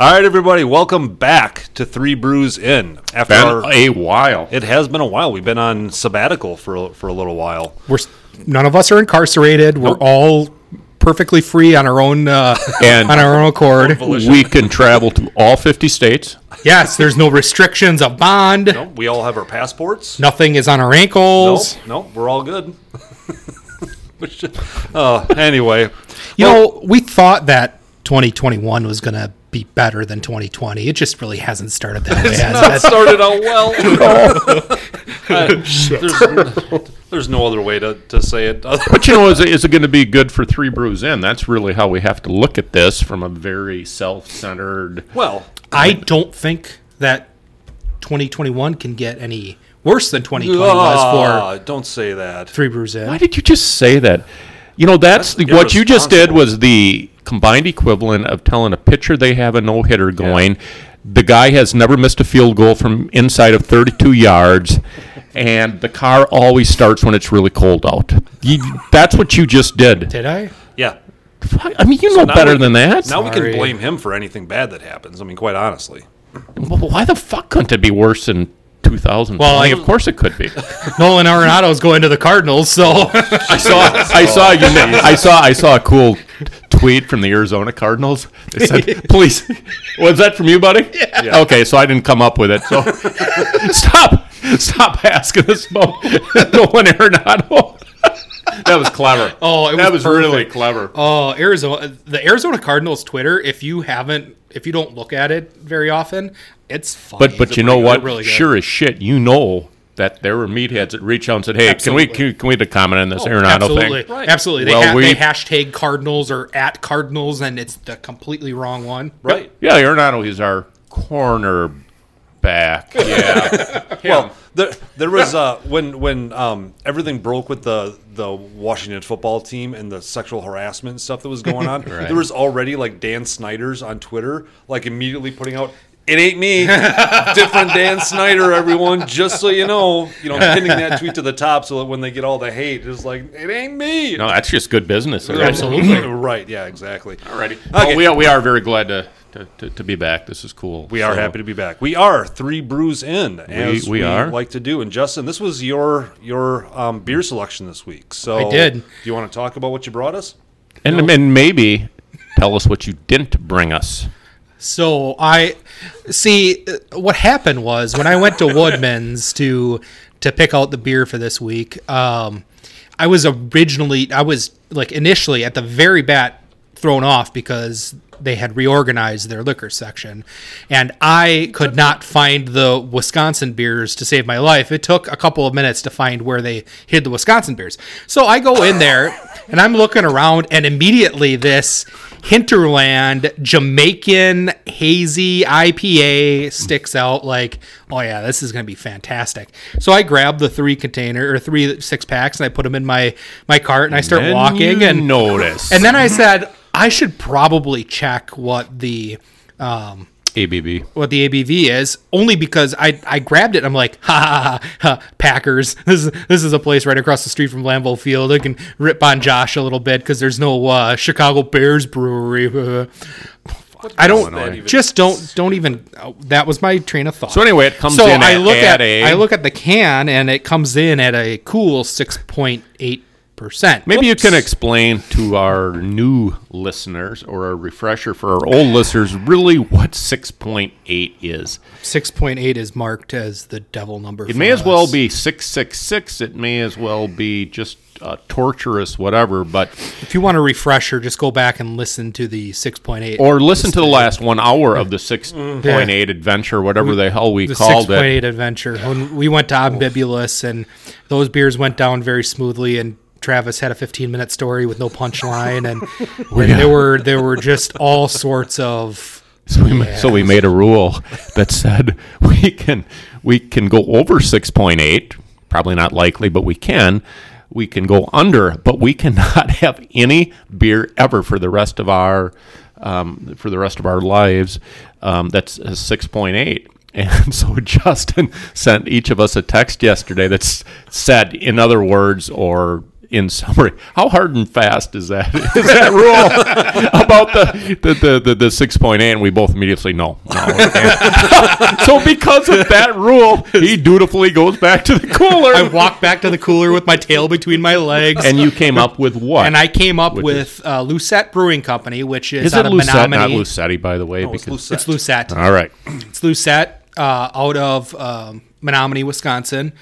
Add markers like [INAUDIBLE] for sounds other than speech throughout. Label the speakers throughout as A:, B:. A: All right, everybody, welcome back to Three Brews In. After
B: Been
A: our,
B: a while.
A: it has been a while. We've been on sabbatical for a, for a little while.
C: We're s- none of us are incarcerated. We're all perfectly free on our own
A: [LAUGHS]
C: uh,
B: And-
C: on our own
B: [LAUGHS]
C: accord.
B: We can travel to all 50 states.
C: Yes, there's no restrictions of bond.
A: No, we all have our passports.
C: Nothing is on our ankles.
A: no, we're all good. [LAUGHS] Which, uh, anyway,
C: You know, we thought that 2021 was going to be better than 2020. It just really hasn't started that way. has
A: that
C: it?
A: started out well.
B: [LAUGHS]
A: [LAUGHS] Uh, there's, there's no other way to, to say it. Uh, other-
B: But you know, is it, is it going to be good for three brews in? That's really how we have to look at this from a very self centered.
A: Well,
C: I don't think that 2021 can get any worse than 2020 was for
A: ah, don't say that.
C: Three Brews In.
B: Why did you just say that? You know, that's, the, what you just did
A: irresponsible.
B: was the combined equivalent of telling a pitcher they have a no hitter going. The guy has never missed a field goal from inside of 32 yards, and the car always starts when it's really cold out. You, that's what you just did.
C: Did I?
A: Yeah.
B: I mean, you know
A: now
B: better
A: we-
B: than that.
A: Now we
C: Sorry.
A: can blame him for anything bad that happens. I mean, quite honestly.
B: Well, but why the fuck couldn't it be worse than 2000? Well,
C: I-
B: of course it could be.
C: Nolan Arenado's going to the
A: [LAUGHS]
C: Cardinals, so
B: [LAUGHS] I saw, I saw, [LAUGHS] you know, I saw, I saw a cool tweet from the Arizona Cardinals. They [LAUGHS] said, "Please, was that from you, buddy?"
A: Yeah.
B: Okay, so I didn't come up with it. So [LAUGHS] stop, stop asking us [LAUGHS] about Nolan Arenado. that was clever.
C: Oh, it
B: that was
C: was
B: really clever.
C: Oh, Arizona, the Arizona Cardinals Twitter. If you haven't, if you don't look at it very often, it's funny.
B: But but you
C: They're
B: know what?
C: really good.
B: sure as shit, you know that there were meatheads that reached out and said, "Hey, can we
C: Absolutely.
B: can, can we do comment on this oh,
C: absolutely,
B: thing?"
A: Right.
C: absolutely. They,
B: Well,
C: ha-
B: we-
C: they hashtag Cardinals or at Cardinals, and it's the completely wrong one.
A: Right.
B: Yeah, Arenado is our corner back. Yeah.
A: Well, there, there was uh, when when um, everything broke with the the Washington football team and the sexual harassment and stuff that was going
B: [LAUGHS]
A: on. There was already like Dan Snyder's on Twitter, like immediately putting out. It ain't
B: [LAUGHS]
A: me, different Dan Snyder. Everyone, just so you know, you
B: [LAUGHS]
A: know, pinning that tweet to the top so that when they get all the hate, it's like it ain't me.
B: no, that's just good business.
C: Absolutely.
A: right. Yeah, exactly.
B: Alrighty.
A: Okay.
B: Well, we, are, we are very glad to, to, to, to be back. This is cool.
A: We are happy to be back. We are three brews in, as we,
B: we are.
A: like to do. And Justin, this was your your um, beer selection this week. So
C: I did.
A: Do you want to talk about what you brought us?
B: And, and maybe tell us what you didn't bring us.
C: So I see uh, what happened was when I went to Woodman's to to pick out the beer for this week. Um, I was originally I was like initially at the very bat thrown off because they had reorganized their liquor section, and I could not find the Wisconsin beers to save my life. It took a couple of minutes to find where they hid the Wisconsin beers. So I go in there and I'm looking around, and immediately this hinterland Jamaican hazy IPA sticks out like, oh yeah, this is gonna be fantastic. So I grab the three container or three six packs and I put them in my my cart and I start walking
B: you
C: and
B: notice.
C: and then I said I should probably check what the um
B: ABB.
C: what the ABV is, only because I, I grabbed it. and I'm like, ha, ha, ha, ha Packers. [LAUGHS] This is this is a place right across the street from Lambeau Field. I can rip on Josh a little bit because there's no uh, Chicago Bears brewery. [LAUGHS] I
A: that even-
C: don't just don't don't even. oh, that was my train of thought.
B: So anyway, it comes
C: So
B: in
C: I
B: at-
C: look
B: at
C: at
B: a-
C: I look at the can and it comes in at a cool six point eight percent.
B: Maybe you can explain to our new listeners or a refresher for our old listeners really what 6.8 is.
C: six point eight is marked as the devil number.
B: It may as well be 666. It may as well be just uh, torturous, whatever, but
C: If you want a refresher, just go back and listen to the six point eight.
B: or listen to the last one hour of the 6.8 adventure, whatever the hell we
C: the
B: called it.
C: 6.8 adventure when we went to Ambibulous and those beers went down very smoothly and Travis had a 15 minute story with no punchline
B: [LAUGHS]
C: and, and there were there were just all sorts of
B: So we, ma- so we made a rule that said we can we can go over 6.8, probably not likely, but we can. We can go under, but we cannot [LAUGHS] have any beer ever for the rest of our um, for the rest of our lives. Um, that's a 6.8. [LAUGHS] And so [LAUGHS] Justin sent each of us a text yesterday that s- said, in other words, or in summary, how hard and fast is that? [LAUGHS] Is that [LAUGHS] rule about the the, the, the, the six point eight? And we both immediately no, no. we can't." [LAUGHS] so because of that rule, he dutifully goes back to the cooler.
C: I walked back to the cooler with my tail between my legs.
B: and you came up with what?
C: And I came up
B: Which
C: with uh, Lucette Brewing Company, which is,
B: is it
C: out of
B: Lucette, not
C: Menominee.
B: Lucetti, by the way?
A: It's
B: because,
A: Lucette.
C: It's Lucette.
B: all right,
C: It's Lucette uh, out of um, Menominee, Wisconsin.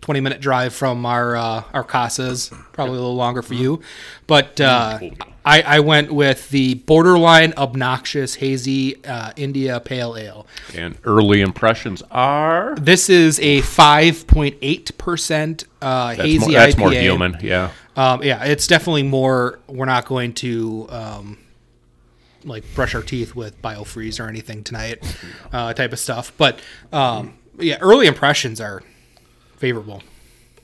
C: 20 minute drive from our uh, our casas, probably a little longer for you. But uh, I, I went with the borderline obnoxious hazy uh, India Pale Ale.
B: and early impressions are
C: This is a 5.8% uh, hazy
B: that's, more, that's
C: IPA.
B: more human. Yeah,
C: Um, yeah, it's definitely more. We're not going to um, like brush our teeth with biofreeze or anything tonight, uh, type of stuff. But um, yeah, early impressions are favorable.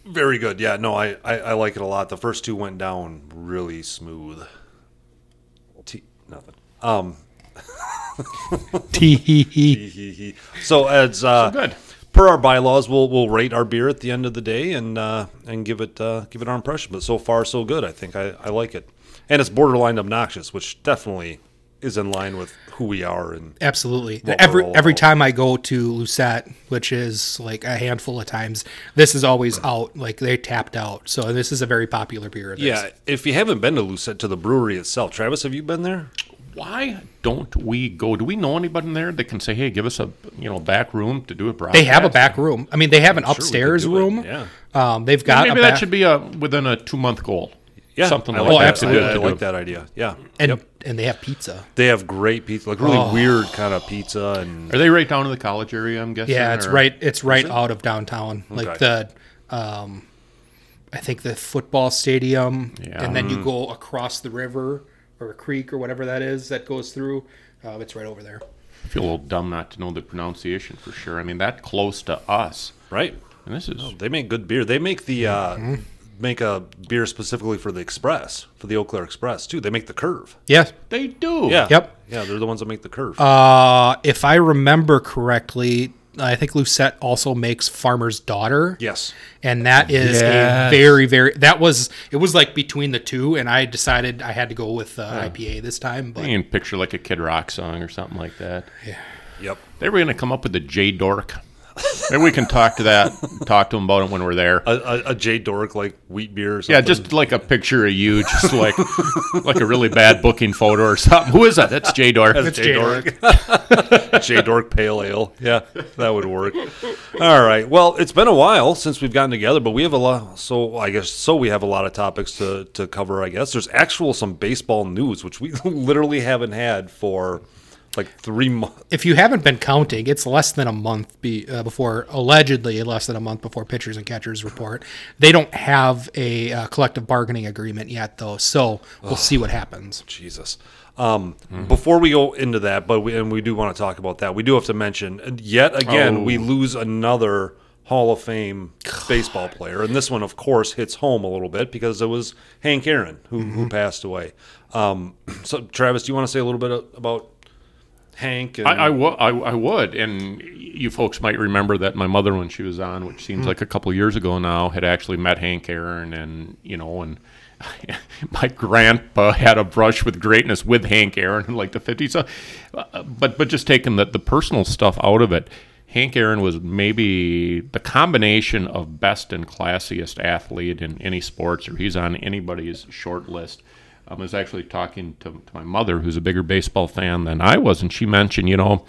A: Very good. Yeah, no, I, I, I like it a lot. The first two went down really smooth. T- nothing. Um,
C: Tee-hee-hee.
B: E
A: hee, hee, hee. so as uh,
B: good.
A: per our bylaws, we'll we'll rate our beer at the end of the day and uh, and give it uh, give it our impression. But so far, so good. I think I, I like it, and it's borderline obnoxious, which definitely is in line with who we are. And
C: Absolutely.
A: What
C: every
A: we're all
C: every
A: about.
C: time I go to Lucette, which is like a handful of times, this is always out. Like they tapped out. So this is a very popular beer. This.
A: yeah, if you haven't been to Lucette to the brewery itself, Travis, have you been there?
B: why don't we go? Do we know anybody in there that can say, "Hey, give us a you know back room to do a broadcast"?
C: They have a back room. I mean, they have an upstairs
A: do it,
C: room.
A: yeah.
C: Um, they've got
B: Maybe
C: a
B: that
C: back-
B: should be a within a two month goal.
A: Yeah,
B: something
A: I
B: like
A: like
B: that.
A: that. Oh,
C: absolutely.
B: To
A: I, I
B: do.
A: like that idea. Yeah, Oh.
C: and and they have pizza.
A: they have great pizza, like really weird kind of pizza, and
B: Are they right down in the college area? I'm guessing.
C: Yeah, it's
B: or-
C: right. It's right out of downtown,
A: Okay.
C: like the, um, I think the football stadium,
B: Yeah.
C: and then you go across the river or a creek or whatever that is that goes through. Uh, it's right over there.
B: I feel a little dumb not to know the pronunciation for sure. I mean, that close to us,
A: right.
B: and this is
A: They make good beer. They make the uh, make a beer specifically for the Express, for the Eau Claire Express too. They make the Curve.
C: Yeah.
B: they do.
A: Yeah.
C: Yep.
A: Yeah, they're the ones that make the Curve.
C: Uh, if I remember correctly, I think Lucette also makes Farmer's Daughter.
A: yes.
C: And that is
B: Yes.
C: a very, very. That was it was like between the two, and I decided I had to go with uh, IPA this time.
B: I
C: But
B: can picture like a Kid Rock song or something like that.
A: Yep.
B: They were going to come up with the J Dork. Maybe we can talk to that, talk to them about it when we're there.
A: A, a, a J Doric like wheat beer. Or something.
B: yeah, just like a picture of you, just like like a really bad booking photo or something. Who is that? That's J Dork.
A: That's J Dork. [LAUGHS] J Dork Pale Ale. Yeah, that would work. All right. Well, it's been a while since we've gotten together, but we have a lot. So I guess so we have a lot of topics to to cover. I guess there's actual some baseball news which we [LAUGHS] literally haven't had for like three months.
C: if you haven't been counting, it's less than a month be, uh, before allegedly less than a month before pitchers and catchers report. They don't have a uh, collective bargaining agreement yet, though, so we'll see what happens.
A: Jesus. Um, Before we go into that, but we, and we do want to talk about that. We do have to mention and yet again we
B: Oh.
A: lose another Hall of Fame baseball player, and this one, of course, hits home a little bit because it was Hank Aaron who,
B: Mm-hmm.
A: who passed away. Um, so, Travis, do you want to say a little bit uh, about Hank? And,
B: I, I, wo- I, I would. And you folks might remember that my mother, when she was on, which seems like a couple years ago now, had actually met Hank Aaron and, you know, and [LAUGHS] my grandpa had a brush with greatness with Hank Aaron in like the 50s. So, uh, but, but just taking the, the personal stuff out of it, Hank Aaron was maybe the combination of best and classiest athlete in any sports, or he's on anybody's short list. I was actually talking to, to my mother, who's a bigger baseball fan than I was, and she mentioned, you know,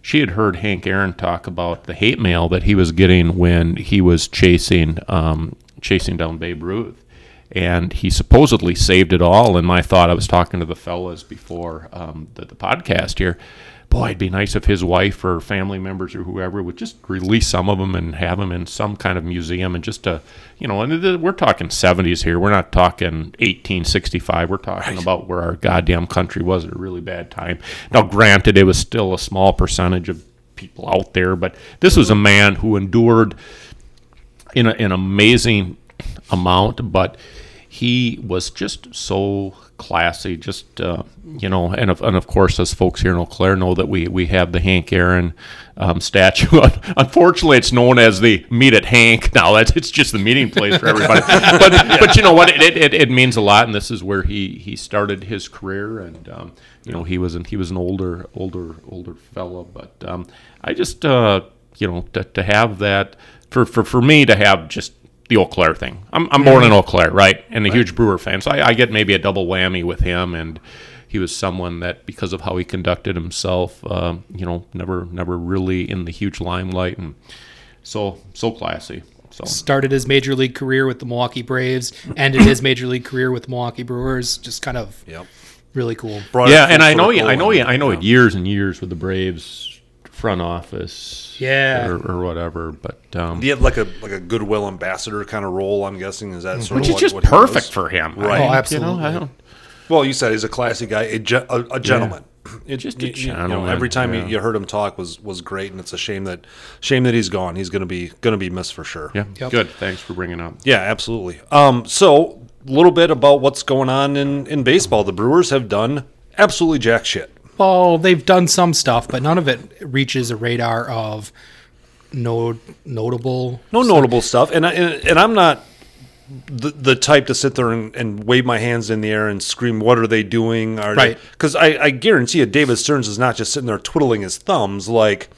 B: she had heard Hank Aaron talk about the hate mail that he was getting when he was chasing um, chasing down Babe Ruth, and he supposedly saved it all. And my thought, I was talking to the fellas before um, the, the podcast here. Boy, it'd be nice if his wife or family members or whoever would just release some of them and have them in some kind of museum and just to, you know, and it- we're talking 70s here. We're not talking 1865. We're talking about where our goddamn country was at a really bad time. Now, granted, it was still a small percentage of people out there, but this was a man who endured in a, an amazing amount, but he was just so classy. Just uh, you know, and of, and of course, us folks here in Eau Claire know that we we have the Hank Aaron um, [LAUGHS] statue. Unfortunately, it's known as the Meet at Hank [LAUGHS] now. That's it's just the meeting place for everybody. but but you know what? It, it, it means a lot, and this is where he he started his career. And um, you know, he was an, he was an older older older fella. But um, I just uh, you know to, to have that for, for for me to have just the Eau Claire thing. I'm, I'm born in Eau Claire, right? And a huge Brewer fan. So I, I get maybe a double whammy with him. And he was someone that, because of how he conducted himself, um, you know, never never really in the huge limelight. And so, so classy. So,
C: Started his major league career with the Milwaukee Braves, ended his major league career with the Milwaukee Brewers. Just kind of
A: Yep.
C: really cool.
A: Brought it
B: yeah,
A: full
B: and I know he,
A: circle
B: I know he,
A: and-
B: I know he had years and years with the Braves front office,
C: Yeah.
B: or, or whatever. But um,
A: He had like a like a goodwill ambassador kind of role. I'm guessing is that sort
B: Mm-hmm. which
A: of
B: is
A: like
B: just
A: what he was?
B: perfect for him,
A: Right.
B: I
A: Oh,
B: think, You know, I
C: absolutely.
B: don't,
A: Well, you said he's a classy guy, a, ge- a, a gentleman. It,
B: Just a
A: you- you know,
B: gentleman,
A: every time
B: yeah.
A: you, you heard him talk was was great, and it's a shame that shame that he's gone. He's gonna be gonna be missed for sure.
B: yeah,
C: Yep.
B: good. Thanks for bringing up.
A: Yeah, absolutely. Um, so a little bit about what's going on in in baseball. The Brewers have done absolutely jack shit.
C: Well, they've done some stuff, but none of it reaches a radar of no notable.
A: No notable stuff, and I, and, and I'm not the, the type to sit there and, and wave my hands in the air and scream, "What are they doing?" Are
C: Right.
A: Because I, I guarantee you, David Stearns is not just sitting there twiddling his thumbs like,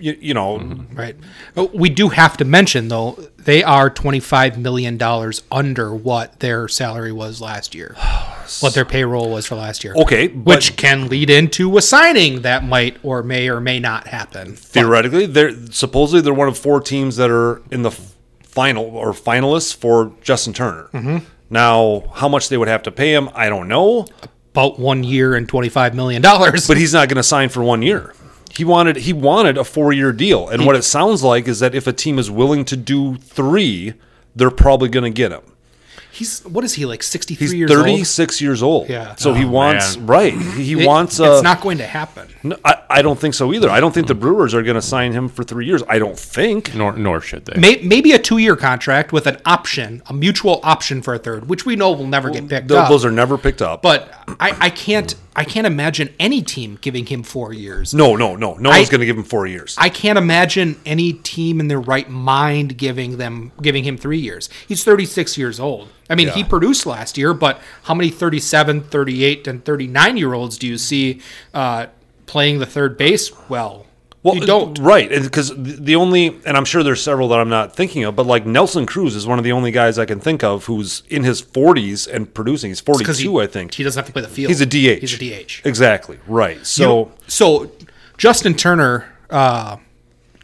A: you, you know,
B: Mm-hmm.
C: Right. Oh, We do have to mention though, they are twenty five million dollars under what their salary was last year,
A: [SIGHS]
C: what their payroll was for last year.
A: Oh, Okay, but-
C: which can lead into a signing that might or may or may not happen.
A: theoretically they're supposedly they're one of four teams that are in the f- final or finalists for Justin Turner.
C: Mm-hmm.
A: Now, how much they would have to pay him, I don't know,
C: About one year and twenty five million dollars.
A: but he's not going to sign for one year. He wanted he wanted a four year deal, and what it sounds like is that if a team is willing to do three, they're probably going to get him.
C: [LAUGHS] He's what is he like sixty
A: He's
C: three years
A: thirty
C: old?
A: six years old.
C: Yeah. Oh,
A: So he wants
B: man.
A: right. He
C: It-
A: wants. Uh,
C: it's not going to happen.
A: no, I, I don't think so either. I don't think the Brewers are going to sign him for three years. I don't think.
B: Nor nor should they.
C: May- Maybe a two-year contract with an option, a mutual option for a third, which we know will never get picked
A: Tho-
C: up.
A: Those are never picked up.
C: but I, I can't, I can't imagine any team giving him four years.
A: No, no, no. No
C: I-
A: one's going to give him four years.
C: I can't imagine any team in their right mind giving them giving him 3 years. He's 36 years old. I mean, he
A: Yeah.
C: produced last year, but how many 37, 38 and 39 year olds do you see uh, playing the third base well? you don't.
A: right? Because the only, and I'm sure there's several that I'm not thinking of, but like Nelson Cruz is one of the only guys I can think of who's in his 40s and producing. He's 42,
C: he,
A: I think.
C: he doesn't have to play the field.
A: He's a DH.
C: He's a DH.
A: Exactly. Right. So
C: So, so Justin Turner uh,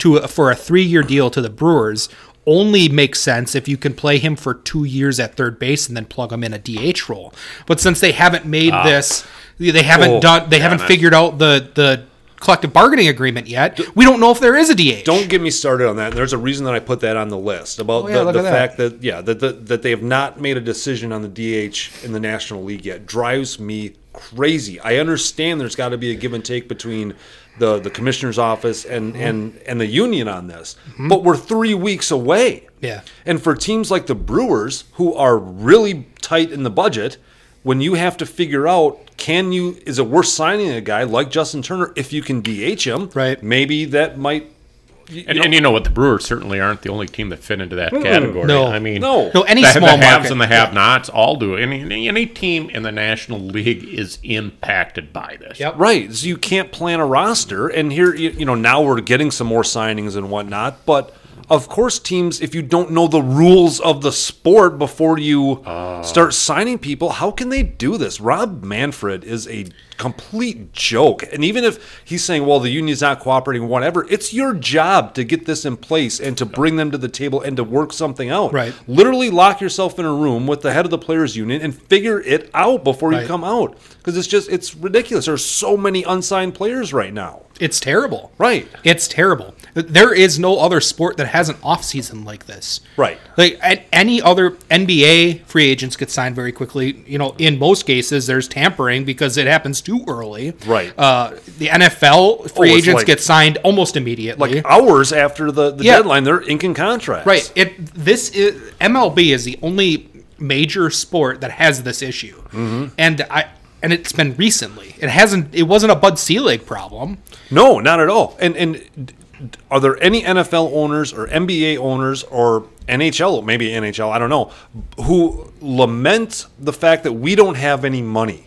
C: to for a three year deal to the Brewers only makes sense if you can play him for two years at third base and then plug him in a DH role. But since they haven't made this, they haven't
A: Ah. Oh,
C: done, they haven't figured out the the collective bargaining agreement yet. We don't know if there is a DH.
A: don't get me started on that. And there's a reason that I put that on the list about
C: Oh, yeah,
A: the,
C: look
A: the
C: at that.
A: fact that, yeah, that, that, that they have not made a decision on the DH in the National League yet. Drives me crazy. I understand there's got to be a give and take between the, the commissioner's office and,
C: Mm-hmm.
A: and, and the union on this, but we're three weeks away.
C: Yeah.
A: And for teams like the Brewers, who are really tight in the budget, when you have to figure out can you is it worth signing a guy like Justin Turner if you can DH him?
C: Right.
A: Maybe that might
B: And, and you know what? The Brewers certainly aren't the only team that fit into that category.
C: Hmm. No.
B: I mean,
A: No.
C: No, any
B: the,
C: small
B: the haves
C: market.
B: and the have-nots all do. Any any- any team in the National League is impacted by this.
C: Yep.
A: Right. So you can't plan a roster. And here, you, you know, now we're getting some more signings and whatnot. But of course, teams, if you don't know the rules of the sport before you start signing people, how can they do this? Rob Manfred is a complete joke. And even if he's saying, well, the union's not cooperating, whatever, it's your job to get this in place and to bring them to the table and to work something out.
C: Right.
A: Literally lock yourself in a room with the head of the players union and figure it out before
C: Right.
A: you come out because it's just it's ridiculous. There's so many unsigned players right now.
C: It's terrible.
A: Right.
C: It's terrible. There is no other sport that has an off season like this.
A: Right.
C: Like at any other NBA free agents get signed very quickly. You know, in most cases there's tampering because it happens too early.
A: Right.
C: Uh, the NFL free
A: Oh, it's
C: agents
A: like-
C: get signed almost immediately.
A: Like uh, hours after the, the
C: Yeah.
A: deadline, they're inking contracts.
C: right. It this is MLB is the only major sport that has this issue,
A: Mm-hmm.
C: and I and it's been recently. It hasn't. It wasn't a Bud Selig problem.
A: No, not at all. And and d- d- are there any NFL owners or NBA owners or NHL, maybe NHL, I don't know, who lament the fact that we don't have any money?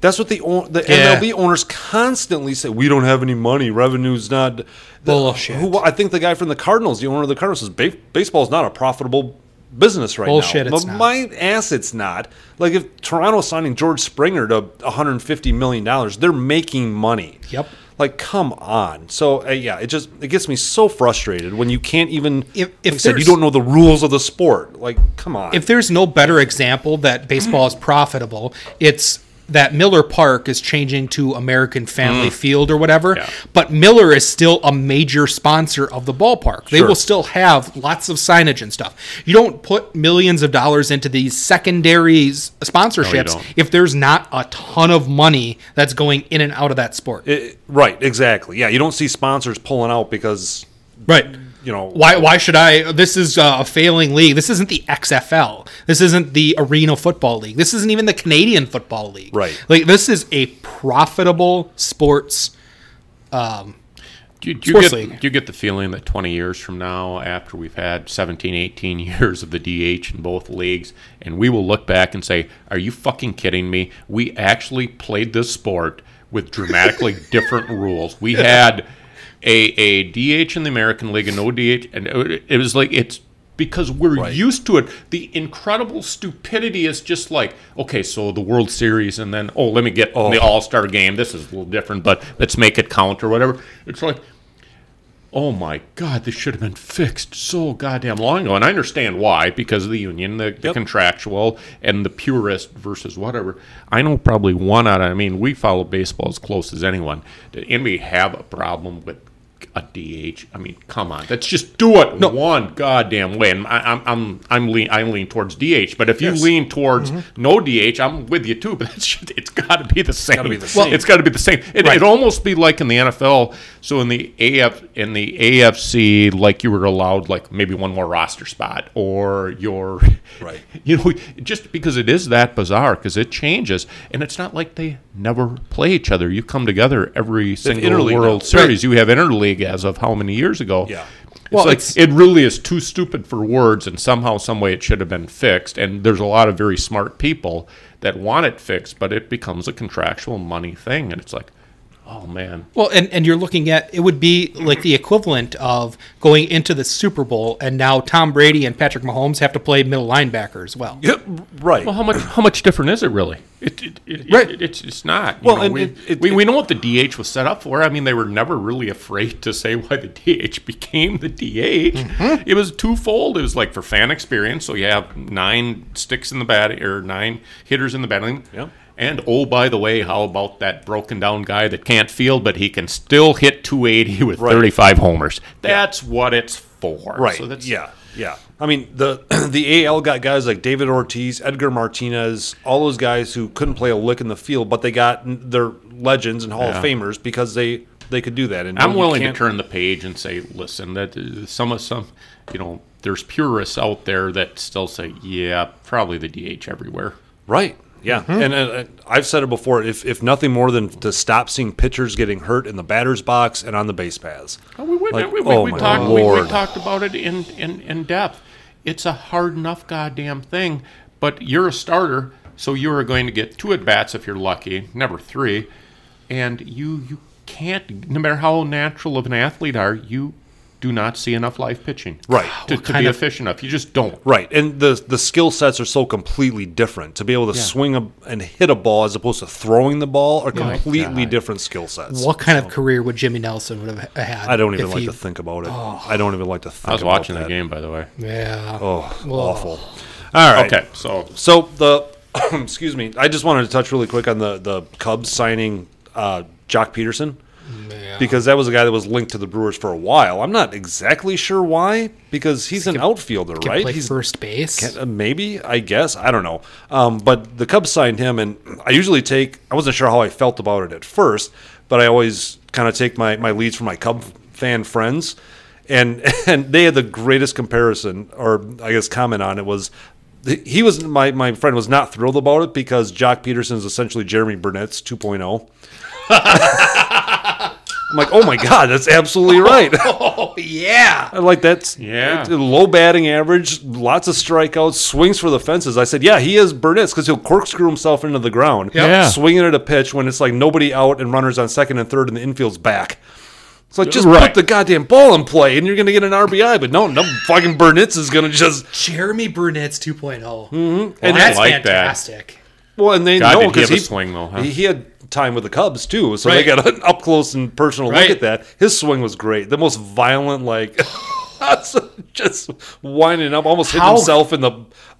A: That's what the own- the
C: Yeah.
A: MLB owners constantly say. We don't have any money. Revenue's not. The-
C: Bullshit.
A: Who I think the guy from the Cardinals, the owner of the Cardinals, says "Ba- baseball's not a profitable business right
C: Bullshit,
A: now.
C: it's
A: But
C: not.
A: My ass, it's not. Like if Toronto's signing George Springer to 150 million dollars, they're making money.
C: Yep.
A: Like, come on. So uh, yeah, it just it gets me so frustrated when you can't even.
C: If-
A: like
C: if
A: I said, you
C: there's-
A: don't know the rules of the sport, like come on.
C: If there's no better example that baseball is profitable, it's that Miller Park is changing to American Family Field or whatever. But Miller is still a major sponsor of the ballpark. They
A: Sure.
C: will still have lots of signage and stuff. You don't put millions of dollars into these secondary s- sponsorships
B: don't.
C: if there's not a ton of money that's going in and out of that sport.
A: It- Uh, right, exactly. Yeah, you don't see sponsors pulling out because
C: right.
A: you know
C: why why should I this is uh, a failing league. This isn't the XFL. This isn't the Arena Football League. This isn't even the Canadian Football League.
A: Right.
C: Like this is a profitable sports
B: Do you, do you
C: Sports
B: get,
C: league.
B: do you get the feeling that 20 years from now, after we've had 17, 18 [LAUGHS] years of the DH in both leagues, and we will look back and say, Are you fucking kidding me? We actually played this sport with
C: [LAUGHS]
B: dramatically different rules. We had a, a DH in the American League and no DH. And it it was like, it's because we're used to it. The incredible stupidity is just like, okay, so the World Series, and then, oh, let me get the All Star game. This is a little different, but let's make it count or whatever. It's like, oh my god this should have been fixed so goddamn long ago and i understand why because of the union the, the contractual and the purist versus whatever i know probably one out of i mean we follow baseball as close as anyone did anybody have a problem with a DH. I mean, come on. Let's just do it one goddamn way. And I, I'm I'm I'm lean I lean towards DH. But if you lean towards
A: Mm-hmm.
B: no DH, I'm with you too. But [LAUGHS] that's just, it's got to be the same.
A: be the same.
B: It's got to be the same. It,
C: Right.
B: It'd almost be like in the NFL. So in the AF in the AFC, like you were allowed like maybe one more roster spot, or your
A: Right.
B: [LAUGHS] You know, just because it is that bizarre, because it changes, and it's not like they never play each other. You come together every single
A: interleague now.
B: World Series. You have interleague as of how many years ago?
A: Yeah.
B: It's
C: Well,
B: like,
C: it's-
B: it really is too stupid for words, and somehow, some way, it should have been fixed. And there's a lot of very smart people that want it fixed, but it becomes a contractual money thing, and it's like, oh man,
C: Well, and, and you're looking at it would be like the equivalent of going into the Super Bowl and now Tom Brady and Patrick Mahomes have to play middle linebacker as well.
A: Yep, right.
B: Well, how much how much different is it really? It, it, it,
C: Right.
B: it- it's it's not.
A: Well,
B: well,
A: and
B: we,
A: it- it-
B: we, we know what the DH was set up for. I mean, they were never really afraid to say why the [LAUGHS] DH became the DH.
A: Mm-hmm.
B: It was twofold. It was like for fan experience, so you have nine sticks in the bat or nine hitters in the batting.
A: Yeah.
B: And oh, by the way, how about that broken down guy that can't field but he can still hit 280 with 35 homers? That's what it's for.
A: Right.
B: So that's
A: yeah. Yeah. I mean the [CLEARS THROAT] the AL got guys like David Ortiz, Edgar Martinez, all those guys who couldn't play a lick in the field, but they got their legends and Hall of Famers because they they could do that. And
B: I'm
A: you
B: willing to
A: can't-
B: turn the page and say, listen, that uh, some of some, you know, there's purists out there that still say, yeah, probably the DH everywhere.
A: Right. Yeah.
B: Mm-hmm.
A: And uh, I've said it before. If if nothing more than to stop seeing pitchers getting hurt in the batter's box and on the base paths.
B: we, we,
A: Like,
B: we, we,
A: oh
B: we
A: my
B: talked, we, we
A: Lord.
B: talked about it in, in, in depth. It's a hard enough goddamn thing, but you're a starter, so you are going to get two at bats if you're lucky, never three, and you you can't, no matter how natural of an athlete are, you do not see enough live pitching,
A: Right.
B: To,
C: What
B: to
C: kind
B: be
C: of-
B: efficient enough, you just don't.
A: Right, and the the skill sets are so completely different. To be able to swing a, and hit a ball as opposed to throwing the ball are completely
B: God.
A: different skill sets.
C: What kind of career would Jimmy Nelson would have had?
A: I don't even
C: if Oh.
A: like
C: he-
A: to think about it. I don't even like to think.
B: I was
A: about
B: watching
A: that.
B: the game, by the way.
C: Yeah.
A: Oh, awful. All right.
B: Okay, so
A: So the [COUGHS] excuse me. I just wanted to touch really quick on the the Cubs signing uh, Jock Peterson
C: Yeah.
A: because that was a guy that was linked to the Brewers for a while. I'm not exactly sure why because he's an outfielder,
C: Can
A: right?
C: play
A: He's
C: first base.
A: uh, maybe I guess I don't know. Um, but the Cubs signed him, and I usually take. I wasn't sure how I felt about it at first, but I always kind of take my my leads from my Cub fan [LAUGHS] friends, and and they had the greatest comparison or I guess comment on it was he was my, my friend was not thrilled about it because Jock Peterson is essentially Jeremy Burnett's 2.0. [LAUGHS] I'm like, oh my god, that's absolutely right. [LAUGHS]
C: Oh yeah.
A: I like that's
B: Yeah.
A: it's a low batting average, lots of strikeouts, swings for the fences. I said, yeah, he is Burnett's because he'll corkscrew himself into the ground,
C: Yep.
B: Yeah.
A: swinging at a pitch when it's like nobody out and runners on second and third and the infield's back. It's like just
B: Right.
A: put the goddamn ball in play and you're gonna get an RBI, but no, no fucking Burnett's is gonna just
C: Jeremy Burnett's 2.0.
A: and
C: That's
B: I like that.
C: fantastic.
A: Well, and they
B: God,
A: know
B: did he
A: because
B: have a
A: he,
B: swing, though, huh?
A: he he had time with the Cubs too, so
C: Right.
A: they got an [LAUGHS] up close and personal
C: Right.
A: look at that. His swing was great, the most violent, like [LAUGHS] just winding up, almost hit
C: How-
A: himself in the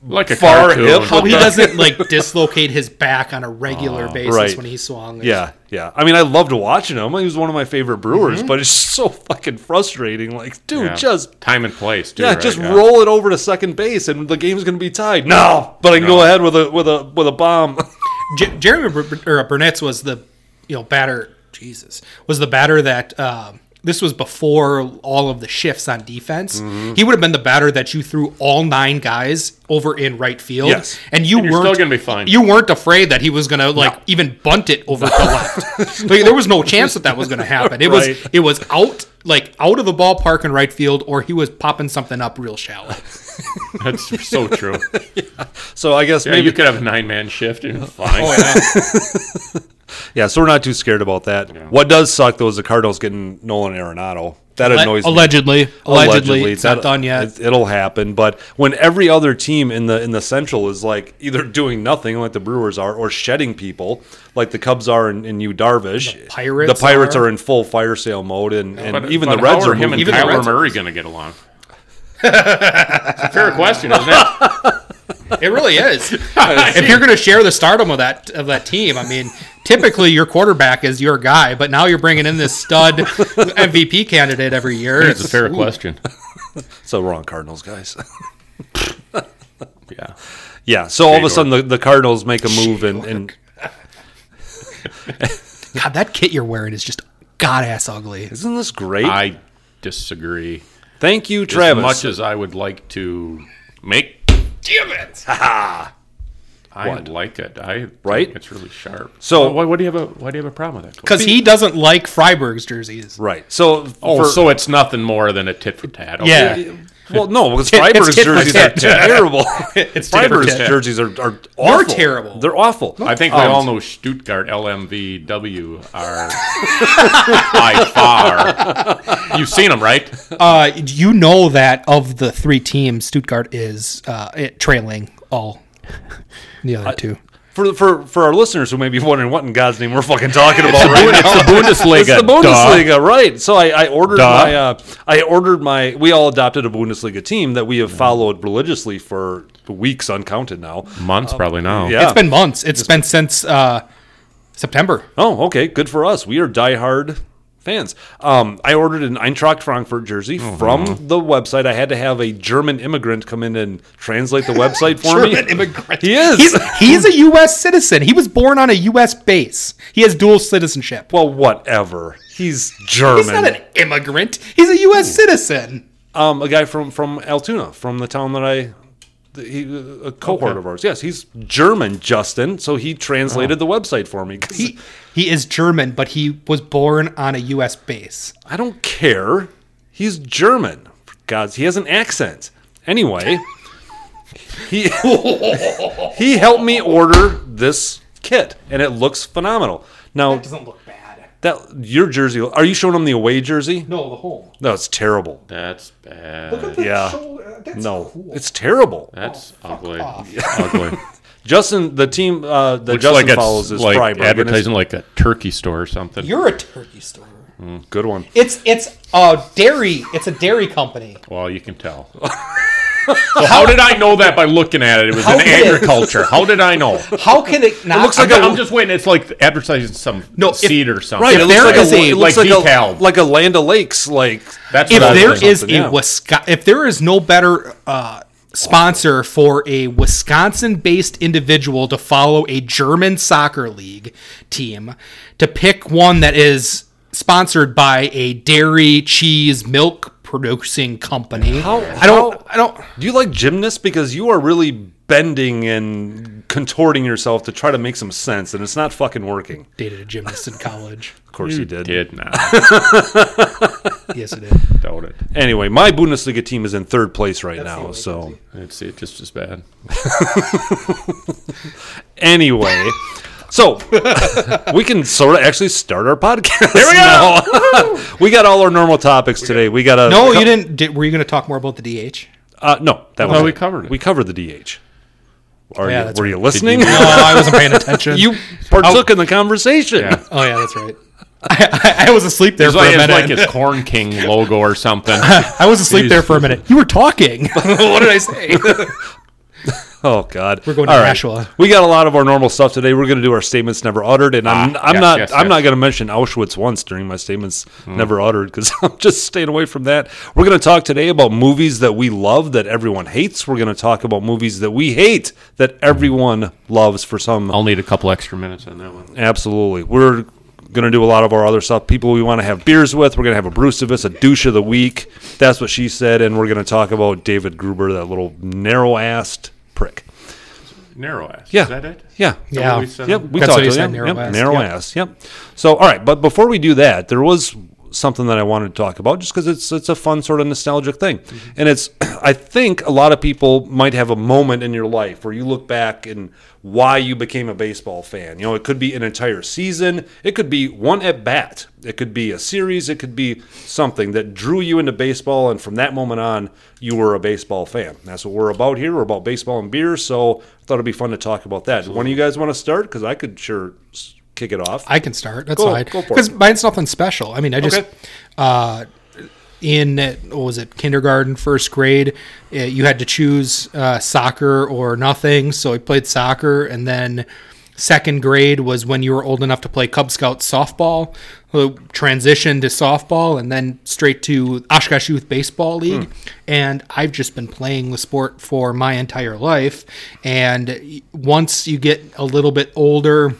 B: Like a
A: far
B: cartoon.
A: hip.
C: How
A: with
C: he
A: the-
C: doesn't like dislocate his back on a regular basis
A: right.
C: when he swung.
A: [LAUGHS]
C: It's-
A: Yeah, yeah. I mean, I loved watching him. He was one of my favorite Brewers, but it's so fucking frustrating. Like, dude,
B: Mm-hmm. Yeah.
A: just
B: time and place. Too,
A: yeah,
B: right?
A: just roll it over to second base, and the game's gonna be tied. No, but I can go ahead with a with a with a bomb. [LAUGHS]
C: J- Jeremy Bur- or uh, Burnett's was the you know batter. Jesus was the batter that um, this was before all of the shifts on defense.
B: Mm-hmm.
C: He would have been the batter that you threw all nine guys over in right field.
A: Yes.
C: and you
B: And you're
C: weren't
B: still gonna be fine.
C: You weren't afraid that he was gonna like even bunt it
B: [LAUGHS]
C: over to left. Like, there was no chance that that was gonna happen. It
A: Right.
C: was it was out like out of the ballpark in right field, or he was popping something up real shallow.
B: [LAUGHS] That's so true.
A: So I guess
B: Yeah,
A: maybe
B: you could have a nine man shift and fine.
A: Oh,
B: [LAUGHS]
A: Yeah, so we're not too scared about that. What does suck though is the Cardinals getting Nolan Arenado. That annoys me.
C: allegedly, allegedly, it's not
A: That-
C: done yet.
A: it- It'll happen, but when every other team in the in the Central is like either doing nothing, like the Brewers are, or shedding people, like the Cubs are in, in Yu Darvish, the
C: Pirates
A: the Pirates
C: are.
A: are. in full fire sale mode, and, and
B: But-
A: even
B: but
A: the Reds
B: how
A: are
B: him and
A: moving
C: Even the
B: Kyler
C: Reds are-
B: Murray going to get along. It's a fair question,
A: [LAUGHS]
B: isn't it?
C: It
B: [LAUGHS]
C: really is. if you're going to share the stardom of that of that team, I mean, typically your quarterback is your guy, but now you're bringing in this
B: [LAUGHS]
C: stud MVP candidate every year.
B: It's a fair question.
A: So we're on Cardinals, guys. [LAUGHS]
B: Yeah.
A: yeah. So all of a
B: Shador.
A: sudden, the, the Cardinals make a move, and, and
C: God, that kit you're wearing is just god ass ugly.
A: isn't this great?
B: I disagree.
A: Thank you,
B: As
A: Travis.
B: much as I would like to make. Damn
C: [LAUGHS]
B: it! I like it. I
A: Right?
B: think It's really sharp.
A: So-
B: why, why do you have a why do you have a problem with that?
C: Because he doesn't like Freiburg's jerseys.
A: right. So
B: Oh,
A: for-
B: so it's nothing more than a tit for tat. Okay.
C: Yeah.
A: Well, no, because
C: Tit- it's
A: Freiburg's
C: tit for
A: jerseys are
C: tit.
A: terrible.
B: [LAUGHS] It's tit for
A: Freiburg's
B: tat.
A: jerseys are, are awful.
C: terrible.
A: They're awful.
B: I think we
A: Um,
B: all know Stuttgart LMVW are by far. You've seen them, right?
C: Uh, you know that of the three teams, Stuttgart is uh, it trailing all the other two.
A: For, for for our listeners who may be wondering what in God's name we're fucking talking about right now.
B: It's the Bundesliga.
A: It's the Bundesliga, right? So I, I ordered
B: Duh.
A: my uh, I ordered my. We all adopted a Bundesliga team that we have followed religiously for weeks uncounted now.
B: Months probably now.
A: Yeah.
C: It's been months. it's been since uh, September.
A: Oh, okay. Good for us. We are diehard fans. Um, I ordered an Eintracht Frankfurt jersey
C: Oh,
A: from the website. I had to have a German immigrant come in and translate the website for me.
C: German immigrant.
A: He is.
C: He's, he's a U.S. citizen. He was born on a U.S. base. He has dual citizenship.
A: well, whatever. He's German.
C: He's not an immigrant. He's a U.S. citizen.
A: um, a guy from from Altoona, from the town that I. He, a cohort of ours. Yes, he's German, Justin. So he translated the website for me. 'cause
C: Oh. He, he is German, but he was born on a U.S. base.
A: I don't care. He's German. For God's, he has an accent. Anyway, he [LAUGHS] he helped me order this kit, and it looks phenomenal. Now
C: Doesn't look bad.
A: that your jersey, are you showing him the away jersey?
C: No, the home.
A: No, it's terrible.
B: That's bad.
A: Yeah.
C: shoulder- uh, that's
A: no, it's terrible.
B: That's ugly. Ugly.
A: Justin, the team uh, that
B: Looks
A: Justin
B: like
A: follows
B: it's
A: is
B: like
A: Freiburg. and it's
B: advertising like a turkey store or something.
C: You're a turkey store.
A: a good one.
C: It's it's a dairy. It's a dairy company.
B: well, you can tell. so how did I know that by looking at it? It was
C: How
B: in
C: did-
B: agriculture. How did I know?
C: How can it not?
A: looks like
B: I'm,
A: a-
B: I'm just waiting. It's like advertising some
C: No, if-
B: seed or something.
C: If
A: Right, it looks
C: there
A: like
C: is
A: a,
C: a-
A: it looks
B: like
A: like
B: decal.
A: a, like a Land of Lakes, like
B: That's
C: if
B: what I
C: there
B: was
C: is a
A: thinking, yeah.
C: Wisconsin, if there is no better uh, sponsor for a Wisconsin-based individual to follow a German soccer league team, to pick one that is sponsored by a dairy, cheese, milk producing company.
A: How-
C: I don't.
A: how-
C: I don't.
A: Do you like gymnasts? Because you are really bending and contorting yourself to try to make some sense, and it's not fucking working.
C: Dated a gymnast in college.
A: Of course, he
C: Mm.
A: did.
B: Did not
C: Yes, I did.
B: doubt it.
A: Anyway, my Bundesliga team is in third place right now. So
B: It's it just as bad.
C: [LAUGHS]
A: anyway, so we can sort of actually start our podcast. There we go. [LAUGHS] we got all our normal topics today. We got a
C: No, you didn't. Did, were you going to talk more about the DH?
A: Uh, no, that was
B: we covered it.
A: We covered the DH. Are
C: Yeah,
A: you,
C: that's
A: were you
C: right.
A: listening?
C: No, I wasn't paying attention.
A: [LAUGHS] you partook in the conversation.
B: Yeah.
C: Oh yeah, that's right. [LAUGHS] I, I, I was asleep there
B: It's
C: for a
B: like, it's
C: minute.
B: like his Corn [LAUGHS] King logo or [LAUGHS] something.
C: I was asleep there for a minute. You
A: [LAUGHS]
C: were talking. what did I
B: [LAUGHS]
C: say?
A: Oh God, we're
C: going to Nashua.
A: We got a lot of our normal stuff today. We're going to do our statements never uttered, and I'm,
B: Ah,
A: I'm
B: yes,
A: not
B: yes,
A: I'm
B: yes. Hmm.
A: not going to mention Auschwitz once during my statements never uttered because [LAUGHS] I'm just staying away from that. We're going to talk today about movies that we love that everyone hates. We're going to talk about movies that we hate that everyone loves for some
B: I'll need a couple extra minutes on that one.
A: Absolutely. We're going to do a lot of our other stuff. People we want to have beers with. We're going to have a Brucevus, a douche of the week. That's what she said. And we're going to talk about David Gruber, that little narrow assed prick.
B: Narrow ass.
A: Yeah.
B: Is that it?
A: Yeah.
C: Yeah.
B: we said?
A: Yep. We
C: That's
A: talked
C: what he
A: to yeah,
C: said, narrow
A: yep,
C: assed,
A: narrow
C: yeah.
A: ass. Yep. So, all right. But before we do that, there was something that I wanted to talk about just because it's it's a fun sort of nostalgic thing. And it's, [CLEARS THROAT] I think a lot of people might have a moment in your life where you look back and why you became a baseball fan. You know, it could be an entire season, it could be one at bat, it could be a series, it could be something that drew you into baseball. And from that moment on, you were a baseball fan. That's what we're about here. We're about baseball and beer. So I thought it'd be fun to talk about that. One of you guys want to start? Because I could sure s- kick it off.
C: I can start. That's
A: Go-
C: fine.
A: go for
C: Because
A: it.
C: mine's nothing special. I mean, I just
A: Okay.
C: uh, in uh, what was it kindergarten, first grade, uh, you had to choose uh, soccer or nothing. So I played soccer, and then second grade was when you were old enough to play Cub Scout softball. uh, Transitioned to softball, and then straight to Oshkosh Youth Baseball League.
A: Hmm.
C: And I've just been playing the sport for my entire life. And y- once you get a little bit older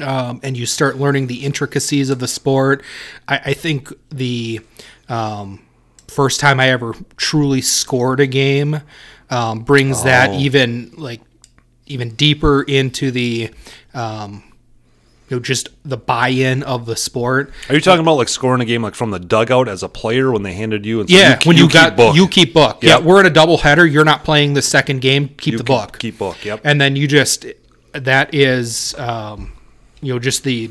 C: um, and you start learning the intricacies of the sport. I, I think the um, first time I ever truly scored a game um, brings that even like even deeper into the um, you know just the buy-in of the sport.
A: Are you talking about like scoring a game like from the dugout as a player when they handed you? And so
C: Yeah,
A: you,
C: when you,
A: keep
C: got
A: book.
C: you keep book.
A: Yep.
C: Yeah, we're in a double header. You're not playing the second game. Keep the book.
A: keep book. Yep.
C: and then you just that is um you know just the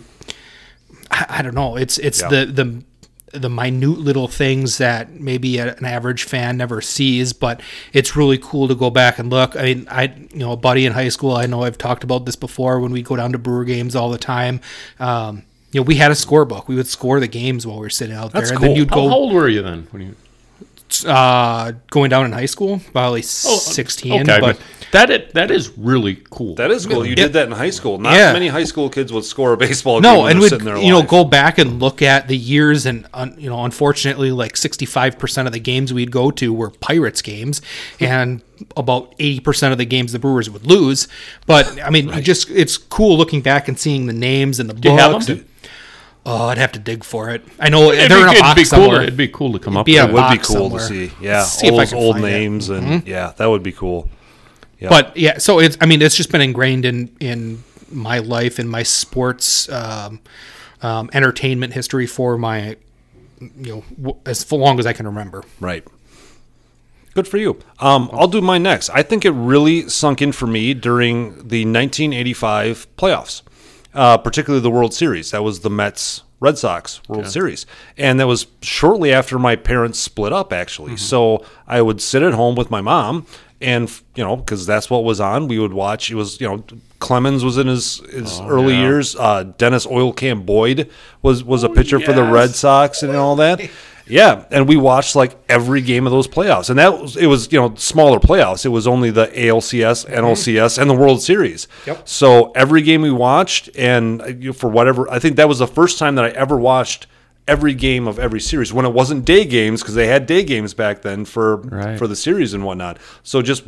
C: i, I don't know it's it's
A: Yeah.
C: the the the minute little things that maybe a- an average fan never sees but it's really cool to go back and look i mean i you know a buddy in high school i know i've talked about this before when we go down to brewer games all the time um you know we had a scorebook we would score the games while we were sitting out
A: That's
C: there
A: cool.
C: and then you'd
B: How
C: go
B: old were you then? When you,
C: uh going down in high school probably 16
B: Oh, uh, okay,
C: but
B: but that it, that is really cool.
A: That is cool. You did that in high school. Not
C: Yeah.
A: many high school kids would score a baseball game.
C: no,
A: when
C: and
A: they're
C: would
A: sitting there
C: you know
A: alive.
C: go back and look at the years and un, you know unfortunately like 65% of the games we'd go to were Pirates games and about 80% of the games the Brewers would lose but I mean you just it's cool looking back and seeing the names and the
B: you have
C: books
B: them?
C: and- oh I'd have to dig for it I know
B: It'd
C: they're
B: be,
C: in a
B: it'd
C: box
B: be cool.
C: somewhere
B: It'd be cool to come up
C: be a
B: with.
A: It would be
C: box
A: cool to
C: somewhere.
A: see. Yeah,
C: See if I
A: old,
C: can
A: old
C: find it. Mm-hmm.
A: names and yeah, that would be cool.
C: but yeah so it's i mean it's just been ingrained in in my life in my sports um, um, entertainment history for my you know w- as f- long as i can remember
A: Right. Good for you. Um, I'll do mine next. I think it really sunk in for me during the 1985 playoffs, uh, particularly the World Series. That was the Mets Red Sox World Series. And that was shortly after my parents split up, actually. So I would sit at home with my mom. And f- you know, because that's what was on, we would watch. It was you know, Clemens was in his, his early years. Uh, Dennis Oil Can Boyd was was a pitcher for the
B: yes.
A: Red Sox and all that. Yeah, and we watched like every game of those playoffs, and that was it was you know smaller playoffs. It was only the ALCS, NLCS, and the World Series.
C: Yep.
A: So every game we watched, and uh, you know, for whatever, I think that was the first time that I ever watched every game of every series when it wasn't day games because they had day games back then for
B: Right.
A: for the series and whatnot. So just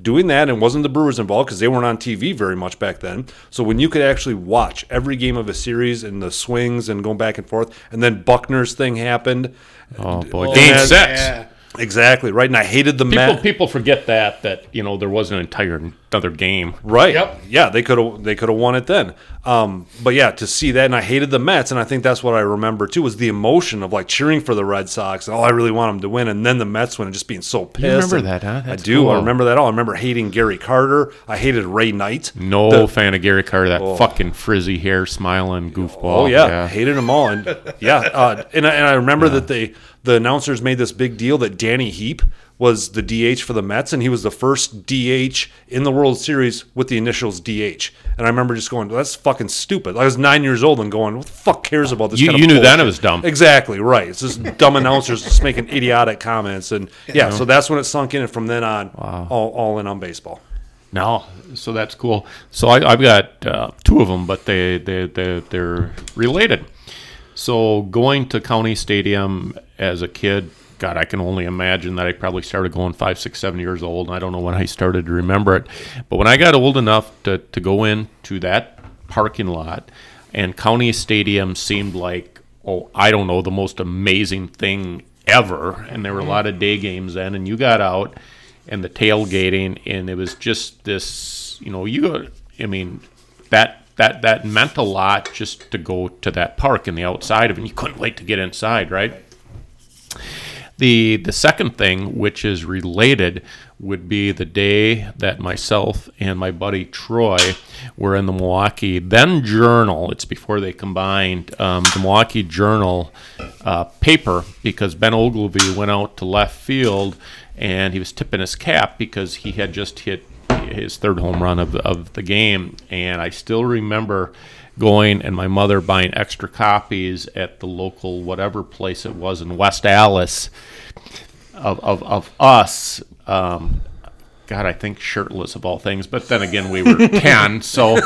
A: doing that and wasn't the Brewers involved because they weren't on TV very much back then. So when you could actually watch every game of a series and the swings and going back and forth, and then Buckner's thing happened.
B: Oh boy, Game
A: man.
B: six.
C: Yeah.
A: Exactly right, and I hated the
B: People,
A: map.
B: people forget that that you know there was an entire another game.
A: Right.
C: Yep.
A: Yeah, they could have they could have won it then. Um, but yeah, to see that, and I hated the Mets, and I think that's what I remember too was the emotion of like cheering for the Red Sox and oh, I really want them to win, and then the Mets win and just being so pissed.
B: remember
A: and
B: that, huh?
A: I
B: That's
A: do.
B: cool.
A: I remember that all. I remember hating Gary Carter. I hated Ray Knight.
B: No
A: The-
B: fan of Gary Carter. That fucking frizzy hair, smiling goofball.
A: Oh yeah, hated them all, and yeah, uh, and I, and I remember that they the announcers made this big deal that Danny Heap was the DH for the Mets, and he was the first DH in the World Series with the initials DH. And I remember just going, "That's fucking stupid." I was nine years old and going, "What the fuck cares about this?"
B: You-
A: kind of
B: you knew then
A: bullshit?"
B: it was dumb.
A: Exactly right. It's just dumb announcers just making idiotic comments, and yeah, so that's when it sunk in. And from then on, all, all in on baseball.
B: No, so that's cool. So I, I've got uh, two of them, but they they they they're related. So going to County Stadium as a kid, God, I can only imagine that I probably started going five, six, seven years old. And I don't know when I started to remember it, but when I got old enough to to go into that parking lot, and County Stadium seemed like oh, I don't know, the most amazing thing ever. And there were a lot of day games then, and you got out and the tailgating, and it was just this, you know, you go, I mean, that. That, that meant a lot just to go to that park and the outside of it. And you couldn't wait to get inside, right? The the second thing, which is related, would be the day that myself and my buddy Troy were in the Milwaukee then Journal. It's before they combined um, the Milwaukee Journal uh, paper because Ben Ogilvy went out to left field and he was tipping his cap because he had just hit his third home run of, of the game. And I still remember going and my mother buying extra copies at the local whatever place it was in West Allis of, of, of us. Um, God, I think shirtless of all things, but then again,
A: [LAUGHS]
B: we were ten, so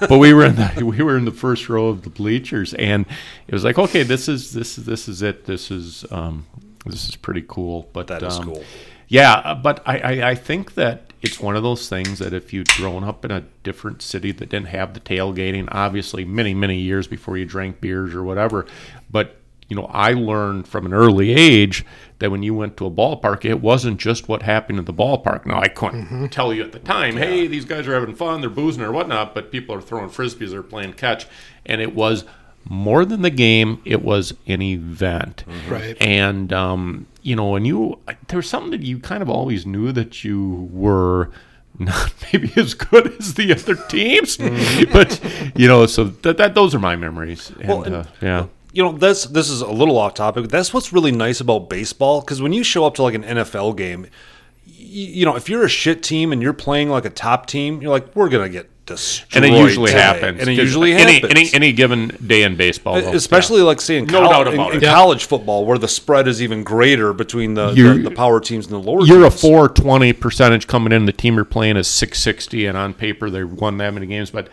B: but we were in the we were in the first row of the bleachers, and it was like, okay, this is this is this is it, this is um, this is pretty cool. But
A: That is
B: um,
A: cool.
B: yeah, uh, but I, I, I think that it's one of those things that if you'd grown up in a different city that didn't have the tailgating, obviously many, many years before you drank beers or whatever, but you know, I learned from an early age that when you went to a ballpark, it wasn't just what happened at the ballpark. Now I couldn't tell you at the time, hey, these guys are having fun, they're boozing or whatnot, but people are throwing frisbees, they're playing catch. And it was more than the game, it was an event
C: Right.
B: and um, you know, and you there was something that you kind of always knew that you were not [LAUGHS] maybe as good as the other teams, [LAUGHS] but you know, so that, that those are my memories. And,
A: Mm-hmm. Well, and-
B: uh, yeah,
A: you know that's this is a little off topic but that's what's really nice about baseball because when you show up to like an nfl game y- you know if you're a shit team and you're playing like a top team you're like we're gonna get destroyed
B: and it usually
A: today."
B: happens.
A: and it
B: 'cause
A: usually
B: any,
A: happens E,
B: Any any given day in baseball, though,
A: especially like say in,
B: No
A: col-
B: doubt
A: in-
B: about
A: in
B: it.
A: college football where the spread is even greater between the, the,
B: You're-
A: the power teams and the lower
B: You're a
A: teams.
B: 420 percentage coming in. The team you're playing is 660, and on paper they won that many games. But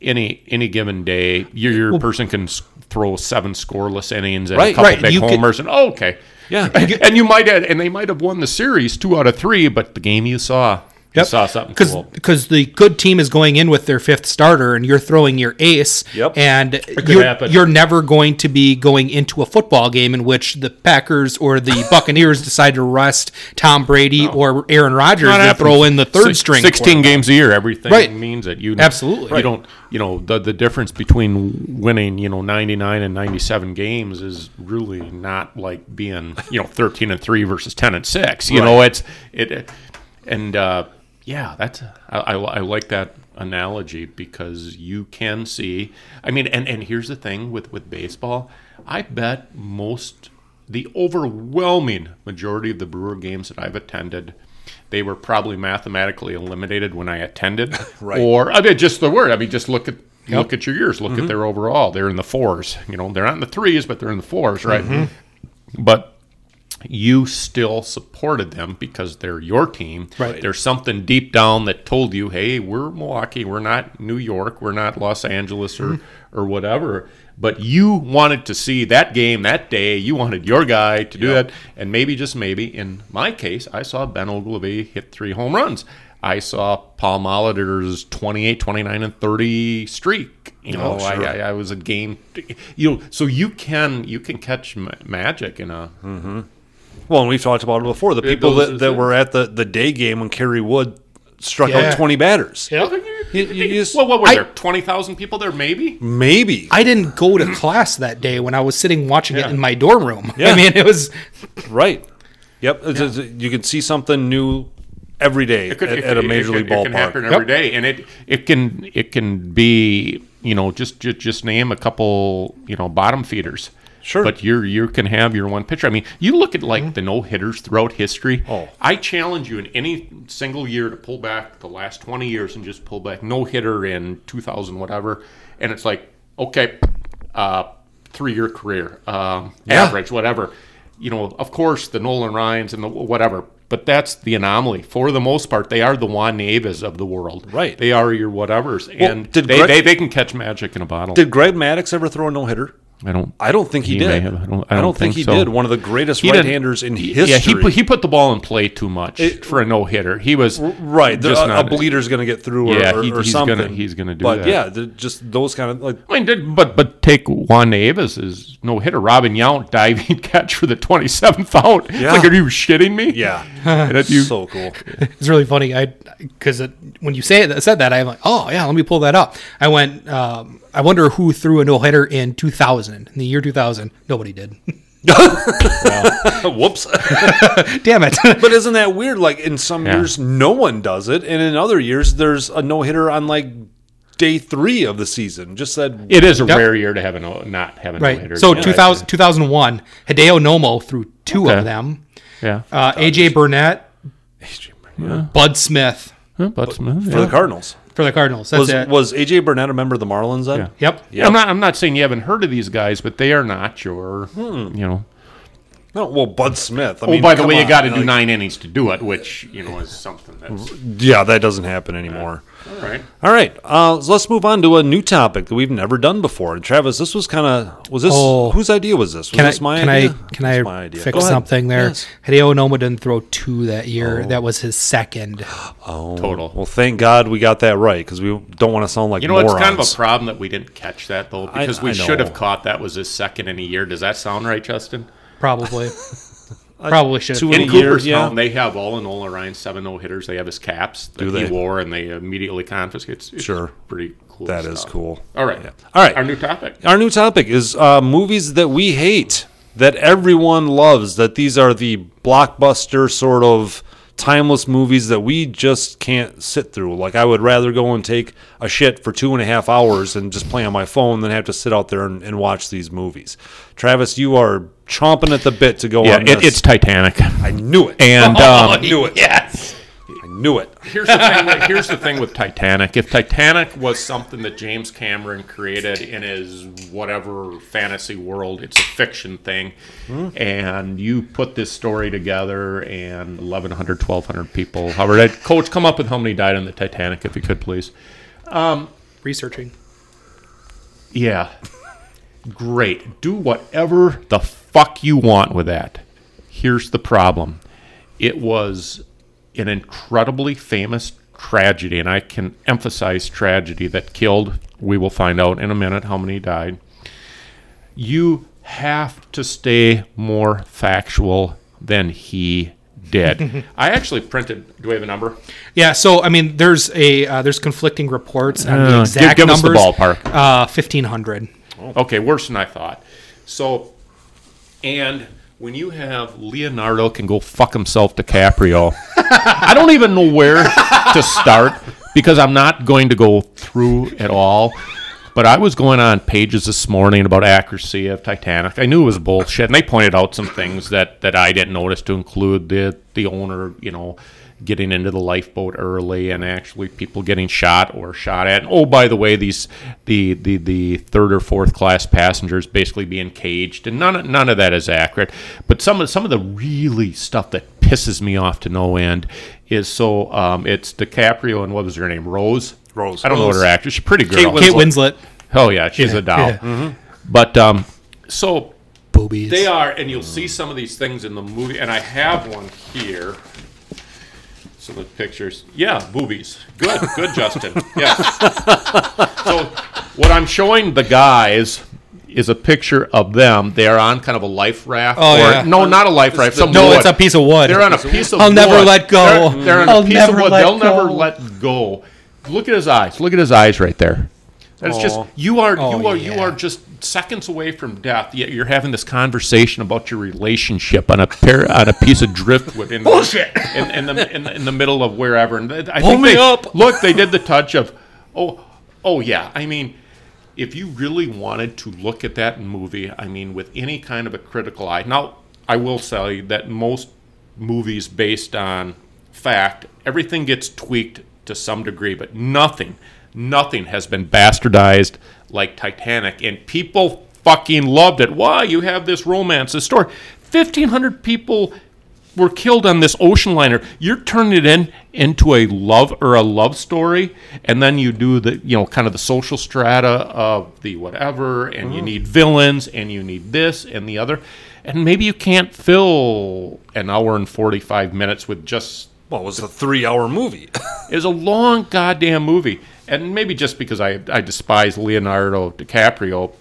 B: any any given day, your, your person can s- throw seven scoreless innings and a
A: Right,
B: couple
C: right.
B: big
C: You could-
B: homers, and oh, okay, [LAUGHS]
A: Yeah.
B: and, and you might have, and they might have won the series two out of three, but the game you saw, you saw something
C: because
B: cool.
C: the good team is going in with their fifth starter, and you're throwing your ace.
A: Yep.
C: And you're,
B: happen.
C: you're never going to be going into a football game in which the Packers
B: [LAUGHS]
C: or the Buccaneers decide to rest Tom Brady or Aaron Rodgers
B: Not
C: and
B: happening.
C: throw in the third
B: Six-
C: string.
B: 16 games a year everything
C: Right.
B: means that you
C: Absolutely.
B: you
C: Right.
B: don't you know the the difference between winning you know 99 and 97 games is really not like being you know 13 and 3 versus 10 and 6 you know it's it- it and uh yeah that's I, I, I like that analogy because you can see i mean and and here's the thing with with baseball i bet most the overwhelming majority of the brewer games that i've attended they were probably mathematically eliminated when I attended,
A: Right.
B: or I mean, just the word. I mean, just look at look at your years. Look at their overall. They're in the fours. You know, they're not in the threes, but they're in the fours, right? But you still supported them because they're your team.
C: Right.
B: There's something deep down that told you, hey, we're Milwaukee. We're not New York. We're not Los Angeles or or whatever. But you wanted to see that game that day. You wanted your guy to do that. And maybe, just maybe, in my case, I saw Ben Ogilvy hit three home runs. I saw Paul Molitor's 28, 29, and 30 streak. You know,
A: sure.
B: I, I, I was a game. You know, so you can you can catch ma- magic in a
A: Well, and we've talked about it before. The people
B: those
A: that,
B: is
A: that
B: it.
A: were at the, the day game when Kerry Wood struck
C: Yeah.
A: out 20 batters. You- you just-
B: well, what were
C: I-
B: there? Twenty thousand people there, maybe.
A: Maybe.
C: I didn't go to class that day when I was sitting watching
B: Yeah.
C: it in my dorm room. [LAUGHS]
A: Yeah.
C: I mean, it was
A: right. Yep. It's- it's- you can see something new every day
B: It could-
A: at,
B: it-
A: at a
B: it-
A: major
B: it,
A: league
B: It can happen
A: ballpark.
B: every day, and it it can it can be you know just just, just name a couple you know bottom feeders.
A: Sure.
B: but you you can have your one pitcher. I mean, you look at like the no hitters throughout history.
A: Oh.
B: I challenge you in any single year to pull back the last twenty years and just pull back no hitter in two thousand whatever, and it's like okay, uh, three year career um,
A: Yeah.
B: average whatever. You know, of course the Nolan Ryan's and the whatever, but that's the anomaly. For the most part, they are the Juan Nieves of the world.
A: Right.
B: They are your whatever's, and
A: did
B: they,
A: Gre-
B: they they can catch magic in a bottle.
A: Did Greg Maddox ever throw a no hitter?
B: I don't.
A: I don't think he,
B: He may
A: did.
B: have. I don't- I don't
A: think,
B: think
A: he
B: so.
A: did. One of the greatest
B: He didn't-
A: right-handers in history.
B: Yeah, he put, he put the ball in play too much for a no hitter. He was
A: right. The- uh,
B: just
A: a,
B: not-
A: a bleeder's going to get through, or,
B: Yeah,
A: or,
B: he-
A: or
B: he's
A: something.
B: gonna- he's gonna do
A: but
B: that.
A: yeah, the, just those kind of like
B: I mean, did, but but take Juan Nieves is no hitter. Robin Yount diving [LAUGHS] catch for the twenty seventh out. It's
A: Yeah.
B: Like, are you shitting me? [LAUGHS]
A: yeah,
B: And if you-
A: so cool. [LAUGHS]
C: it's really funny. I because when you say it, said that, I'm like, oh yeah, let me pull that up. I went. Um, I wonder who threw a no hitter in 2000 in the year 2000. Nobody did. [LAUGHS]
A: Whoops. [LAUGHS]
C: Damn it.
A: But isn't that weird? Like in some
B: Yeah.
A: years, no one does it, and in other years, there's a no hitter on like day three of the season. Just that.
B: It is a rare year to have a no, not have a no hitter.
C: right. So 2000, 2001, Hideo Nomo threw two
B: Okay.
C: of them.
B: Yeah.
C: Uh, AJ Burnett, Bud Smith
B: Yeah, but,
A: For the Cardinals,
C: for the Cardinals. That's
A: was
C: it.
A: was AJ Burnett a member of the Marlins? Then
B: Yeah.
C: yep.
B: I'm not. I'm not saying you haven't heard of these guys, but they are not your. You know.
A: no. Well, Bud Smith. I
B: Hmm. Oh,
A: mean,
B: by the
A: come
B: way, you
A: on,
B: got to do
A: like-
B: nine innings to do it, which you know is something that's
A: Yeah, that doesn't happen anymore.
B: all right.
A: All right, uh, so let's move on to a new topic that we've never done before. And Travis, this was kind of was this
C: Oh.
A: whose idea was this? Was
C: Can I
A: this my
C: can
A: idea?
C: I can
A: It was
C: I
A: my idea.
C: fix
A: Go ahead.
C: something there?
A: Yes. Oh.
C: Hideo Nomo didn't throw two that year. That was his second.
B: Total.
A: Well, thank God we got that right because we don't want to sound like
B: You know,
A: morons.
B: it's kind of a problem that we didn't catch that though, because we
A: I
B: should
A: know.
B: have caught that was his second in a year. Does that sound right, Justin?
A: [LAUGHS]
C: Probably. Probably should.
A: two
C: have
A: In
B: In
A: a year,
B: Cooperstown,
A: yeah.
B: they have all in Ola Ryan seven no hitters. They have his caps that
A: they?
B: he wore, and they immediately confiscate. It's, it's
A: Sure.
B: pretty cool.
A: That is
B: stuff.
A: cool.
B: All right,
A: All right.
B: Our new topic.
A: Our new topic is uh, movies that we hate, that everyone loves, that these are the blockbuster sort of timeless movies that we just can't sit through. Like, I would rather go and take a shit for two and a half hours and just play on my phone than have to sit out there and, and watch these movies. Travis, you are chomping at the bit to go
B: Yeah,
A: on
B: it,
A: this.
B: it's Titanic,
A: I knew it. [LAUGHS]
B: and
A: I
B: um,
A: knew it.
B: Yes.
A: I knew it.
B: Here's the thing. With, here's the thing with Titanic. If Titanic was something that James Cameron created in his whatever fantasy world, it's a fiction thing, and you put this story together, and 1,100, 1,200 people. Howard, I'd- coach, come up with how many died on the Titanic, if you could, please.
C: researching.
B: Yeah. Great. Do whatever the fuck you want with that. Here's the problem it was an incredibly famous tragedy, and I can emphasize tragedy that killed, we will find out in a minute how many died. You have to stay more factual than he did. I actually printed. Do we have a number?
C: Yeah, so I mean, there's a uh, there's conflicting reports on
B: Uh,
C: the
B: give-
C: exact
B: give us the
C: numbers.
B: ballpark.
C: Uh, fifteen hundred.
B: Okay, worse than I thought. So, and when you have Leonardo can go fuck himself DiCaprio, [LAUGHS] I don't even know where to start because I'm not going to go through it all. But I was going on pages this morning about accuracy of Titanic. I knew it was bullshit, and they pointed out some things that, that I didn't notice to include the the owner, you know, getting into the lifeboat early and actually people getting shot or shot at. And oh, by the way, these the the, the third or fourth class passengers basically being caged, and none of- none of that is accurate. But some of some of the really stuff that pisses me off to no end is so um, it's DiCaprio and what was her name Rose.
A: Rose.
B: I don't know what
A: Rose.
B: her actress. She's a pretty girl.
A: Winslet.
C: Kate Winslet.
B: Oh yeah, she's a doll.
C: Yeah.
B: But um, so
C: Boobies.
B: they are, and you'll see some of these things in the movie. And I have one here. Some of the pictures. Yeah, boobies. Good,
C: [LAUGHS]
B: good, Justin. Yes. so what I'm showing the guys is a picture of them. They are on kind of a life raft.
C: Oh,
B: or,
C: yeah.
B: No, not a life raft. Some
C: no,
B: wood.
C: it's a piece of wood.
B: They're on a piece of
C: I'll
B: wood.
C: never let go.
B: They're, they're on
C: I'll
B: a piece
C: never
B: of wood.
C: let
B: They'll never
C: go.
B: let go. Look at his eyes. Look at his eyes right there. That's just you are you
C: Oh,
B: are you
C: yeah.
B: are just seconds away from death. Yet you're having this conversation about your relationship on a pair on a piece of driftwood in bullshit in, in the in, the- in the middle of wherever. And I
C: Pull
B: think
C: me
B: they- [LAUGHS]
C: up.
B: Look, they did the touch of oh oh yeah. I mean, if you really wanted to look at that movie, I mean, with any kind of a critical eye. Now, I will tell you that most movies based on fact, everything gets tweaked to some degree, but nothing, nothing has been bastardized like Titanic. And people fucking loved it. Why? You have this romance, this story. 1,500 people were killed on this ocean liner. You're turning it in into a love or a love story, and then you do the you know kind of the social strata of the whatever, and you need villains, and you need this and the other, and maybe you can't fill an hour and forty five minutes with just
A: Well, it was a three-hour movie.
B: is a long goddamn movie. And maybe just because I, I despise Leonardo DiCaprio,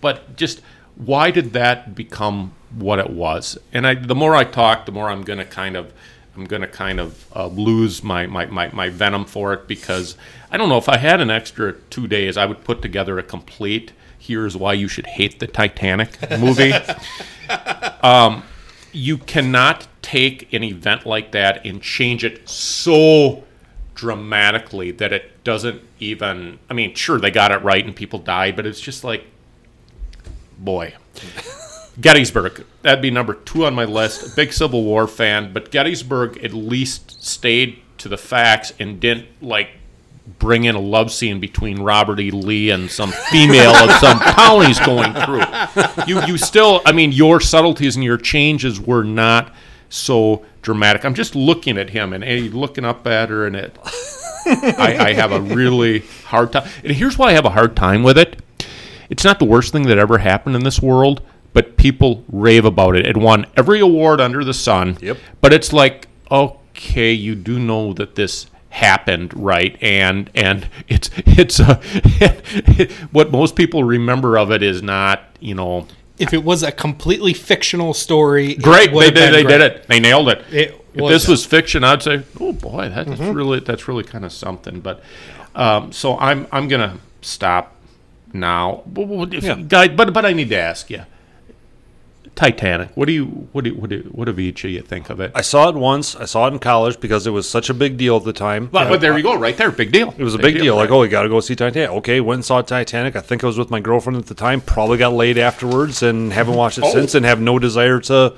B: but just why did that become what it was? And I, the more I talk, the more I'm going to kind of I'm going to kind of uh, lose my, my, my, my venom for it because I don't know if I had an extra two days, I would put together a complete here's why you should hate the Titanic movie. you cannot take an event like that and change it so dramatically that it doesn't even I mean sure they got it right and people died but it's just like boy Gettysburg that'd be number 2 on my list a big civil war fan but Gettysburg at least stayed to the facts and didn't like bring in a love scene between Robert E Lee and some female of some town he's going through you you still I mean your subtleties and your changes were not so dramatic. I'm just looking at him and, and looking up at her and it I, I have a really hard time and here's why I have a hard time with it. It's not the worst thing that ever happened in this world, but people rave about it. It won every award under the sun.
A: Yep.
B: But it's like, okay, you do know that this happened, right? And and it's it's a, [LAUGHS] what most people remember of it is not, you know,
C: If it was a completely fictional story, it
B: great.
C: would
B: They,
C: have
B: did,
C: been
B: they
C: great.
B: did it. They nailed it.
C: It
B: if
C: was
B: this
C: a-
B: was fiction, I'd say, oh boy, that's really that's really kind of something. But um, so I'm I'm gonna stop now. But, what- if, guy, but but I need to ask you. Titanic. What do you what do what do what of each of you think of it?
A: I saw it once. I saw it in college because it was such a big deal at the time.
B: but, but there you go, right there, big deal.
A: It was a big, deal. Like, oh, you got to go see Titanic. Okay, went and saw Titanic. I think I was with my girlfriend at the time. Probably got laid afterwards and haven't watched it
B: Oh.
A: since and have no desire to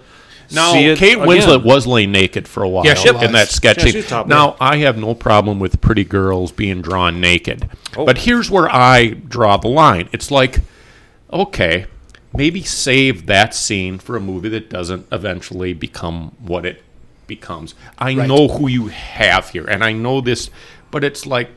B: Now,
A: see it.
B: Kate
A: again.
B: Winslet was laying naked for a while
C: Yeah, she was.
B: in that sketch.
A: Yeah,
B: scene.
A: she was top
B: now, I have no problem with pretty girls being drawn naked.
A: Oh.
B: But here's where I draw the line. It's like, okay, maybe save that scene for a movie that doesn't eventually become what it becomes. I know who you have here, and I know this, but it's like,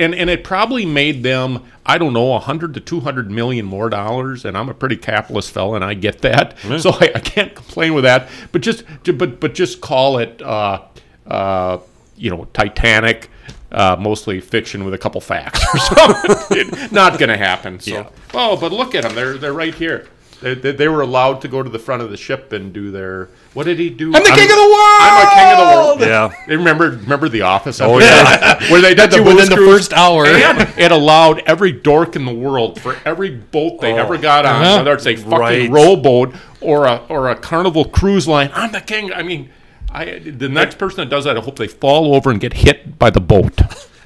B: and, and it probably made them I don't know 100 to 200 million more dollars and I'm a pretty capitalist fella and I get that so I, I can't complain with that but just but but just call it uh, uh, you know Titanic uh, mostly fiction with a couple facts [LAUGHS] or something. Not going to happen. So. Oh, but look at them. They're they're right here. They, they, they were allowed to go to the front of the ship and do their. What did he do?
C: I'm the king of the world!
B: I'm a king of the world.
A: Yeah.
B: They remember remember the office. Oh yeah. [LAUGHS] Where they did the
C: you within
B: booze
C: the
B: cruise?
C: first hour.
B: And [LAUGHS] it allowed every dork in the world for every boat they ever got on,
C: Uh-huh.
B: whether it's a fucking
A: Right.
B: rowboat or a or a carnival cruise line. I'm the king. I mean. I, the next person that does that, I hope they fall over and get hit by the
C: [LAUGHS]
B: boat.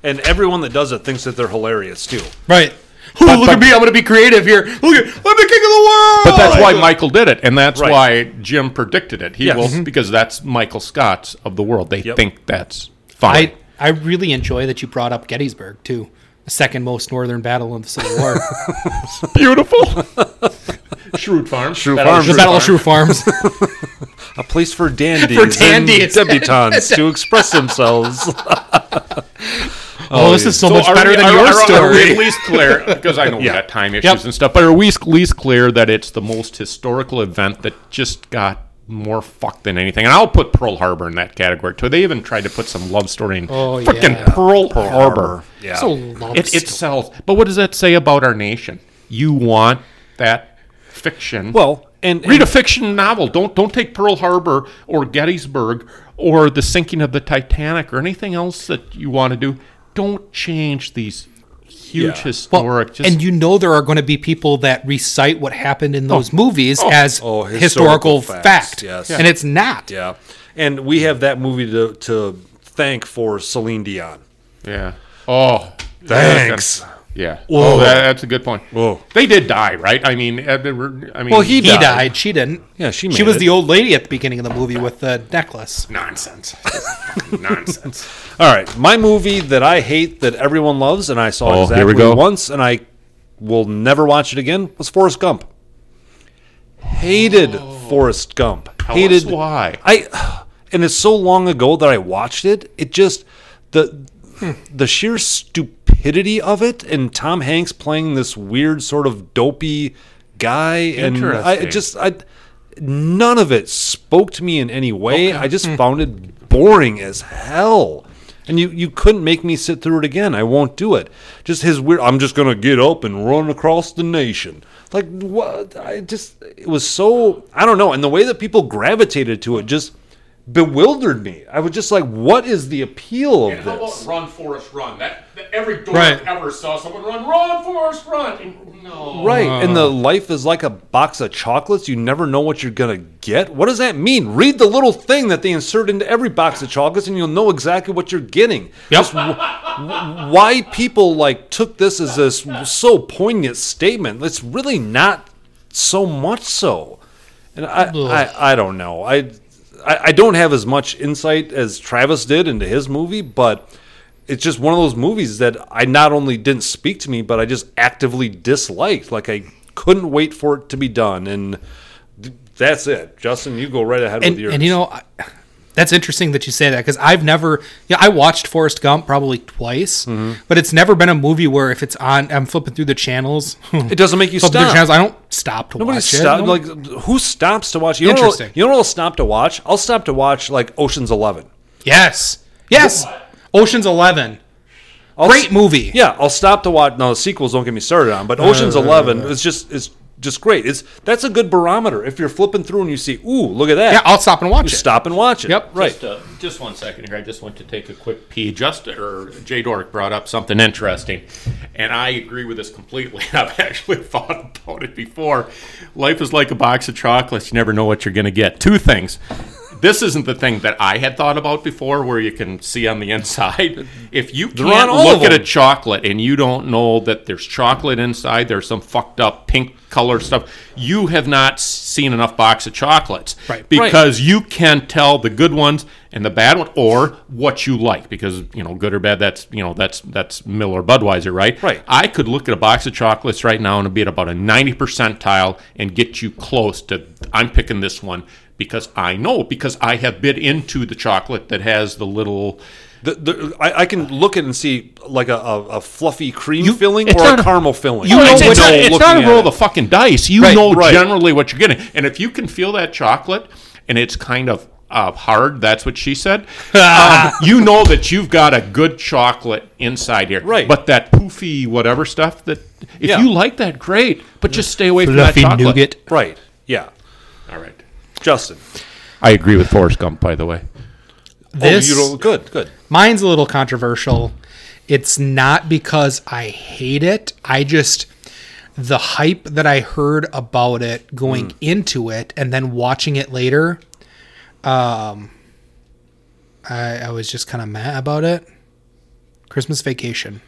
A: And everyone that does it thinks that they're hilarious too.
C: Right. Ooh, look at me. I'm going to be creative here. Look at, Oh. I'm the king of the world.
B: But that's why Michael did it, and that's
A: Right.
B: why Jim predicted it. He
A: Yes.
B: will
C: Mm-hmm.
A: Mhm.
B: because that's Michael Scott's of the world. They
A: Yep.
B: think that's fine.
C: I, [LAUGHS] I really enjoy that you brought up Gettysburg, too. The second most northern battle of
A: [LAUGHS]
C: the Civil War.
B: Beautiful. [LAUGHS] Shrewd Farm. Shrewd
A: Farm.
C: the Battle of
A: [LAUGHS]
C: Shrew Farms.
A: Oh, A place for dandies,
C: For
A: [LAUGHS]
C: dandies.
A: and debutantes to express themselves.
C: Oh, this is so, much
B: are
C: better
B: we-
C: than
B: are-
C: your
B: are-
C: story.
B: Are we at least clear because
C: [LAUGHS]
B: I know we got time issues and stuff, but are we at least clear that it's the most historical event that just got more fucked than anything? And I'll put Pearl Harbor in that category too. They even tried to put some love story in
C: Oh,
B: freaking
C: yeah.
B: Pearl, Harbor.
A: Harbor. Yeah.
C: so long
B: It, it sells. But what does that say about our nation? You want that fiction.
A: Well, and,
B: read a fiction novel. Don't don't take Pearl Harbor or Gettysburg or the sinking of the Titanic or anything else that you want to do. Don't change these huge
A: Yeah.
C: Well,
B: historic. just,
C: and you know there are going to be people that recite what happened in those movies as
A: Oh,
C: historical,
A: historical
C: fact,
A: facts, yes.
C: and it's not.
A: yeah, and we have that movie to to thank for Celine Dion.
B: yeah. Oh,
A: Thanks.
B: Yeah.
A: Whoa.
B: Oh, that, that's a good point.
A: Whoa.
B: They did die, right? I mean, uh, they were- I mean,
A: Well, he
C: He
A: died.
C: died. She didn't.
A: Yeah, she
C: She
A: made
C: was
A: it.
C: the old lady at the beginning of the movie with the necklace.
B: nonsense. [LAUGHS] nonsense.
A: All right, my movie that I hate that everyone loves and I saw
B: Oh,
A: exactly
B: here we go.
A: once and I will never watch it again was Forrest Gump. Hated Forrest Gump.
B: Tell
A: hated
B: us Oh. why.
A: I and it's so long ago that I watched it. It just the the sheer stupidity of it and Tom Hanks playing this weird sort of dopey guy and I it
B: Interesting.
A: just I none of it spoke to me in any way. I just found it boring as hell. And you, you couldn't make me sit through it again. I won't do it. Just his weird. I'm just gonna get up and run across the nation. Like what? I just it was so I don't know. And the way that people gravitated to it just bewildered me. I was just like, what is the appeal of
D: And how about
A: this?
D: run, Forrest, run? That, that every dork
C: Right.
D: ever saw someone run, run, Forrest, run. And, no,
A: Right. and the life is like a box of chocolates. You never know what you're going to get. What does that mean? Read the little thing that they insert into every box of chocolates and you'll know exactly what you're getting. Just w- w- why people like took this as this so poignant statement. It's really not so much so. And I I, I don't know. I, I I don't have as much insight as Travis did into his movie, but it's just one of those movies that I not only didn't speak to me, but I just actively disliked. Like I couldn't wait for it to be done, and th- that's it. Justin, you go right ahead
C: and,
A: with yours.
C: and you know I, that's interesting that you say that because i've never yeah i watched forrest gump probably twice
A: Mm-hmm.
C: but it's never been a movie where if it's on i'm flipping through the channels
A: it doesn't make you
C: flipping through the
A: stop.
C: channels i don't stop to
A: Nobody
C: watch
A: stop
C: it
A: like who stops to watch? You know what-
C: Interesting.
A: you know what I'll stop to watch? I'll stop to watch like Ocean's Eleven.
C: yes yes ocean's 11
A: I'll
C: great
A: s-
C: movie Uh,
A: Yeah, I'll stop to watch. No, sequels don't get me started on. But Ocean's Eleven is just is just great. It's that's a good barometer. If you're flipping through and you see, ooh, look at that.
C: yeah i'll stop and watch
A: you
C: it
A: stop and watch it.
C: Yep.
A: Right.
B: Just, uh, just one second here. I just want to take a quick pee. Just or Jay Dork brought up something interesting, and I agree with this completely. [LAUGHS] I've actually thought about it before. Life is like a box of chocolates. You never know what you're going to get. Two things. This isn't the thing that I had thought about before, where you can see on the inside. If you
A: on
B: can't
A: all of
B: look at a
A: them.
B: chocolate and you don't know that there's chocolate inside, there's some fucked up pink color stuff, you have not seen enough box of chocolates.
C: Right.
B: Because because you can tell the good ones and the bad ones or what you like because you know good or bad that's you know that's that's miller budweiser right
A: Right.
B: i could look at a box of chocolates right now and it'd be at about a 90 percentile and get you close to i'm picking this one because i know because i have bit into the chocolate that has the little
A: The, the, I, I can look at it and see like a, a, a fluffy cream
B: You-
A: filling
B: it's
A: or
B: not
A: a
B: a-
A: caramel filling.
B: you
A: I
B: know,
A: can
B: Oh, it's, not, it's
A: looking
B: not a
A: at
B: roll
A: it.
B: of the fucking dice. You
C: Right,
B: know
A: right.
B: generally what you're getting, and if you can feel that chocolate and it's kind of uh, hard, that's what she [LAUGHS] said. um, you know that you've got a good chocolate inside here,
A: Right.
B: But that poofy whatever stuff that if
A: Yeah.
B: you like that, great. But just stay away
C: fluffy
B: from that chocolate.
C: nougat
A: Right. Yeah.
B: All right.
A: Justin.
B: I agree with Forrest Gump, by the way.
C: this
A: Oh, you don't, good. Good.
C: Mine's a little controversial. It's not because I hate it. I just the hype that I heard about it going
A: Mm.
C: into it and then watching it later. Um, I, I was just kind of mad about it. Christmas Vacation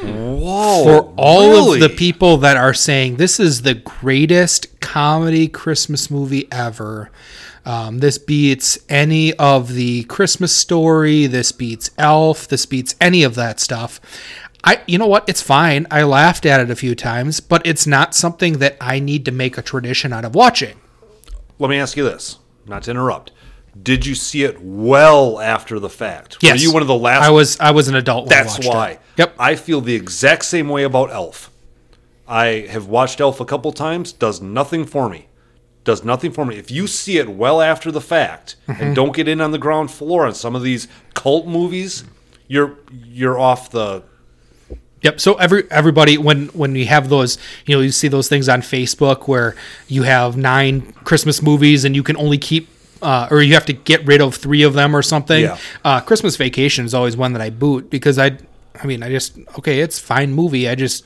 A: Whoa.
C: for all
A: really?
C: of the people that are saying this is the greatest comedy Christmas movie ever. Um, this beats any of the Christmas story. This beats Elf. This beats any of that stuff. I, you know what? It's fine. I laughed at it a few times, but it's not something that I need to make a tradition out of watching.
A: Let me ask you this, not to interrupt. Did you see it well after the fact? Were
C: Yes,
A: you one of the last
C: I was. I was an adult. When I
A: That's
C: watched
A: why.
C: It. Yep.
A: I feel the exact same way about Elf. I have watched Elf a couple times. Does nothing for me. Does nothing for me. If you see it well after the fact
C: Mm-hmm.
A: and don't get in on the ground floor on some of these cult movies, you're you're off the
C: Yep. So every everybody when when you have those, you know, you see those things on Facebook where you have nine Christmas movies and you can only keep uh, or you have to get rid of three of them or something.
A: Yeah.
C: Uh, Christmas Vacation is always one that I boot because I, I mean, I just okay, it's fine movie. I just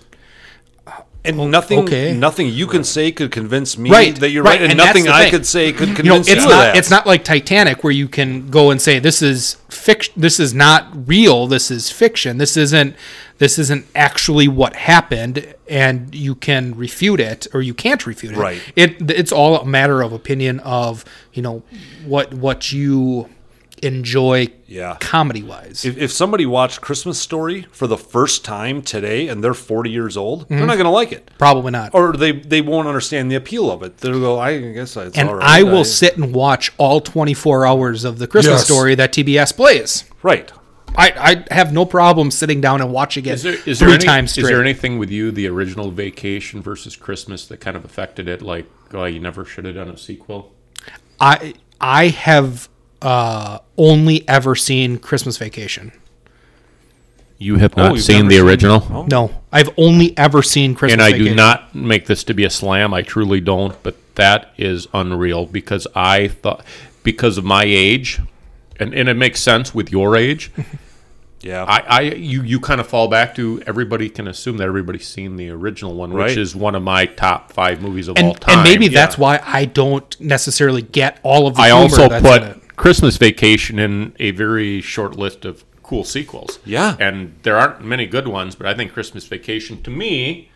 A: And nothing,
C: okay.
A: nothing you can say could convince me
C: Right,
A: that you're
C: right,
A: right, and,
C: and that's
A: nothing
C: the
A: I
C: thing.
A: could say could
C: you know,
A: convince
C: it's
A: you,
C: not
A: of that.
C: it's not like Titanic where you can go and say this is fiction. This is not real. This is fiction. This isn't this isn't actually what happened, and you can refute it or you can't refute it.
A: Right.
C: It it's all a matter of opinion of you know what what you enjoy.
A: Yeah.
C: Comedy wise.
A: If, if somebody watched Christmas Story for the first time today and they're 40 years old,
B: Mm-hmm.
A: they're not going to like it.
C: Probably not.
A: Or they, they won't understand the appeal of it. They'll go, I guess it's
C: and
A: all right.
C: I will sit and watch all 24 hours of the Christmas
A: Yes.
C: story that TBS plays.
A: Right.
C: I, I have no problem sitting down and watching it
B: Is there, is
C: three
B: there any,
C: times
B: Is
C: straight.
B: there anything with you, the original Vacation versus Christmas, that kind of affected it? Like, oh, you never should have done a sequel.
C: I I have uh, only ever seen Christmas Vacation.
B: You
A: not
B: have not
A: Oh, you've
B: Oh, seen
A: seen never
B: the
A: the seen- Oh,
B: original,
C: No, I've only ever seen Christmas.
B: and I do
C: Vacation.
B: not make this to be a slam. I truly don't. But that is unreal because I thought because of my age, and, and it makes sense with
A: [LAUGHS]
B: your age.
A: Yeah.
B: I, I you you kind of fall back to everybody can assume that everybody's seen the original one, which
A: Right.
B: is one of my top five movies of all
C: And,
B: time.
C: and maybe
B: Yeah.
C: that's why I don't necessarily get all of the.
B: I
C: humor
B: also
C: that's in it.
B: put Christmas Vacation in a very short list of cool sequels.
A: Yeah.
B: and there aren't many good ones, but I think Christmas Vacation to me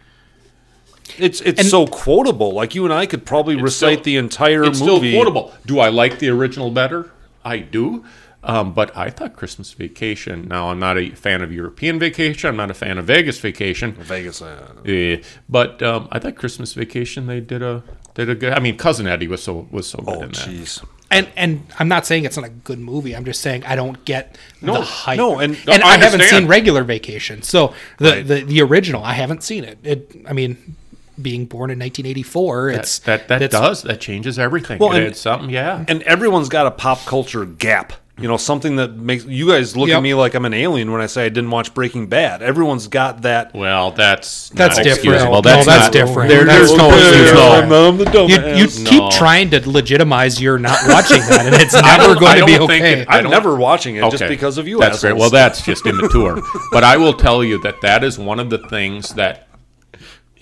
A: it's it's so quotable. Like you and I could probably recite
B: still-
A: the entire
B: it's
A: movie.
B: still quotable. Do I like the original better? I do. Um, but I thought Christmas Vacation. Now I'm not a fan of European Vacation. I'm not a fan of Vegas Vacation.
A: Vegas. uh,
B: Eh, but um, I thought Christmas Vacation they did a did a good. I mean, Cousin Eddie was so was so good
A: Oh,
B: in that.
A: jeez.
C: and and I'm not saying it's not a good movie. I'm just saying I don't get the hype.
A: no, and-
C: and I,
B: I
C: haven't
B: understand.
C: seen Regular Vacation, so the,
A: Right.
C: the the original I haven't seen it. It I mean, being born in 1984, it's
B: That that,
C: it's-
B: does that changes everything.
A: Well,
B: it
A: and-
B: adds something, yeah.
A: and everyone's got a pop culture gap. You know, something that makes you guys look
C: Yep.
A: at me like I'm an alien when I say I didn't watch Breaking Bad. Everyone's got that.
B: Well, that's
C: That's
B: not
C: different.
B: excusable.
C: No,
B: that's,
C: that's
B: not-
C: different.
B: There-
C: That's
B: there's
C: no
B: no
C: excuse.
B: excuse.
C: No.
A: I'm- I'm the
C: You,
A: dumbass.
C: you keep
B: No.
C: trying to legitimize you're not watching that, and it's [LAUGHS]
B: I
C: never
B: don't- I
C: going to be
B: don't think
C: okay.
B: it- I
A: I'm
B: don't-
A: never watching it just because of you.
B: That's great.
A: assholes.
B: Well, that's
A: [LAUGHS]
B: just immature. but I will tell you that that is one of the things that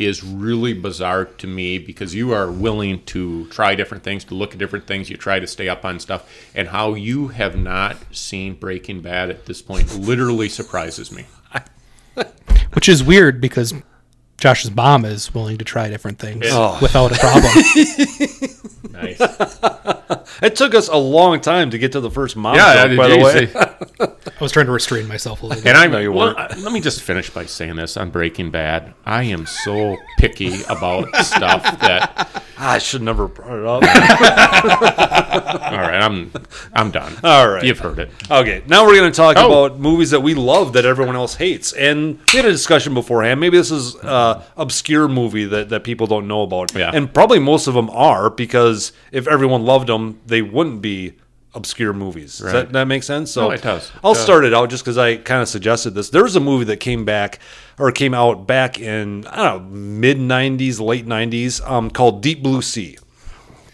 B: is really bizarre to me because you are willing to try different things, to look at different things, you try to stay up on stuff, and how you have not seen Breaking Bad at this point literally surprises me.
C: Which is weird because Josh's mom is willing to try different things
A: Oh.
C: without a problem.
B: Nice.
A: it took us a long time to get to the first mom
B: [LAUGHS] yeah,
A: joke. By the way,
C: I was trying to restrain myself a little bit.
B: And I'm
A: No, you
B: well,
A: weren't.
B: I- let me just finish by saying this on Breaking Bad. I am so picky about stuff that
A: Ah, I should never have brought it
B: [LAUGHS]
A: up.
B: all right, I'm I'm done.
A: All right.
B: You've heard it.
A: okay, now we're going to talk
B: Oh.
A: about movies that we love that everyone else hates. And we had a discussion beforehand. Maybe this is uh, obscure movie that, that people don't know about.
B: Yeah.
A: And probably most of them are because if everyone loved them, they wouldn't be obscure movies. Does that, that make sense? So
B: No, it does.
A: I'll
B: Yeah.
A: start it out just because I kind of suggested this. There was a movie that came back or came out back in I don't know mid '90s, late '90s, um, called Deep Blue Sea.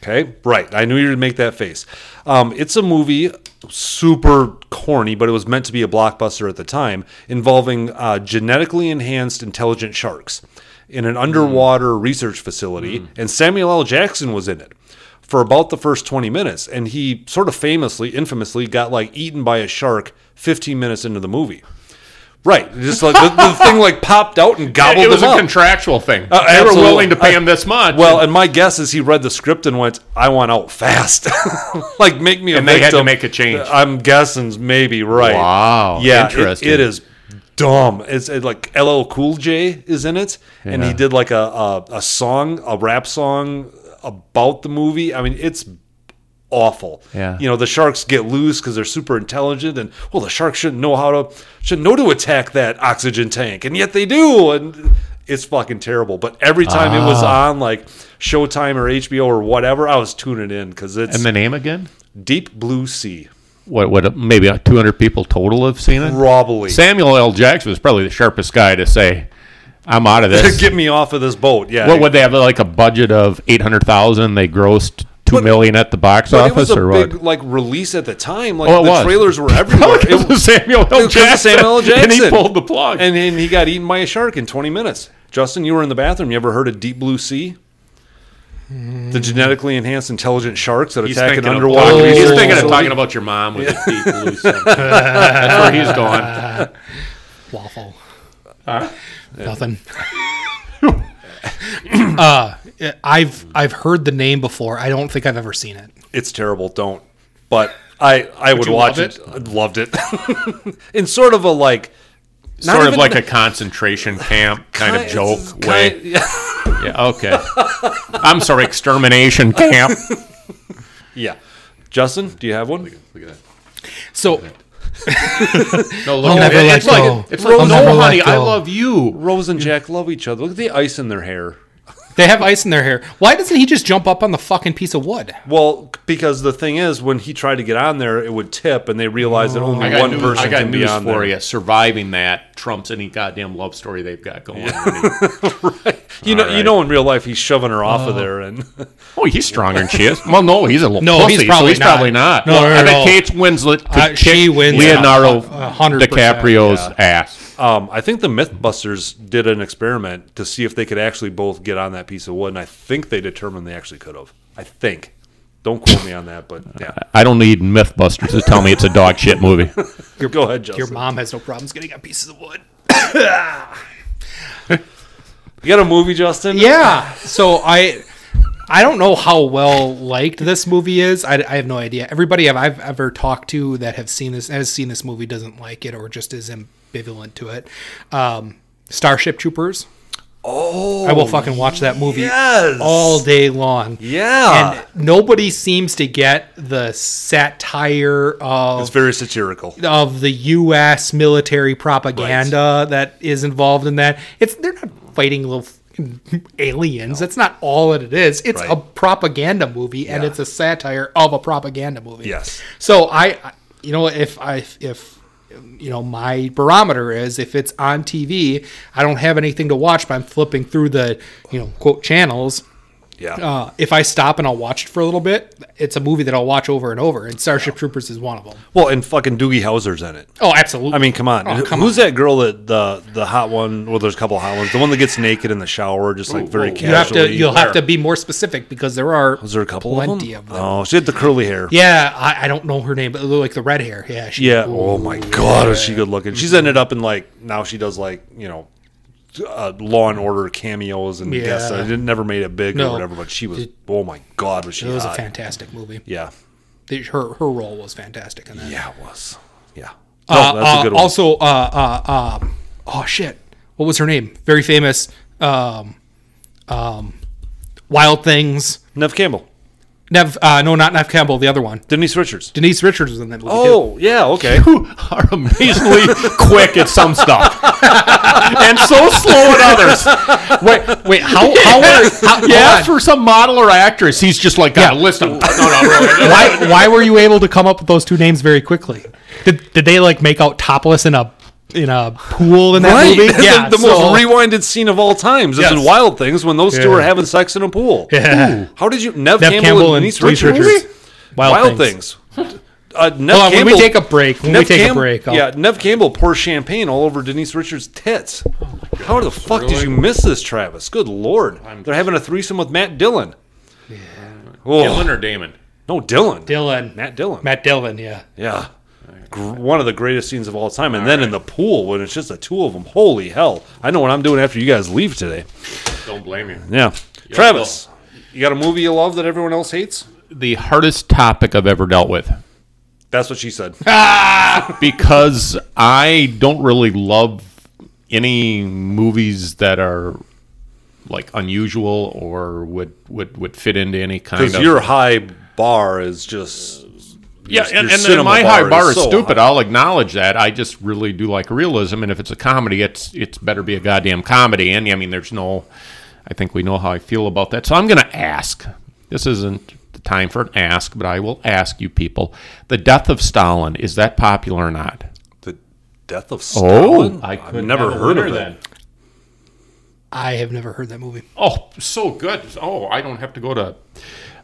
A: Okay, right. I knew you would make that face. Um, it's a movie, super corny, but it was meant to be a blockbuster at the time, involving uh, genetically enhanced intelligent sharks in an underwater
B: Mm.
A: research facility, and Samuel L. Jackson was in it for about the first 20 minutes, and he sort of famously, infamously, got like eaten by a shark 15 minutes into the movie. Right, just like the, the thing like popped out and gobbled
B: [LAUGHS] it was
A: him
B: a
A: up.
B: contractual thing. they
A: absolutely.
B: were willing to pay him this much.
A: Well, and my guess is he read the script and went, "I want out fast, [LAUGHS] like make me a
B: And they had to
A: victim."
B: make a change.
A: I'm guessing maybe right.
B: Wow,
A: yeah, it-
B: interesting.
A: it is dumb. It's it, like LL Cool J is in it, and he did like a, a a song, a rap song about the movie. I mean, it's awful.
B: Yeah.
A: you know the sharks get loose because they're super intelligent, and well, the sharks shouldn't know how to should know to attack that oxygen tank, and yet they do, and it's fucking terrible. But every time it was
B: Ah.
A: on like Showtime or HBO or whatever, I was tuning in because it's
B: and the name again?
A: Deep Blue Sea.
B: what what maybe 200 people total have seen it.
A: Probably. [LAUGHS]
B: Samuel L. Jackson was probably the sharpest guy to say, "I'm [LAUGHS] out of this."
A: Get me off of this boat. Yeah.
B: what would they have like a budget of 800,000? They grossed two million at the box
A: But it
B: office
A: was a
B: or what? [LAUGHS]
A: big like release at the time. Like
B: Oh, it
A: the
B: was.
A: trailers were
B: [LAUGHS]
A: everywhere.
B: Because
A: It
B: of Samuel L.
A: Because of
B: Jackson.
A: Samuel L.
B: [LAUGHS] And he
A: Jackson.
B: pulled the plug.
A: Oh, and then he got eaten by a shark in 20 minutes. Justin, you were in the bathroom. You ever heard of Deep Blue Sea? The genetically enhanced intelligent sharks that attack an underwater.
C: Oh.
B: he's
A: resource
B: thinking of
A: facility.
B: talking about your mom [LAUGHS] with his deep blue. sun. That's where he's going.
C: waffle. Nothing. [LAUGHS] uh, I've I've heard the name before. I don't think I've ever seen it.
A: It's terrible. Don't. But I I would
C: you
A: watch
C: love
A: it. I Loved it. [LAUGHS] in sort of a like not
B: Sort of
A: even-
B: like a concentration
A: [LAUGHS]
B: camp kind of
A: It's
B: joke
A: kind-
B: way. Yeah, okay. I'm sorry, extermination camp.
A: yeah. Justin, do you have one?
B: Look at
C: So
B: that. No, look
C: I'll
B: at
C: never
B: it.
C: let
B: It's like-
C: go.
B: it's like,
C: I'll never
B: no,
C: let
B: honey, I
C: go.
B: love you.
A: Rose and Jack love each other. Look at the ice in their hair.
C: they have ice in their hair. Why doesn't he just jump up on the fucking piece of wood?
A: Well, because the thing is, when he tried to get on there, it would tip, and they realized that only
B: I got
A: one
B: news,
A: person
B: I got
A: can be
B: news
A: on
B: for
A: there.
B: you. Surviving that trumps any goddamn love story they've got going. on.
A: You know,
B: All
A: you
B: right.
A: know, in real life, he's shoving her off of there, and
B: [LAUGHS]
A: [LAUGHS]
B: Oh, he's stronger than she is. [LAUGHS] Well, no, he's a little
C: No,
B: pussy,
C: he's probably
B: so he's
C: not.
B: probably not.
C: No,
B: Well,
C: not
B: I
C: at
B: bet
C: all.
B: Kate Winslet could
C: Uh,
B: kick
C: she wins
B: Leonardo
C: a- a hundred percent,
B: DiCaprio's ass.
A: um, I think the MythBusters did an experiment to see if they could actually both get on that piece of wood, and I think they determined they actually could have. I think. Don't quote me on that, but yeah.
B: I don't need MythBusters to tell me it's a dog shit movie.
A: Go ahead, Justin.
C: Your mom has no problems getting on pieces of wood.
A: you got a movie, Justin?
C: Yeah. So I I don't know how well liked this movie is. I, I have no idea. Everybody I've, I've ever talked to that have seen this has seen this movie doesn't like it or just is ambivalent to it. Um, Starship Troopers.
A: Oh,
C: I will fucking watch that movie
A: yes.
C: all day long.
A: yeah.
C: And nobody seems to get the satire
A: it's
C: of
A: very satirical.
C: of the U.S. military propaganda that is involved in that. It's they're not fighting little fucking aliens. That's not all that it is. It's a
A: Right.
C: propaganda movie, and
A: Yeah.
C: it's a satire of a propaganda movie.
A: Yes.
C: So I, I- you know, if I if you know my barometer is if it's on TV, I don't have anything to watch, but I'm flipping through the you know quote channels.
A: Yeah.
C: Uh, if I stop and I'll watch it for a little bit, it's a movie that I'll watch over and over, and Starship Troopers is one of them.
A: well, and fucking Doogie Howser's in it.
C: Oh, absolutely.
A: I mean, come on.
C: Oh,
A: Who-
C: come
A: Who's that girl that the the hot one? Well, there's a couple hot ones. The one that gets naked in the shower, just like very
B: whoa.
A: casually.
C: You have to. You'll have to be more specific because there are.
A: Was there a couple
C: plenty
A: of
C: of
A: them?
C: them?
A: Oh, she had the curly hair.
C: Yeah, I, I don't know her name, but like the red hair. Yeah, she,
A: Yeah. Oh my God, is she good looking? She's ended up in like now she does like you know, uh, Law and Order cameos and
C: Yeah.
A: guests. I didn't never made it big or
C: No.
A: whatever, but she was. oh my God, was she?
C: It was a
A: hot.
C: fantastic movie.
A: Yeah.
C: The- Her her role was fantastic in that.
A: Yeah, it was. Yeah. No,
C: Uh,
A: that's
C: uh,
A: a good one.
C: Also, uh, uh, uh, oh shit, what was her name? Very famous. Um, um, Wild Things.
A: Nev Campbell,
C: Nev. Uh, no, not Nev Campbell. The other one.
A: Denise Richards.
C: Denise Richards was in that movie. too.
A: Oh yeah, okay.
B: Who are amazingly quick at some stuff and so slow at others.
C: wait, wait. How? How? Were,
B: [LAUGHS]
C: how
B: Yeah,
C: hold on.
B: for some model or actress, he's just like, got a list of. No, no, [LAUGHS] really.
C: [LAUGHS] why why were you able to come up with those two names very quickly? Did did they like make out topless in a in a pool in that [LAUGHS] movie?
A: [LAUGHS] The- the,
C: so-
A: most rewinded scene of all times is in
B: Yes.
A: Wild Things when those two
C: Yeah.
A: are having sex in a pool.
C: [LAUGHS] [LAUGHS] Yeah.
A: How did you Nev,
C: Nev
A: Campbell,
C: Campbell
A: and
C: and
A: Denise
C: Denise
A: Richards?
C: Richards.
A: movie?
C: Wild
A: Wild
C: Things.
A: Things. [LAUGHS] Uh, Nev
C: Hold on, when we
A: Campbell-
C: take a break, when we
A: Nev
C: take a
A: Camp-
C: break, Oh, I'll-
A: yeah, Nev Campbell pours champagne all over Denise Richards' tits. How the fuck did you miss this, Travis? Good lord, they're having a threesome with Matt Dillon. Oh,
B: Dylan or Damon?
A: no, Dillon.
C: Dylan.
A: Matt Dillon.
C: Matt Dillon, yeah.
A: Yeah. Gr- One of the greatest scenes of all time. And then in the pool when it's just the two of them. Holy hell. I know what I'm doing after you guys leave today.
B: Don't blame you.
A: Yeah. Travis, you got a movie you love that everyone else hates?
B: The hardest topic I've ever dealt with.
A: That's what she said.
B: because I don't really love any movies that are like unusual or would would would fit into any kind
A: Because
B: of
A: your high bar is just.
B: yeah,
A: your-
B: and,
A: your
B: and,
A: cinema
B: my high bar is
A: so
B: stupid.
A: high.
B: I'll acknowledge that. I just really do like realism, and if it's a comedy, it's it's better be a goddamn comedy. And I mean, there's no. I think we know how I feel about that. So I'm going to ask. This isn't time for an ask, but I will ask you people: the death of Stalin is that popular or not?
A: The death of Stalin.
B: Oh. I
A: have
B: couldn't
A: never
B: have a
A: heard of
B: winner
A: it.
B: then.
C: I have never heard that movie.
B: Oh, so good. Oh, I don't have to go to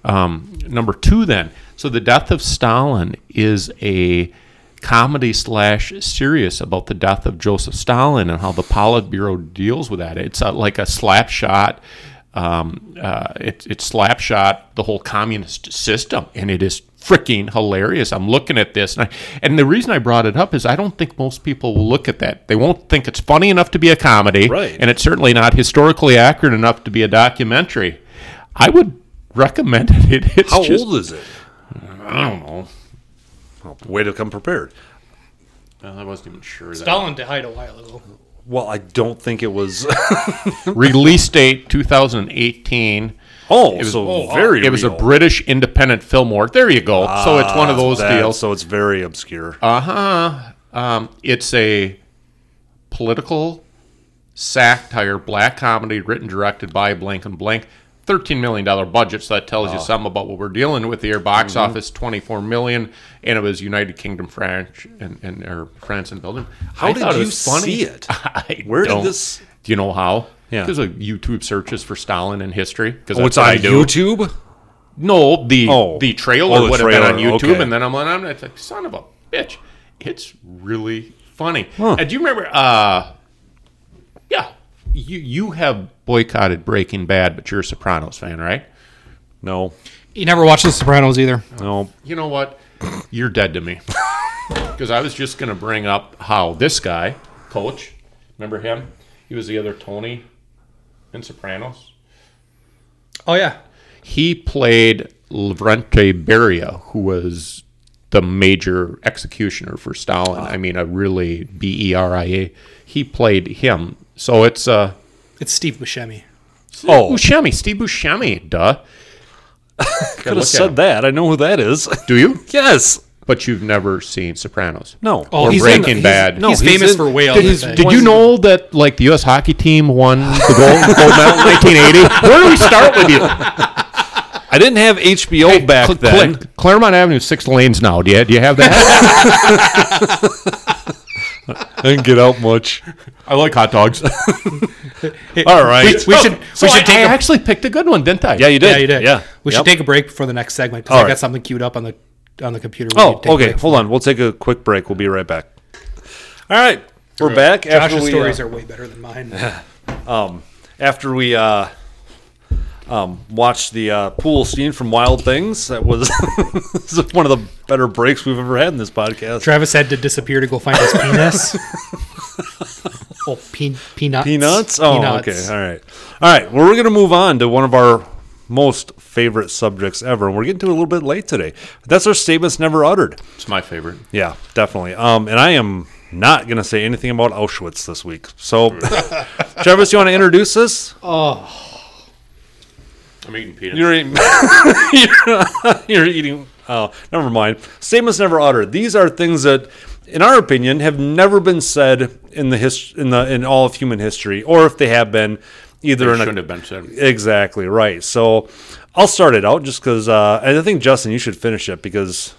B: um, number two then. So, The Death of Stalin is a comedy slash serious about the death of Joseph Stalin and how the Politburo deals with that. It's uh like a slap shot. Um, uh, it, it's slap shot the whole communist system, and it is freaking hilarious. I'm looking at this, and, I, and the reason I brought it up is I don't think most people will look at that. They won't think it's funny enough to be a comedy,
A: Right.
B: and it's certainly not historically accurate enough to be a documentary. I would recommend it. [LAUGHS] It's
A: How
B: just,
A: old is it?
B: I don't know.
A: Way to come prepared.
B: Uh, I wasn't even sure. That.
C: Stalin died a while ago.
A: Well, I don't think it was. [LAUGHS]
B: Release date 2018.
A: oh,
B: It was
A: so very.
B: It was a
A: real. Ah,
B: British independent film award. There you go. so it's one of those
A: That-
B: deals.
A: So it's very obscure.
B: Uh huh. Um, it's a political satire, black comedy, written, directed by blank and blank. Thirteen million dollar budget, so that tells
A: Oh.
B: you something about what we're dealing with here. Box
A: Mm-hmm.
B: office twenty four million, and it was United Kingdom, France, and, and or France and Belgium.
A: How
B: I
A: did
B: thought
A: you
B: was funny.
A: see it?
B: [LAUGHS] I
A: Where did
B: don't-
A: this-
B: Do you know how?
A: Yeah.
B: because of YouTube searches for Stalin in history. Because
A: oh, it's
B: what
A: on
B: I do.
A: YouTube.
B: No, the
A: Oh.
B: the trailer
A: Oh, the
B: would have been
A: trailer,
B: on YouTube,
A: okay.
B: and then I'm like, I'm like, son of a bitch, it's really funny. And do you remember? Uh, yeah, you you have boycotted Breaking Bad, but you're a Sopranos fan, right?
A: No,
C: You never watched The Sopranos either.
A: no.
B: You know what?
A: [COUGHS]
B: You're dead
A: [LAUGHS]
B: to me because I was just gonna bring up how this guy, Coach, remember him? He was the other Tony in Sopranos.
C: Oh yeah,
B: he played Lavrente Beria, who was the major executioner for Stalin. I mean, a really B E R I A. He played him. So it's uh,
C: it's Steve Buscemi.
A: Oh.
B: Buscemi, Steve Buscemi, duh.
A: Could have said that. I know who that is. [LAUGHS]
B: Do you?
A: yes.
B: But you've never seen Sopranos.
A: No.
C: Oh,
B: Or
C: he's
B: Breaking
C: in- he's-
B: Bad.
C: he's famous for way other
A: his-
C: things.
B: Did you know that like the U.S. hockey team won the gold, gold medal in 1980? Where do we start with you?
A: I didn't have HBO back
B: Cl-
A: then.
B: Cl- Claremont Avenue, is six lanes now. Do you, do you have that? [LAUGHS]
A: I didn't get out much.
B: I like hot [LAUGHS] dogs.
A: All right.
C: We should
B: So
C: we
B: I,
C: should take
B: I
C: a
B: actually picked a good one, didn't I?
A: yeah, you did.
C: yeah, you did.
A: Yeah.
C: we
A: Yep.
C: should take a break before the next segment because
A: All
C: I
A: right.
C: got something queued up on the on the computer. We
A: Oh,
C: can take a
A: okay.
C: break.
A: Hold on. We'll take a quick break. We'll be right back. All right. We're back after
C: Josh's
A: we,
C: stories
A: uh,
C: are way better than mine.
A: after we uh, um, watched the uh, pool scene from Wild Things. That was [LAUGHS] this is one of the better breaks we've ever had in this podcast.
C: Travis had to disappear to go find his
A: [LAUGHS]
C: penis. oh, pe- peanuts.
A: Peanuts? Oh, okay. All right. All right. Well, we're going to move on to one of our most favorite subjects ever. And we're getting to it a little bit late today. That's our statements never uttered.
B: It's my favorite.
A: Yeah, definitely. Um, and I am not going to say anything about Auschwitz this week. So, Travis, you want to introduce us?
B: I'm eating peanuts.
A: You're eating. [LAUGHS] you're [LAUGHS] eating. Oh, never mind. Statements never uttered. These are things that, in our opinion, have never been said in the hist- in the in all of human history, or if they have been, either in a
B: shouldn't have been said.
A: Exactly right. So I'll start it out just because, uh, and I think Justin, you should finish it because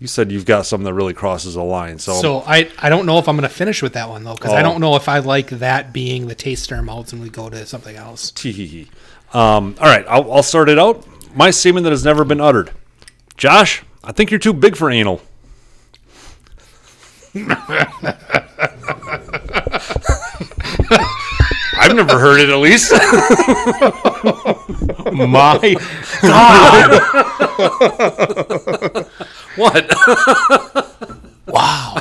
A: you said you've got something that really crosses the line. So,
C: So I, I don't know if I'm going to finish with that one though because
A: Oh.
C: I don't know if I like that being the taste in our mouths and we go to something else.
A: Tee-hee-hee. um, all right, I'll, I'll start it out. My statement that has never been uttered. Josh, I think you're too big for anal. I've never heard it, at least.
B: [LAUGHS] My
A: [LAUGHS] what? wow.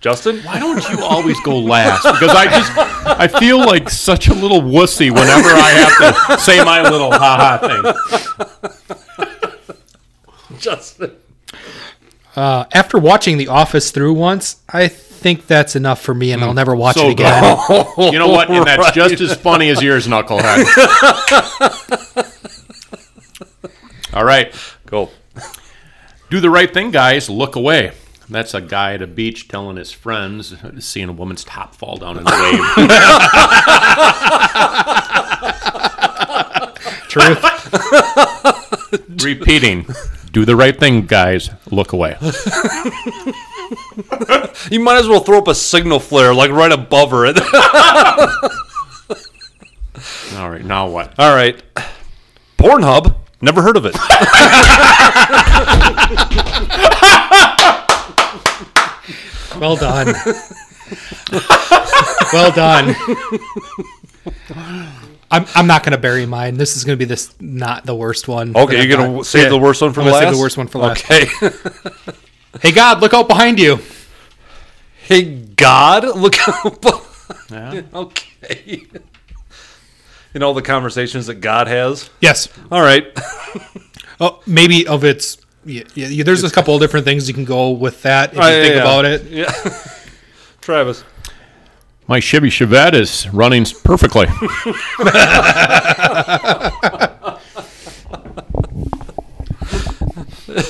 A: Justin?
B: Why don't you always go last? Because I just I feel like such a little wussy whenever I have to say my little ha ha thing.
A: Justin.
C: Uh, after watching The Office through once, I think that's enough for me and
A: Hmm.
C: I'll never watch
B: So
C: it again.
B: [LAUGHS] You know what? And that's just as funny as yours, knucklehead. [LAUGHS] All right.
A: Go.
B: Do the right thing, guys. Look away. That's a guy at a beach telling his friends, seeing a woman's top fall down in [LAUGHS] the wave.
A: [LAUGHS]
C: Truth.
B: Repeating. Do the right thing, guys. Look away.
A: You might as well throw up a signal flare like right above her. [LAUGHS]
B: All right, now what?
A: All right. Pornhub. Never heard of
C: [LAUGHS]
A: it.
C: Well done. well done. I'm, I'm not going to bury mine. This is going to be this not the worst one.
A: Okay,
C: that
A: you're
C: I've
A: gonna
C: got.
A: save the worst one for
C: I'm gonna
A: last?
C: Save the worst one for last.
A: Okay. [LAUGHS]
C: Hey God, look out behind you.
A: hey God, look [LAUGHS] up. Okay. [LAUGHS] In all the conversations that God has.
C: Yes.
A: All right.
C: Oh, maybe of its. Yeah, yeah, yeah, there's a couple of different things you can go with that
B: Oh,
C: if you
A: Yeah,
C: think
A: yeah.
C: about it.
A: Yeah.
C: [LAUGHS]
A: Travis.
B: My Chevy Chevette is running perfectly.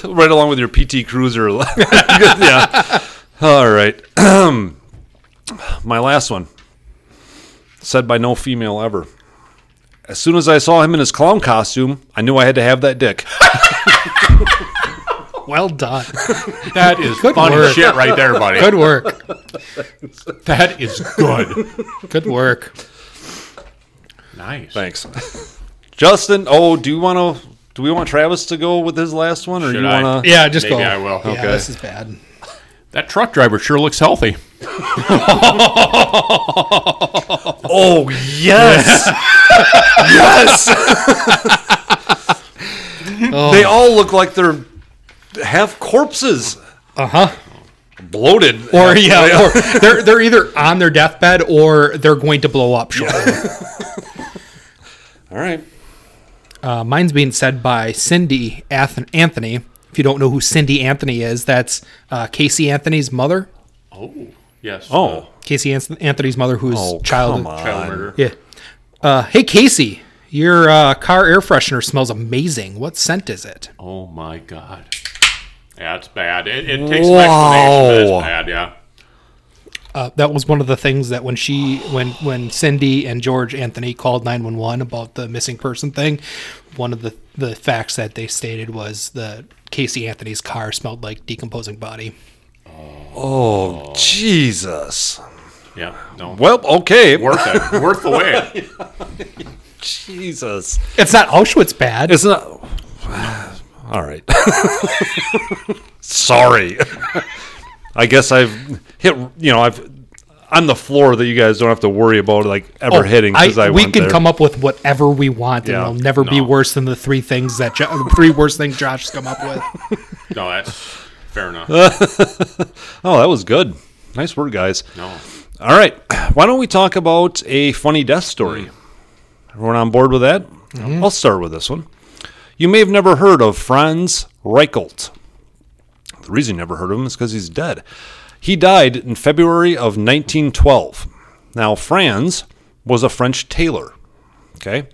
A: Right along with your PT Cruiser. [LAUGHS] yeah. All right. [CLEARS THROAT] My last one. Said by no female ever. As soon as I saw him in his clown costume, I knew I had to have that dick.
C: Well done.
B: [LAUGHS] That is
C: Good
B: funny
C: work.
B: shit right there, buddy.
C: Good
B: [LAUGHS]
C: work.
B: That is good.
C: Good work.
B: nice.
A: [LAUGHS] Thanks. Justin, oh, do you want to? Do we want Travis to go with his last one, or
B: Should
A: you
B: I?
A: want to?
C: Yeah, just
B: Maybe
C: go.
B: I will.
C: Yeah,
A: Okay.
C: this is
B: [LAUGHS]
C: bad.
B: That truck driver sure looks healthy.
A: Oh [LAUGHS] yes, [LAUGHS] yes. They all look like they're half corpses,
C: Uh huh.
A: bloated.
C: Or yeah,
A: Oh,
C: or they're they're either on their deathbed or they're going to blow up shortly.
A: all right.
C: Uh, mine's being said by Cindy Ath- Anthony. If you don't know who Cindy Anthony is, that's uh, Casey Anthony's mother.
B: Oh, yes.
A: Oh,
C: Casey An- Anthony's mother, who's
A: oh,
C: child.
A: come on.
C: Yeah. Uh, hey Casey, your uh, car air freshener smells amazing. What scent is it?
B: Oh my god. That's bad. It, it takes
A: Wow.
B: an explanation. That's bad, yeah.
C: Uh, that was one of the things that when she when when Cindy and George Anthony called 911 about the missing person thing, one of the the facts that they stated was the Casey Anthony's car smelled like decomposing body.
A: Oh Jesus.
B: Yeah. No.
A: Well, okay.
B: Worth it. Worth the wait.
A: [LAUGHS] Jesus.
C: It's not Auschwitz bad.
A: It's not. All right. [LAUGHS] Sorry. [LAUGHS] I guess I've hit. You know, I've. I'm the floor that you guys don't have to worry about like ever hitting because I,
C: Oh, we
A: went
C: can
A: there.
C: come up with whatever we want,
A: Yeah.
C: and it'll never be
B: No.
C: worse than the three things that jo- the three worst things Josh has come up with.
B: No, that's fair enough.
A: Uh-huh. Oh, that was good. Nice work, guys.
B: No.
A: All right, why don't we talk about a funny death story? Everyone on board with that? I'll start with this one. You may have never heard of Franz Reichelt. The reason you never heard of him is because he's dead. He died in February of 1912. Now, Franz was a French tailor. Okay.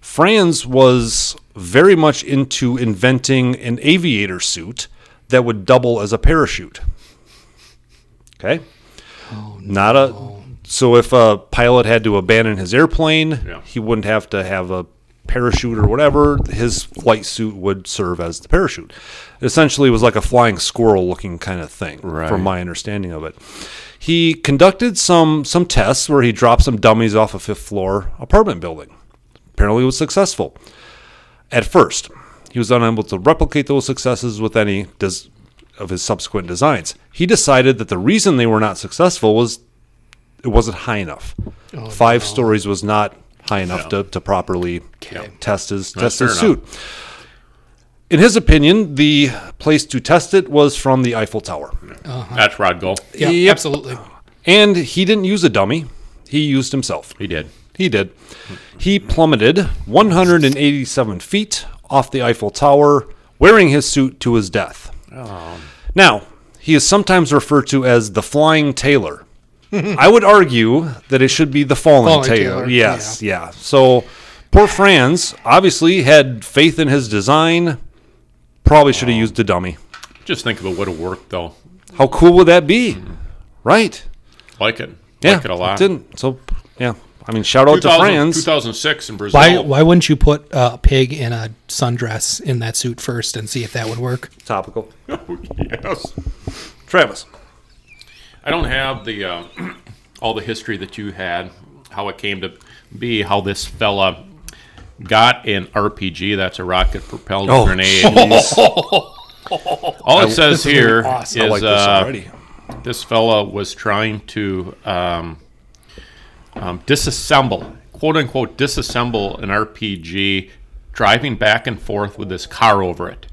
A: Franz was very much into inventing an aviator suit that would double as a parachute. Okay. Not a. So if a pilot had to abandon his airplane,
B: Yeah.
A: he wouldn't have to have a parachute or whatever. His flight suit would serve as the parachute. It essentially was like a flying squirrel looking kind of thing,
B: Right.
A: from my understanding of it. He conducted some some tests where he dropped some dummies off a fifth floor apartment building. Apparently, it was successful. At first, he was unable to replicate those successes with any des- of his subsequent designs. He decided that the reason they were not successful was it wasn't high enough. Five stories was not high enough to, to properly test his test
B: fair
A: his
B: enough.
A: suit. In his opinion, the place to test it was from the Eiffel Tower.
B: That's Rod Gold.
C: Yeah,
A: Yep.
C: absolutely.
A: And he didn't use a dummy. He used himself.
B: He did.
A: He did. He plummeted 187 feet off the Eiffel Tower, wearing his suit to his death.
B: Oh.
A: Now, he is sometimes referred to as the Flying
B: [LAUGHS]
A: Tailor. I would argue that it should be the Fallen,
C: Fallen
A: tailor.
C: Tailor,
A: Yes, yeah. So, poor Franz obviously had faith in his design. Probably should have used a dummy.
B: Just think of it would have worked though.
A: How cool would that be? Right.
B: Like it.
A: Yeah,
B: Like it a lot.
A: Didn't so yeah. I mean, shout out to
B: 2000
A: France.
B: 2006 in Brazil.
C: Why,
B: [LAUGHS]
C: why wouldn't you put a pig in a sundress in that suit first and see if that would work?
A: Topical.
B: Oh, yes.
A: Travis.
B: I don't have the uh, all the history that you had, how it came to be, how this fella got an RPG. That's a rocket propelled
A: Oh, [LAUGHS]
B: grenade. all it says here is
A: I like this
B: uh,
A: already.
B: this fella was trying to um, um, disassemble, quote unquote, disassemble an RPG, driving back and forth with this car over it.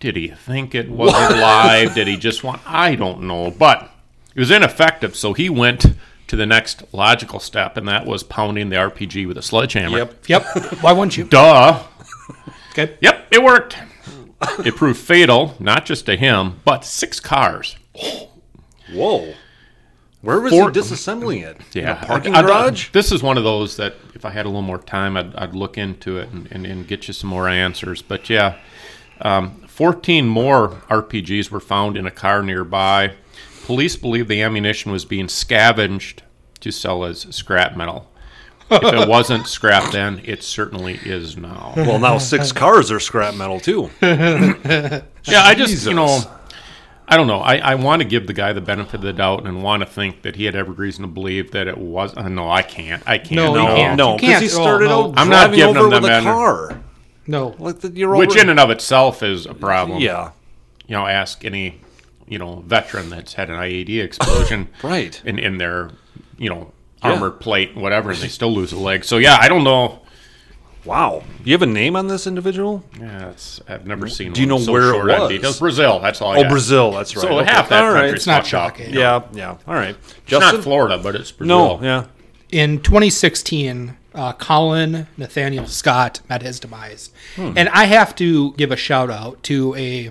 B: Did he think it was alive? Did he just want? I don't know, but it was ineffective. So he went to the next logical step, and that was pounding the RPG with a sledgehammer.
A: Yep.
C: Yep.
A: [LAUGHS]
C: Why wouldn't you?
B: Duh.
C: Okay.
B: Yep, it worked. It proved fatal, not just to him, but six cars.
A: Whoa. Where was
B: Fort-
A: he disassembling it?
B: Yeah,
A: In a parking
B: I'd- I'd-
A: garage?
B: this is one of those that if I had a little more time, I'd, I'd look into it and, and, and get you some more answers. But yeah, um, 14 more RPGs were found in a car nearby. Police believe the ammunition was being scavenged to sell as scrap metal. If
A: [LAUGHS]
B: it wasn't scrap then, it certainly is now.
A: well, now six cars are scrap metal,
B: [LAUGHS]
A: too.
B: yeah, I just, you know,
A: Jesus.
B: I don't know. I, I want to give the guy the benefit of the doubt and want to think that he had every reason to believe that it was. Uh, no, I can't. I can't.
C: No, you
B: no.
C: can't.
A: No, because
C: can't
A: he
C: at all,
A: started
C: no.
A: out
B: I'm not
A: driving
B: giving
A: over
B: him
A: with
B: the
A: a
B: men-
A: car.
C: No.
A: Like the, you're
B: which
A: over,
B: in and of itself is a problem.
A: yeah,
B: you know, ask any you know veteran that's had an IED explosion,
A: [LAUGHS] Right.
B: In in their you know
A: Yeah.
B: armored plate, whatever, and they still lose a leg. So yeah, I don't know.
A: wow. You have a name on this individual?
B: Yeah, it's, I've never seen.
A: Do you
B: one
A: know
B: so
A: where it
B: short on
A: was?
B: details. Brazil. That's all. I
A: Oh,
B: got.
A: Brazil. That's right.
B: So
A: Okay.
B: half that
A: All right.
B: country's
C: It's not
B: fucked up.
C: shocking.
A: Yeah, yeah. All right,
B: It's
A: Justin.
B: not Florida, but it's Brazil.
A: no, yeah.
C: in 2016, uh, Colin Nathaniel Scott met his demise,
A: Hmm.
C: and I have to give a shout out to a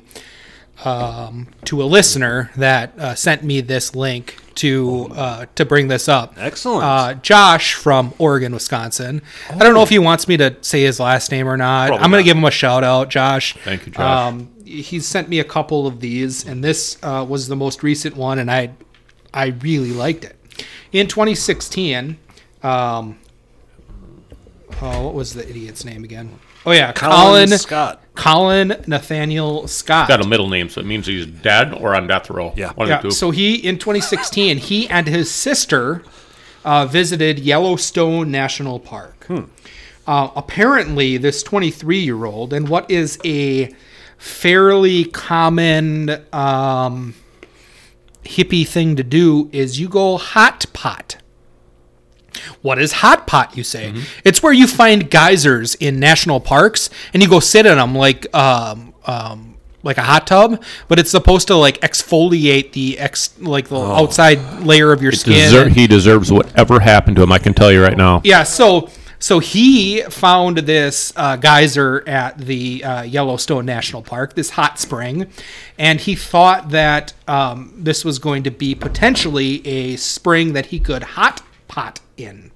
C: um, to a listener that uh, sent me this link to uh, to bring this up.
A: Excellent.
C: Uh, Josh from Oregon, Wisconsin. I don't know if he wants me to say his last name or not.
A: Oh. Probably
C: I'm going
A: not.
C: to give him a shout out, Josh.
B: Thank you, Josh.
C: Um, he sent me a couple of these, and this uh, was the most recent one, and I I really liked it. In 2016, um, oh, what was the idiot's name again? Oh yeah,
A: Colin
C: Colin,
A: Scott.
C: Colin Nathaniel Scott.
B: Got a middle name, so it means he's dead or on death row.
A: Yeah.
B: One of the two.
C: Yeah. So he in 2016, he and his sister uh, visited Yellowstone National Park.
A: Hmm.
C: Uh, apparently, this 23-year-old and what is a fairly common um, hippie thing to do is you go hot pot. What is hot pot, you say? It's where you find geysers in national parks and you go sit in them like um, um, like a hot tub, but it's supposed to like exfoliate the ex like the outside layer of your skin.
B: Deser- he deserves whatever happened to him. I can tell you right now.
C: yeah, so so he found this uh, geyser at the uh, Yellowstone National Park, this hot spring, and he thought that um, this was going to be potentially a spring that he could hot pot in.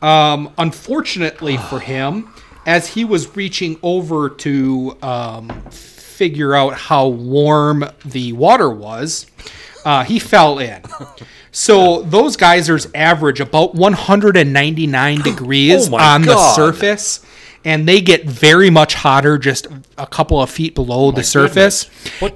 C: Um, unfortunately for him, as he was reaching over to um, figure out how warm the water was, uh, he fell in. So those geysers average about 199
A: [GASPS]
C: degrees
A: Oh my
C: on the
A: God.
C: surface, and they get very much hotter just a couple of feet below the surface.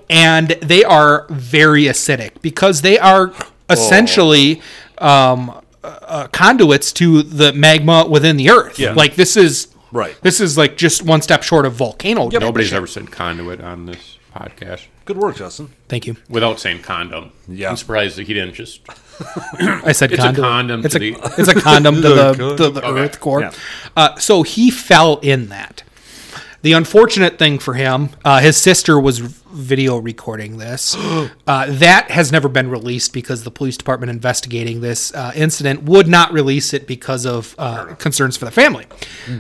C: And they are very acidic because
A: [GASPS]
C: they are
A: Oh.
C: essentially um, uh, conduits to the magma within the earth.
A: Yeah.
C: Like this is
A: Right.
C: This is like just one step short of volcano.
B: Nobody's
C: eruption.
B: ever said conduit on this podcast
A: Good work, Justin.
C: Thank you.
B: without saying condom.
A: Yeah.
B: I'm surprised that he didn't just
C: I said
B: It's a
C: condom.
B: condom
C: It's
B: to
C: a,
B: the-
C: it's
B: [LAUGHS]
C: a condom to
A: The
C: the,
A: condom.
C: to the
B: Okay.
C: earth core.
A: Yeah.
C: Uh, so he fell in that. The unfortunate thing for him, uh, his sister was video recording this. uh, that has never been released because the police department investigating this uh, incident would not release it because of uh, concerns for the family.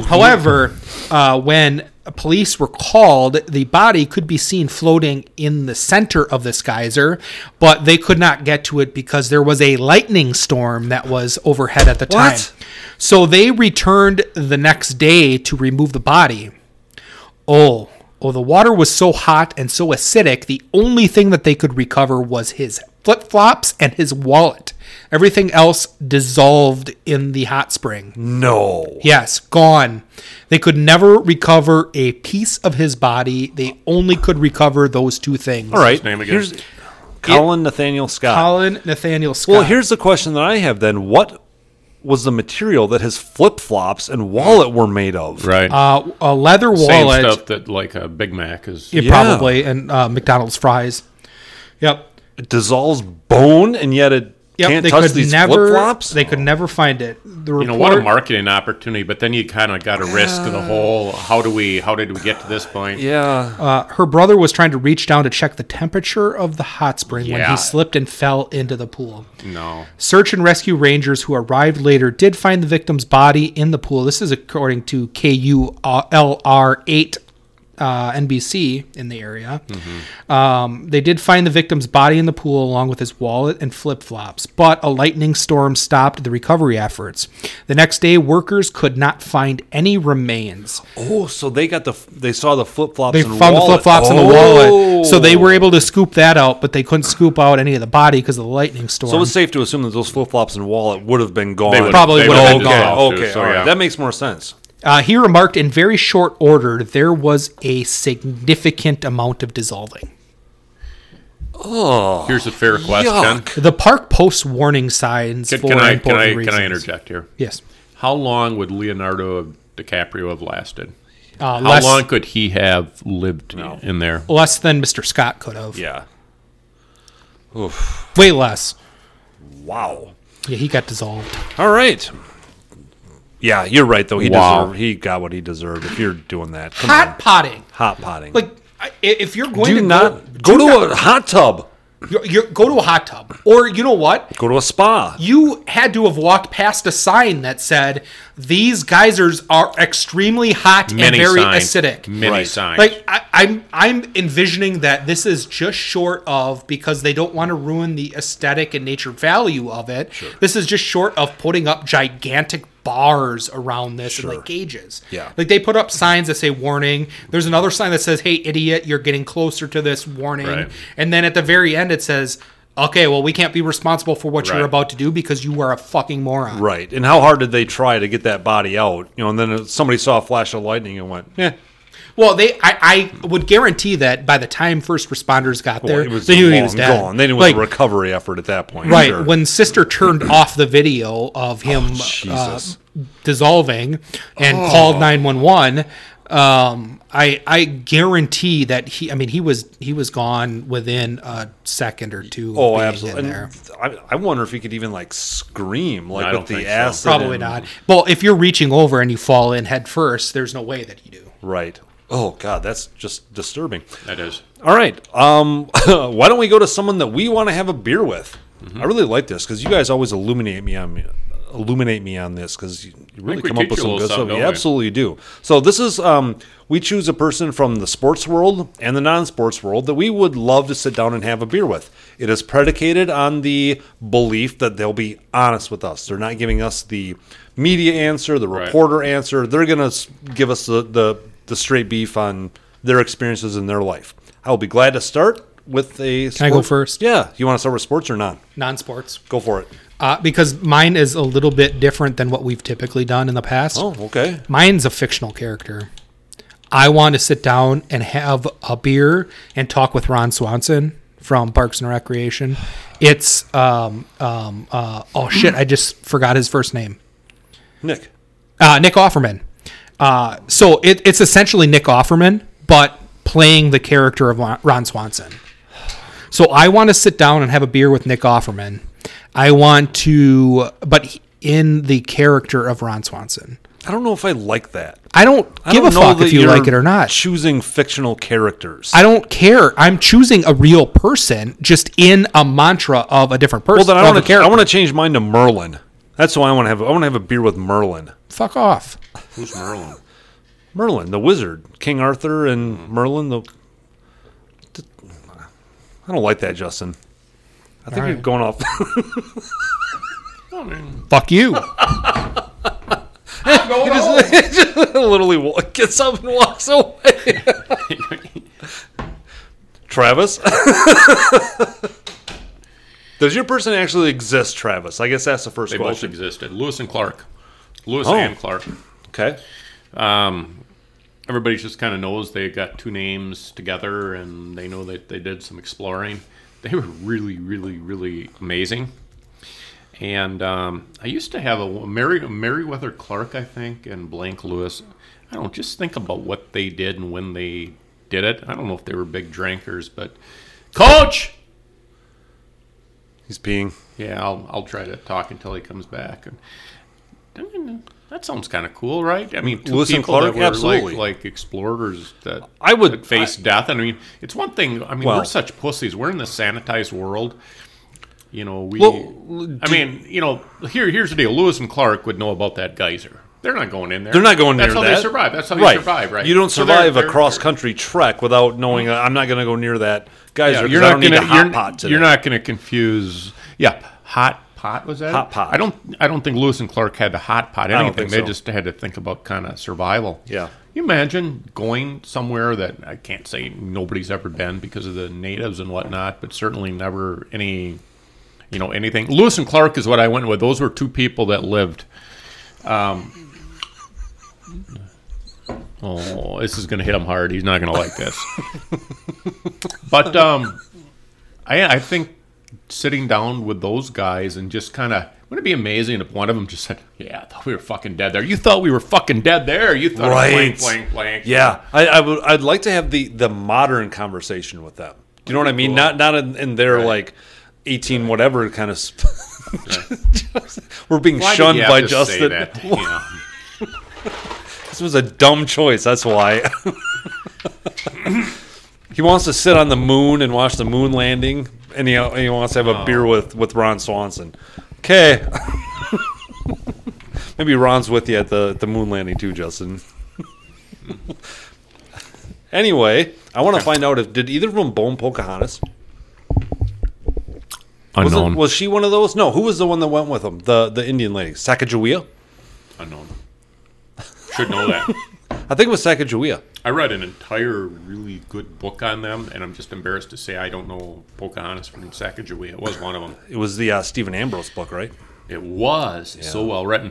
C: However, uh, when police were called, the body could be seen floating in the center of this geyser, but they could not get to it because there was a lightning storm that was overhead at the time.
A: What?
C: So they returned the next day to remove the body. Oh, Oh, the water was so hot and so acidic, the only thing that they could recover was his flip flops and his wallet. Everything else dissolved in the hot spring.
A: No.
C: Yes, gone. They could never recover a piece of his body. They only could recover those two things.
A: All right.
B: His name again.
A: Here's Colin Nathaniel Scott.
C: Colin Nathaniel Scott.
A: Well, here's the question that I have then. What was the material that his flip flops and wallet were made of?
B: Right.
C: uh, a leather
B: Same
C: wallet.
B: stuff that like a Big Mac is.
C: Yeah,
A: Yeah.
C: probably, and uh, McDonald's fries. Yep.
A: It dissolves bone and yet it
C: Yep.
A: can't
C: they
A: touch
C: could
A: these
C: never.
A: flip flops?
C: They could never find it. The report,
B: You know what a marketing opportunity, but then you kind of got to risk the whole. How do we? How did we get to this point?
A: Yeah.
C: uh, her brother was trying to reach down to check the temperature of the hot spring when
B: Yeah.
C: he slipped and fell into the pool.
B: No.
C: Search and rescue rangers who arrived later did find the victim's body in the pool. This is according to KULR8 uh, NBC in the area. Um, they did find the victim's body in the pool along with his wallet and flip flops, but a lightning storm stopped the recovery efforts. The next day, workers could not find any remains.
A: Oh, so they got the f- they saw the flip flops.
C: They
A: and
C: found the
A: wallet.
C: flip flops in the
A: Oh.
C: wallet, so they were able to scoop that out, but they couldn't scoop out any of the body because of the lightning storm.
A: Oh. So it's safe to assume that those flip flops and wallet would have been gone.
B: They would've-
C: Probably
B: they
C: would've
B: would've been
C: all
B: dissolved
A: Okay,
B: too,
A: okay,
B: so
A: all right.
B: yeah.
A: That makes more sense.
C: Uh, he remarked in very short order there was a significant amount of dissolving.
B: Here's a fair question.
A: Yuck.
C: The park posts warning signs
B: Can,
C: for
B: can I? Can
C: important
B: I? Can
C: reasons.
B: I interject here?
C: Yes.
B: How long would Leonardo DiCaprio have lasted?
C: Uh,
B: How
C: less,
B: long could he have lived
A: No.
B: in there?
C: Less than Mr. Scott could have.
A: Yeah.
C: Way less.
A: Wow.
C: Yeah, he got dissolved.
A: All right. Yeah, you're right though. He
B: Wow.
A: deserved. He got what he deserved. If you're doing that, come on.
C: Hot potting.
A: Hot potting.
C: Like, I- if you're going
A: do
C: to
A: not go,
C: go, do
A: to
C: not-
A: a hot tub.
C: you're, you're, go to a hot tub, or you know what?
A: Go to a spa.
C: you had to have walked past a sign that said these geysers are extremely hot and
B: Many
C: very
B: signs.
C: acidic.
B: Many
A: Right.
B: signs.
C: Like I, I'm, I'm envisioning that this is just short of because they don't want to ruin the aesthetic and nature value of it. This is just short of putting up gigantic bars around this and
A: Sure.
C: like cages.
A: Yeah.
C: like they put up signs that say warning. There's another sign that says, "Hey, idiot, you're getting closer to this warning."
B: Right.
C: And then at the very end, it says. Okay, well, we can't be responsible for what you're
B: Right.
C: about to do because you are a fucking moron.
A: Right. And how hard did they try to get that body out? You know, and then somebody saw a flash of lightning and went, "Yeah,
C: Well, they, I, I would guarantee that by the time first responders got there,
A: it was
C: they knew
A: long
C: he was dead.
A: gone." They knew it was
C: like,
A: a recovery effort at that point.
C: right
A: Sure.
C: when Sister turned [CLEARS THROAT] off the video of him uh,
A: Oh, Jesus. Oh.
C: dissolving and called nine one one. Um, I I guarantee that he. I mean, he was he was gone within a second or two. of
A: Oh,
C: being in
A: absolutely.
C: there.
A: And I, I wonder if he could even like scream, like
B: I
A: with
B: don't
A: the
B: think so.
A: acid.
C: Probably
A: and-
C: not. Well, if you're reaching over and you fall in head first, there's no way that you do.
A: Right. Oh God, that's just disturbing.
B: that is.
A: All right. Um, [LAUGHS] why don't we go to someone that we want to have a beer with?
B: Mm-hmm.
A: I really like this because you guys always illuminate me on illuminate me on this because you you really
B: we
A: come up
B: teach
A: with
B: you a
A: some
B: little
A: good stuff.
B: something,
A: You
B: don't we?
A: absolutely do. So this is um, we choose a person from the sports world and the non-sports world that we would love to sit down and have a beer with. It is predicated on the belief that they'll be honest with us. They're not giving us the media answer, the
B: Right.
A: report reporter answer. They're going to give us the, the, the straight beef on their experiences in their life. I will be glad to start with a.
C: Can I go first?
A: Yeah. You want to start with sports or not?
C: Non-sports,
A: Go for it.
C: uh, because mine is a little bit different than what we've typically done in the past.
A: Oh, okay.
C: Mine's a fictional character. I want to sit down and have a beer and talk with Ron Swanson from Parks and Recreation. It's um um uh oh shit, I just forgot his first name.
A: Nick.
C: Uh, Nick Offerman. Uh, so it, it's essentially Nick Offerman, but playing the character of Lon- Ron Swanson. So I want to sit down and have a beer with Nick Offerman. I want to, but he- in the character of Ron Swanson.
A: I don't know if I like that.
C: I don't
A: I
C: give
A: don't
C: a
A: know
C: fuck
A: that
C: if you
A: you're
C: like it or not.
A: Choosing fictional characters.
C: I don't care. I'm choosing a real person just in a mantra of a different
A: well,
C: person.
A: then I
C: of
A: want
C: a
A: to.
C: character.
A: I want to change mine to Merlin. That's who I want to have. I want to have a beer with Merlin.
C: fuck off.
B: Who's Merlin?
A: Merlin, the wizard, King Arthur, and Merlin. The I don't like that, Justin. I think you're going off.
C: Fuck you.
D: I'm going home.
A: [LAUGHS] literally wa- gets up and walks away. [LAUGHS] Travis? [LAUGHS] Does your person actually exist, Travis? I guess that's the first
B: They both
A: question.
B: existed. Lewis and Clark. Lewis
A: Oh.
B: and Clark.
A: Okay.
B: Everybody just kind of knows they got two names together and they know that they did some exploring. They were really, really, really amazing. And um, I used to have a Mary, Meriwether Clark, I think, and Blank Lewis. I don't just think about what they did and when they did it. I don't know if they were big drinkers, but coach.
A: He's peeing.
B: Yeah, I'll, I'll try to talk until he comes back. And that sounds kind of cool, right? I mean, two
A: Lewis and
B: people
A: Clark?
B: that were
A: Absolutely.
B: like like explorers that
A: I would-
B: that face death. And I mean, it's one thing. I mean,
A: Well-
B: we're such pussies. We're in this sanitized world. You know, we.
A: Well,
B: I mean, you know, here here's the deal. Lewis and Clark would know about that geyser. They're not going in there.
A: They're not going
B: That's
A: near
B: how
A: that.
B: They survive. That's how
A: right.
B: you survive, right?
A: You don't
B: So they're-
A: survive a
B: they're-
A: cross country trek without knowing uh, I'm not going to go near that. Guys,
B: Yeah,
A: you're
B: you're
A: I
B: not
A: don't need
B: gonna
A: a hot
B: you're,
A: pot today.
B: you're not gonna confuse yeah hot pot was that
A: Hot pot.
B: I don't I don't think Lewis and Clark had the hot pot anything
A: don't think
B: they
A: so.
B: just had to think about kind of survival
A: Yeah.
B: you imagine going somewhere that I can't say nobody's ever been because of the natives and whatnot but certainly never any you know anything Lewis and Clark is what I went with those were two people that lived um oh this is gonna hit him hard he's not gonna like this. But um, I, I think sitting down with those guys and just kind of wouldn't it be amazing if one of them just said, "Yeah, I thought we were fucking dead there. You thought we were fucking dead there. You thought
A: Right.
B: blank, blank, blank."
A: Yeah, I, I would. I'd like to have the the modern conversation with them. Do you know what I mean? Not not in, in their like eighteen whatever kind of. Sp- [LAUGHS] We're being
B: Why did
A: shunned
B: you have
A: by
B: to say
A: Justin. [LAUGHS]
B: that? You know,
A: This was a dumb choice. That's why. he wants to sit on the moon and watch the moon landing, and he, and he wants to have a beer with with Ron Swanson. Okay. [LAUGHS] Maybe Ron's with you at the the moon landing too, Justin. [LAUGHS] anyway, I want to find out if did either of them bone Pocahontas? Was, it,
B: unknown,
A: was she one of those? No, who was the one that went with them? The the Indian lady, Sacagawea.
B: unknown. Should know that.
A: I think it was Sacagawea.
B: I read an entire really good book on them, and I'm just embarrassed to say I don't know Pocahontas from Sacagawea. It was one of them.
A: It was the uh, Stephen Ambrose book, right?
B: It was so well written.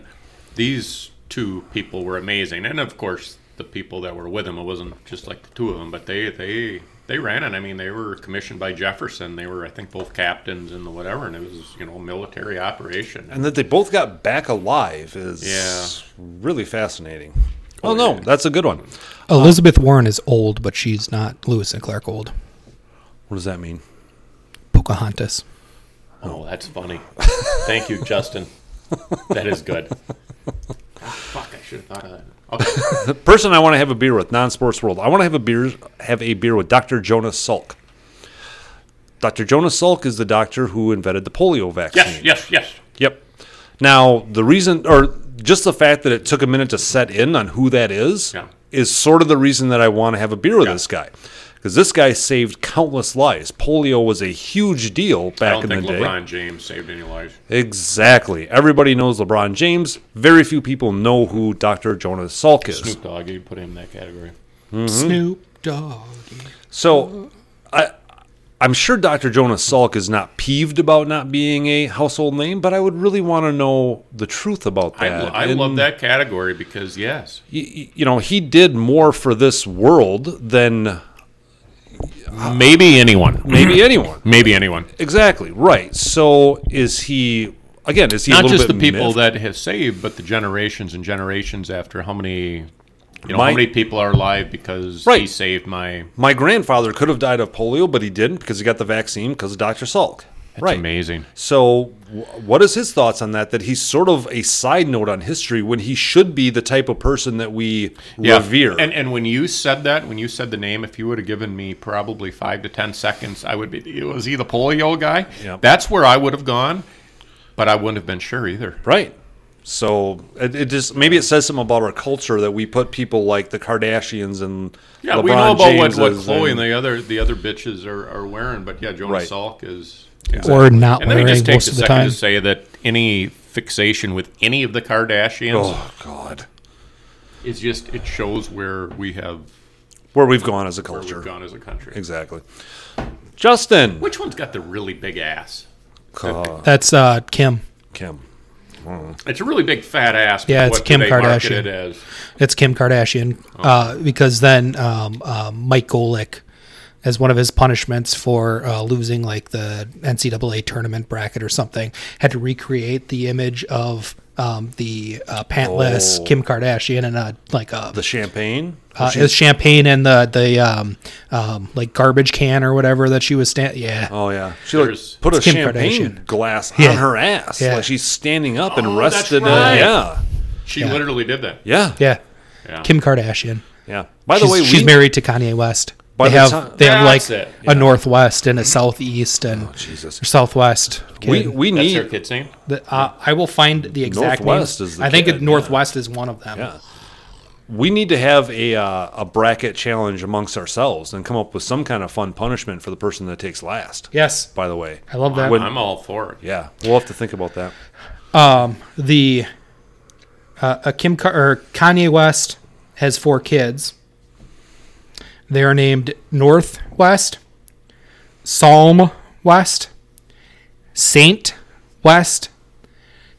B: These two people were amazing, and of course, the people that were with them. It wasn't just like the two of them, but they they they ran it. I mean, they were commissioned by Jefferson. They were, I think, both captains and the whatever, and it was you know a military operation.
A: and that they both got back alive is
B: Yeah.
A: really fascinating. Oh, no, that's a good one.
C: Uh, Elizabeth Warren is old, but she's not Lewis and Clark old.
A: What does that mean?
C: Pocahontas.
B: oh, that's [LAUGHS] funny. Thank you, Justin. That is good. [LAUGHS] Ah, fuck, I should have thought of that. Okay.
A: The person I want to have a beer with, non-sports world. I want to have a beer have a beer with Dr. Jonas Salk. Dr. Jonas Salk is the doctor who invented the polio vaccine.
B: Yes, yes, yes.
A: Yep. Now, the reason, or just the fact that it took a minute to set in on who that is,
B: Yeah.
A: is sort of the reason that I want to have a beer with this guy. Because this guy saved countless lives. Polio was a huge deal
B: I
A: back
B: don't
A: in the
B: think
A: day.
B: LeBron James saved any lives.
A: Exactly. Everybody knows LeBron James. Very few people know who Dr. Jonas Salk is.
B: Snoop Dogg, you put him in that category. Mm-hmm.
C: Snoop Dogg.
A: So I I'm sure Dr. Jonas Salk is not peeved about not being a household name, but I would really want to know the truth about
B: I,
A: that.
B: I
A: And
B: love that category because yes,
A: y- y- you know, he did more for this world than
B: maybe anyone, [CLEARS THROAT]
A: maybe anyone.
B: [LAUGHS] Maybe anyone.
A: Exactly. Right. So is he again, is he a
B: Not
A: little
B: just the
A: bit
B: people
A: miffed?
B: that have saved, but the generations and generations after how many, you know,
A: My-
B: how many people are alive because he
A: Right.
B: saved my.
A: my grandfather could have died of polio, but he didn't because he got the vaccine because of Dr. Salk.
B: That's
A: right.
B: amazing.
A: So, wh- what is his thoughts on that? That he's sort of a side note on history when he should be the type of person that we revere.
B: And and when you said that, when you said the name, if you would have given me probably five to ten seconds, I would be. Was he the polio guy?
A: Yep.
B: That's where I would have gone, but I wouldn't have been sure either.
A: right. So it, it just maybe it says something about our culture that we put people like the Kardashians and
B: Yeah,
A: LeBron
B: we know about what,
A: James
B: what
A: as
B: Chloe and
A: and-
B: the other the other bitches are, are wearing, but yeah, Jonas
A: Right.
B: Salk is.
C: Or not
B: And let me
C: wearing
B: just take a
C: most of the
B: second
C: time.
B: to say that any fixation with any of the Kardashians
A: oh God.
B: It's just it shows where we have
A: Where we've gone as a
B: where
A: culture.
B: we've gone as a country.
A: Exactly. Justin.
B: Which one's got the really big ass?
A: Uh,
C: That's uh, Kim.
A: Kim.
B: It's a really big fat ass. but
C: Yeah, it's
B: what do
C: Kim
B: they market
C: Kardashian.
B: It as?
C: It's Kim Kardashian,
B: Oh.
C: uh, because then um, uh, Mike Golick, as one of his punishments for uh, losing like the NCAA tournament bracket or something, had to recreate the image of um, the uh, pantless
A: Oh.
C: Kim Kardashian and a like a
A: The champagne.
C: uh, it was champagne and the the um, um, like garbage can or whatever that she was stand. Yeah,
A: Oh yeah, she like,
B: There's-
A: put a
C: Kim
A: champagne
C: Kardashian.
A: glass
C: Yeah.
A: on her ass.
C: Yeah.
A: Like she's standing up and
B: Oh, that's
A: rested. uh,
B: right.
A: yeah.
B: She literally did that.
A: yeah, yeah,
C: yeah.
B: Yeah.
C: Kim Kardashian.
A: yeah. By the
C: she's,
A: way,
C: she's
A: we,
C: married to Kanye West.
A: By
C: They
A: the
C: have
A: time-
C: they have like
B: That's it, yeah.
C: a northwest and a southeast and
A: Jesus.
C: or southwest.
A: Oh, we
C: kid.
A: we
B: That's her
A: need
B: kid's name.
C: The- uh, I will find the exact
A: Northwest
C: names.
A: is the
C: I think
A: kid,
C: it- northwest is one of them.
A: Yeah. we need to have a uh, a bracket challenge amongst ourselves and come up with some kind of fun punishment for the person that takes last.
C: Yes,
A: By the way,
C: I love that.
A: When-
B: I'm all for it.
A: yeah, we'll have to think about that.
C: the uh, a Kim Ka- or Kanye West has four kids. They are named Northwest, Psalm West, Saint West,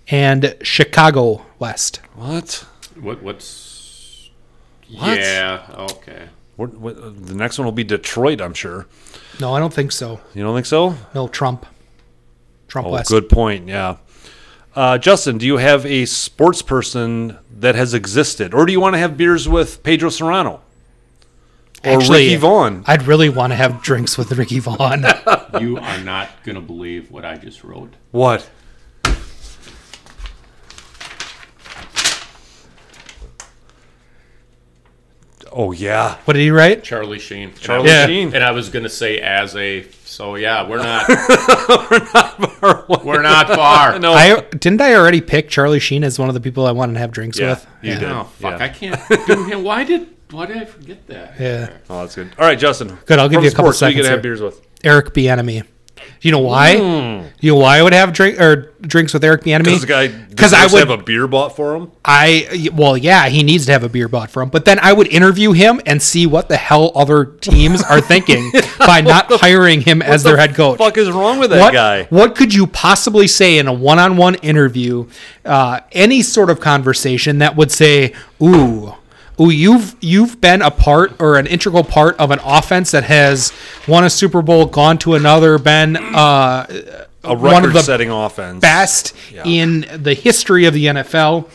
C: and Chicago West.
A: What?
B: What? What's?
A: What?
B: Yeah. Okay.
A: What, what? The next one will be Detroit, I'm sure.
C: No, I don't think so.
A: You don't think so?
C: No, Trump. Trump
A: Oh,
C: West.
A: good point. Yeah. Uh, Justin, do you have a sports person that has existed, or do you want to have beers with Pedro Serrano or Ricky Vaughn?
C: I'd really want to have drinks with Ricky Vaughn. [LAUGHS]
B: You are not gonna believe what I just wrote.
A: What? Oh yeah,
C: what did he write?
B: Charlie Sheen. And I
A: Charlie
B: was-
C: Yeah.
A: Sheen.
B: And I was gonna say as a. So yeah,
A: [LAUGHS]
B: we're not. we're not far. We're not far.
A: No.
C: I didn't I already pick Charlie Sheen as one of the people I wanted to have drinks
A: Yeah,
C: with.
A: you did.
B: Oh fuck!
A: Yeah.
B: I can't do him. Why did? Why did I forget that?
C: Yeah.
A: Oh, that's good. All right, Justin.
C: Good, I'll give
A: From
C: you a couple
A: sports, who you
C: seconds
A: gonna have
C: here.
A: beers with?
C: Eric Bieniemy. You know why? You know why I would have drink or drinks with Eric Bieniemy?
A: Does Hmm. the guy
C: because I
A: deserves to
C: would
A: have a beer bought for him.
C: I well yeah he needs to have a beer bought for him, but then I would interview him and see what the hell other teams
A: [LAUGHS]
C: are thinking by not hiring him as their head coach.
A: Fuck is wrong with that
C: what,
A: guy?
C: what could you possibly say in a one-on-one interview, uh, any sort of conversation that would say, "Ooh, ooh, you've you've been a part or an integral part of an offense that has won a Super Bowl, gone to another, been uh,
A: A
C: one of the
A: record-setting offense.
C: best in the history of the NFL."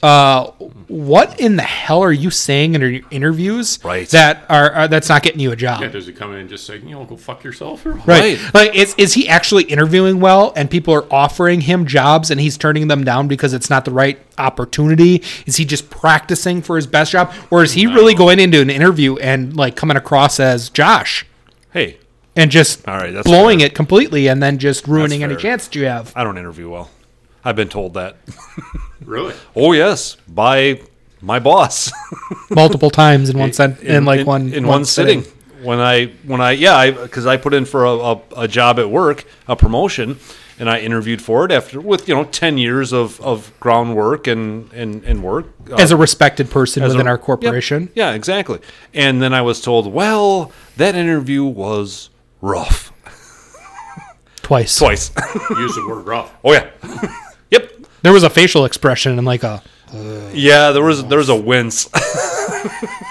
C: Uh, what in the hell are you saying in your interviews
A: Right.
C: that are, are that's not getting you a job?
B: Yeah, does he come in and just say, you know, go fuck yourself or what?
C: Right.
A: Right.
C: Like, is, is he actually interviewing well and people are offering him jobs and he's turning them down because it's not the right opportunity? Is he just practicing for his best job? Or is he really going into an interview and like coming across as Josh
A: Hey,
C: and just
A: All right, that's
C: blowing
A: fair.
C: it completely and then just ruining
A: That's
C: any
A: fair.
C: chance that
A: [LAUGHS]
C: you have?
A: I don't interview well. I've been told that.
B: Really?
A: Oh yes, by my boss. [LAUGHS]
C: Multiple times in one sent in, like one
A: in one, sitting. When I when I yeah, because I, put in for a, a, a job at work, a promotion, and I interviewed for it after with you know ten years of of groundwork and and and work uh,
C: As a respected person
A: as a-
C: within our
A: Yep.
C: corporation.
A: Yeah, exactly. And then I was told, well, that interview was rough
C: Twice.
A: twice. [LAUGHS]
B: Use the word rough.
A: oh yeah, [LAUGHS] yep.
C: There was a facial expression and like a
A: Yeah, there was there was a wince. [LAUGHS]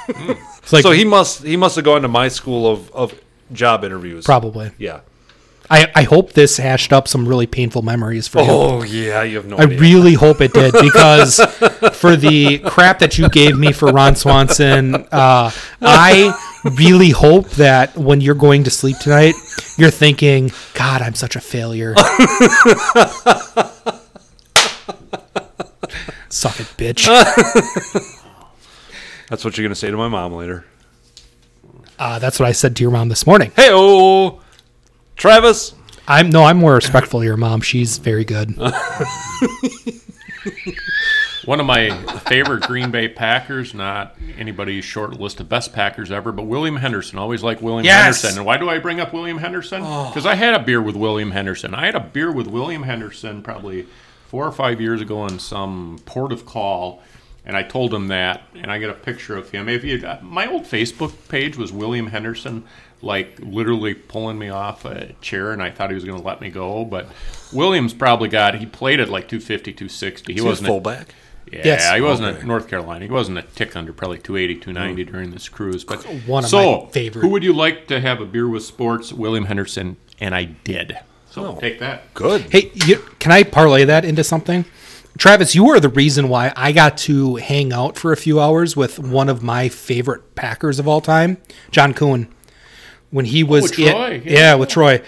C: it's like
A: so he must he must have gone to my school of of job interviews.
C: probably.
A: Yeah.
C: I, I hope this hashed up some really painful memories for you.
A: Oh yeah, you have no
C: I
A: idea.
C: really hope it did because for the crap that you gave me for Ron Swanson, uh, I really hope that when you're going to sleep tonight, you're thinking, God, I'm such a failure. Suck it, bitch.
A: That's what you're gonna say to my mom later.
C: Uh, that's what I said to your mom this morning.
A: Hey oh, Travis.
C: I'm no, I'm more respectful of your mom. She's very good.
B: One of my favorite Green Bay Packers, not anybody's short list of best Packers ever, but William Henderson. Always like William
C: Yes!
B: Henderson. And why do I bring up William Henderson? Because I had a beer with William Henderson. I had a beer with William Henderson probably four or five years ago in some port of call. and I told him that, and I got a picture of him. If you, uh, my old Facebook page was William Henderson, like literally pulling me off a chair, and I thought he was going to let me go. But William's probably got he played at like 250, 260. He
A: He was
B: wasn't a-
A: fullback.
B: yeah,
C: Yes.
B: he wasn't at North Carolina. He wasn't a tick under probably 280, 290 during this cruise. But
C: Mm. One of
B: so,
C: my favorite.
B: Who would you like to have a beer with sports? William Henderson, and I did. So
C: Oh.
B: take that.
A: Good.
C: Hey, you, can I parlay that into something? Travis, you are the reason why I got to hang out for a few hours with one of my favorite Packers of all time, John Kuhn. When he was
B: Oh, with
C: in-
B: Troy,
C: yeah.
B: yeah.
C: with Troy.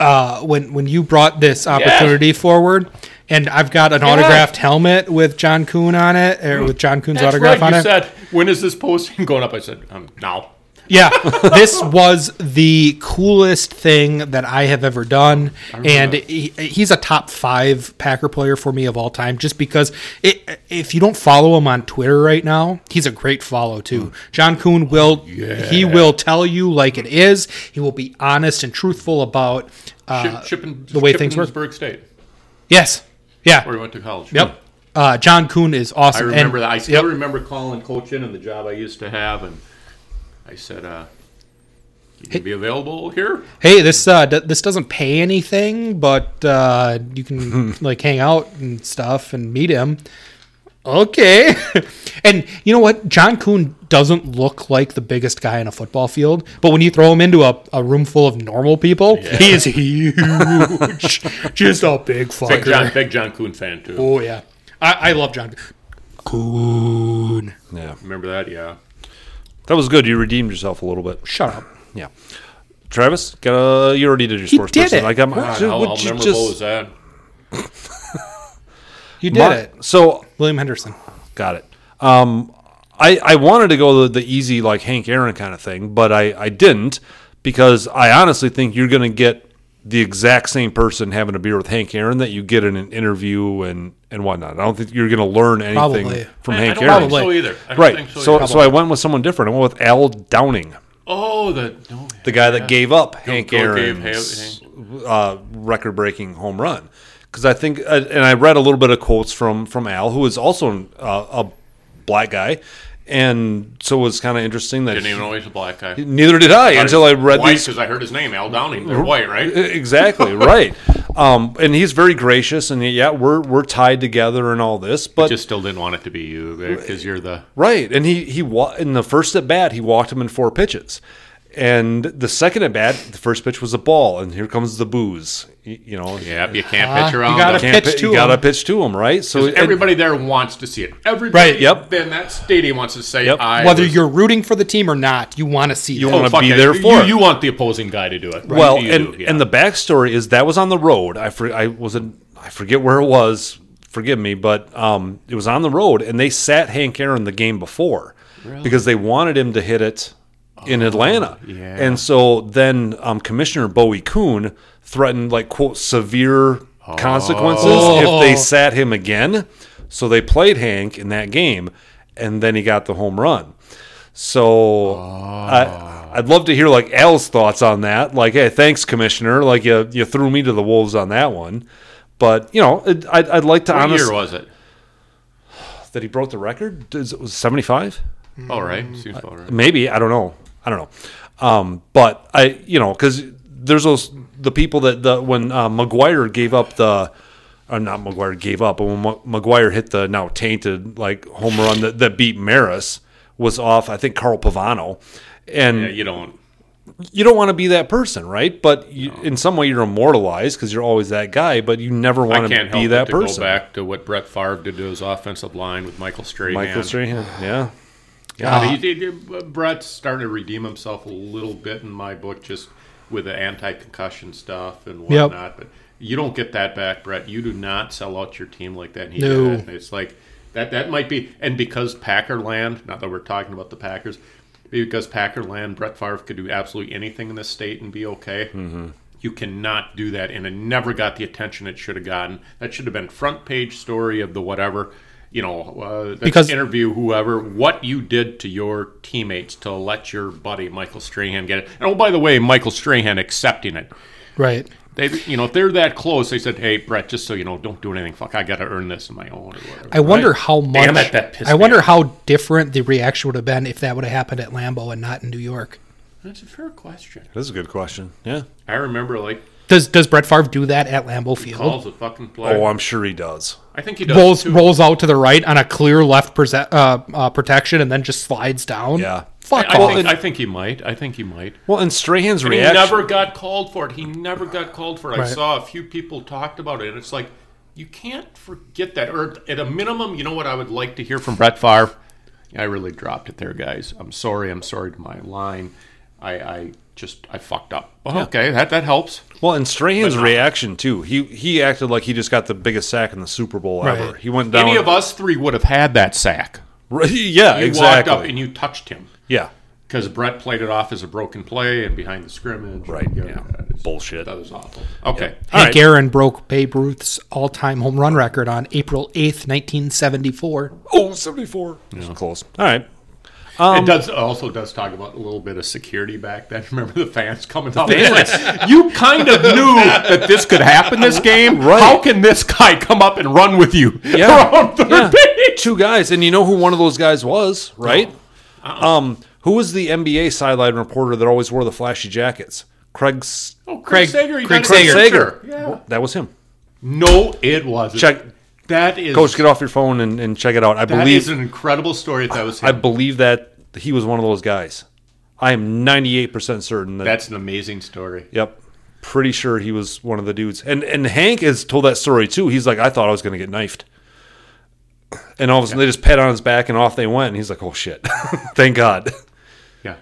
C: Uh, when when you brought this opportunity forward, and I've got an autographed helmet with John Kuhn on it, or with John Kuhn's
B: That's
C: autograph
B: right.
C: on
B: you
C: it.
B: said, when is this posting [LAUGHS] going up? I said, um, now. [LAUGHS]
C: Yeah, this was the coolest thing that I have ever done, and he, he's a top five Packer player for me of all time. Just because it, if you don't follow him on Twitter right now, he's a great follow
B: Mm.
C: too. John Kuhn
B: Oh,
C: will he will tell you like it is. He will be honest and truthful about uh,
B: Chip, Chippen,
C: the way things work.
B: Shippensburg State,
C: Yes,
B: where he
C: yeah,
B: went to college.
C: yep. Uh, John Kuhn is awesome.
B: I
C: and-
B: remember that. I still
C: yep.
B: remember calling Coach in on the job I used to have, and I said, uh, you can be available here?
C: hey this uh d- this doesn't pay anything but uh you can like hang out and stuff and meet him okay [LAUGHS] and you know what john kuhn doesn't look like the biggest guy in a football field but when you throw him into a, a room full of normal people he is huge just a big
B: Big John,
C: fucker
B: big John Kuhn fan, too.
C: oh yeah I, I love john kuhn
A: Yeah,
B: Remember that? Yeah.
A: that was good. You redeemed yourself a little bit.
C: shut up
A: Yeah, Travis, got a, you already did your sports
C: did
A: person.
C: it.
A: I got my.
B: God,
A: Dude,
B: how,
A: would
B: how
A: you
B: memorable
A: just-
B: was that?
C: you did
A: Mar-
C: it
A: So
C: william henderson
A: Got it. Um, I I wanted to go the, the easy like Hank Aaron kind of thing, but I I didn't because I honestly think you're going to get the exact same person having a beer with Hank Aaron that you get in an interview and and whatnot. I don't think you're going to learn anything
C: Probably.
A: from
B: I-
A: Hank
B: I don't
A: Aaron.
B: think so either. I don't
A: Right.
B: think so,
A: So
B: either.
A: so I went with someone different. I went with Al Downing,
B: Oh, the no,
A: the guy that gave up Hank
B: go gave
A: Aaron's uh, record-breaking home run. Because I think, uh, and I read a little bit of quotes from from Al, who is also an, uh, a black guy, and so it was kind of interesting that
B: didn't even know he was a black guy.
A: neither did I until I read
B: white
A: these e,
B: because I heard his name, Al Downing. They're
A: [LAUGHS]
B: white, right?
A: exactly right. Um, and he's very gracious, and yeah, we're we're tied together and all this, but
B: Just still didn't want it to be you because you're the
A: Right, and he he wa- in the first at bat he walked him in four pitches, and the second at bat the first pitch was a ball, and here comes the booze. You, you know,
B: yeah. You can't pitch around.
C: gotta
B: the-
A: Can't
C: Pitch
A: pi-
C: to
A: Uh, you gotta
C: him.
A: pitch to him, right? So and-
B: Everybody there wants to see it. Everybody
C: Right,
A: yep.
B: in that stadium wants to say,
A: Yep.
B: I
C: whether
B: was- Oh,
C: you're rooting for the team or not you want to see
A: You
C: that.
A: wanna
B: fuck
A: be
B: it.
A: there
B: You-
A: for
B: you,
A: it.
B: you want the opposing guy to do it. Right?
A: well,
B: You
A: and
B: do, yeah.
A: and the backstory is that was on the road. I for, I wasn't I forget where it was. Forgive me, but um, it was on the road, and they sat Hank Aaron the game before because they wanted him to hit it in Atlanta.
B: Oh, yeah.
A: And so then um, Commissioner Bowie Kuhn threatened like quote severe consequences
B: Oh.
A: if they sat him again. So they played Hank in that game, and then he got the home run. So
B: Oh.
A: I, I'd love to hear like Al's thoughts on that. Like, hey, thanks, Commissioner. Like you, you threw me to the wolves on that one. But you know, it, I'd, I'd like to
B: what year
A: honestly
B: was it?
A: that he broke the record. Is it was seventy five?
B: All right, seems about right.
A: Maybe I don't know. I don't know. Um, but I, you know, because there's those the people that the when uh, McGuire gave up the. Or not McGuire gave up, but when Ma- McGuire hit the now tainted like home run that, that beat Maris was off. I think Carl Pavano, and
B: Yeah, you don't.
A: you don't want to be that person, right? But you, in some way, you're immortalized because you're always that guy. But you never
B: I
A: want to
B: can't help
A: be
B: but
A: that
B: to
A: person.
B: go back to what Brett Favre did to his offensive line with Michael Strahan.
A: Michael Ah. Strahan, yeah,
B: Yeah, he, he, he- Brett's starting to redeem himself a little bit in my book, just with the anti-concussion stuff and
C: Yep.
B: whatnot. But you don't get that back, Brett. You do not sell out your team like that. And he
C: No.
B: did it. And it's like that. That might be, and because Packerland, not that we're talking about the Packers, because Packerland, Brett Favre could do absolutely anything in this state and be okay. Mm-hmm. You cannot do that, and it never got the attention it should have gotten. That should have been front page story of the whatever, you know, uh, that's
C: Because-
B: interview whoever what you did to your teammates to let your buddy Michael Strahan get it. And oh, by the way, Michael Strahan accepting it.
C: right
B: They, you know, if they're that close, they said, "Hey, Brett, just so you know, don't do anything. Fuck, I got to earn this on my own." Or whatever,
C: I wonder
B: right?
C: how much.
B: Damn it, that pissed
C: I
B: me
C: wonder
B: off.
C: how different the reaction would have been if that would have happened at Lambeau and not in New York.
B: That's a fair question.
A: That's a good question. Yeah.
B: I remember like
C: Does Does Brett Favre do that at Lambeau Field?
B: calls a fucking play.
A: Oh, I'm sure he does.
B: I think he does
C: Rolls
B: too.
C: rolls out to the right on a clear left prese- uh, uh, protection and then just slides down.
A: Yeah.
C: Fuck
B: I, I
C: off.
B: think, I think he might. I think he might.
A: Well, and Strahan's
B: He
A: reaction.
B: never got called for it. He never got called for it. I
C: Right.
B: saw a few people talked about it, and it's like you can't forget that. Or at a minimum, you know what I would like to hear from Brett Favre. I really dropped it there, guys. I'm sorry. I'm sorry to my line. I, I just I fucked up. Well, Okay, that that helps.
A: Well, and Strahan's
B: But-
A: reaction too. He he acted like he just got the biggest sack in the Super Bowl ever.
C: Right.
A: He went down.
B: Any of us three would have had that sack.
A: [LAUGHS] Right, yeah,
B: You
A: exactly.
B: walked up and you touched him
A: yeah,
B: because Brett played it off as a broken play and behind the scrimmage.
A: Right,
B: Yeah.
A: yeah.
B: that is-
A: Bullshit.
B: That was awful. Okay.
A: All
C: Hank
A: right.
C: Aaron broke Babe Ruth's all time home run record on April 8th, 1974.
A: Oh, 74. Close. All right. Um,
B: it does also does talk about a little bit of security back then. [LAUGHS] Remember the fans coming up. It's like, you kind of knew that this could happen this game.
A: Right.
B: How can this guy come up and run with you [LAUGHS]
A: Yeah.
B: around third
A: Yeah.
B: base?
A: Two guys, and you know who one of those guys was, right?
B: Uh-uh.
A: Um, who was the NBA sideline reporter that always wore the flashy jackets? Craig. S-
B: Oh, Craig,
C: Craig-
B: Sager. he
C: Craig
B: got his
C: Sager.
B: picture. Yeah.
A: That was him.
B: No, it wasn't.
A: Check-
B: That is
A: Coach, get off your phone and, and check it out. I
B: that
A: believe
B: is an incredible story. If that was
A: I
B: him.
A: believe that he was one of those guys. I am 98% certain that.
B: that's an amazing story.
A: yep. Pretty sure he was one of the dudes. And and Hank has told that story too. He's like, I thought I was going to get knifed. And all of a sudden, they just pat on his back and off they went. And he's like, oh shit. [LAUGHS] Thank God.
B: Yeah.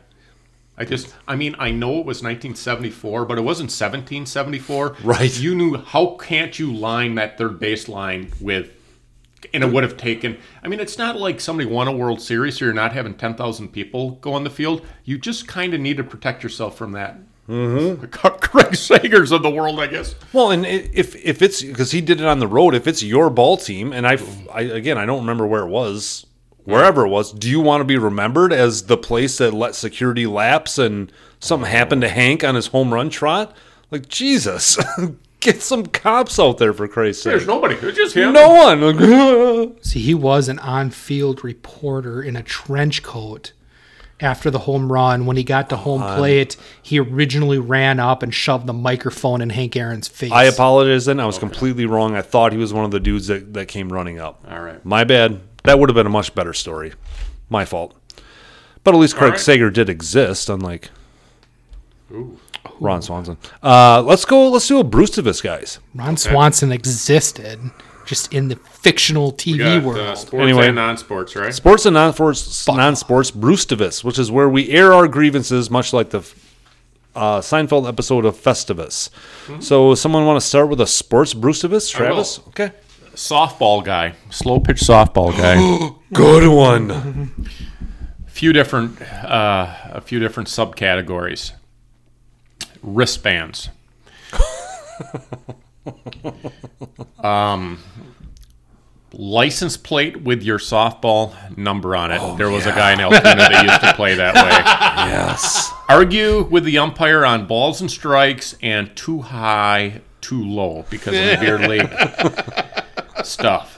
B: I just, I mean, I know it was 1974, but it wasn't 1774.
A: Right.
B: You knew, how can't you line that third base line with, and it would have taken, I mean, it's not like somebody won a World Series, so you're not having 10,000 people go on the field. You just kind of need to protect yourself from that. Mm-hmm. [LAUGHS] Craig Sager's of the world, I guess.
A: Well, and i- if if it's because he did it on the road, if it's your ball team, and I, I again, I don't remember where it was, wherever it was. Do you want to be remembered as the place that let security lapse and something happened to Hank on his home run trot? Like Jesus, [LAUGHS] get some cops out there for Christ's sake.
B: There's nobody. It's just him.
A: no one. [LAUGHS] Like,
C: See, he was an on field reporter in a trench coat after the home run. When he got to home plate, he originally ran up and shoved the microphone in Hank Aaron's face.
A: I apologize. Then I was completely wrong. I thought he was one of the dudes that that came running up.
B: All right.
A: my bad. That would have been a much better story. My fault. But at least Craig
B: right.
A: Sager did exist, unlike
B: Ooh.
A: Ron Swanson. Uh, let's go. Let's do a Bruce Davis, guys.
C: Ron Swanson existed just in the fictional TV
B: Got,
C: world.
B: uh, sports
A: Anyway.
B: and non-sports, right?
A: Sports and non-sports, non-sports Bruce Davis, which is where we air our grievances, much like the uh, Seinfeld episode of Festivus. So, someone want to start with a sports Bruce Davis, Travis? Okay,
B: Softball guy. Slow pitch softball [LAUGHS] guy.
A: good one.
B: few different uh, a few different subcategories. Wristbands. um, license plate with your softball number on it. there was a guy in Altoona that used to play that way.
A: yes.
B: Argue with the umpire on balls and strikes and too high, too low because of the beer league stuff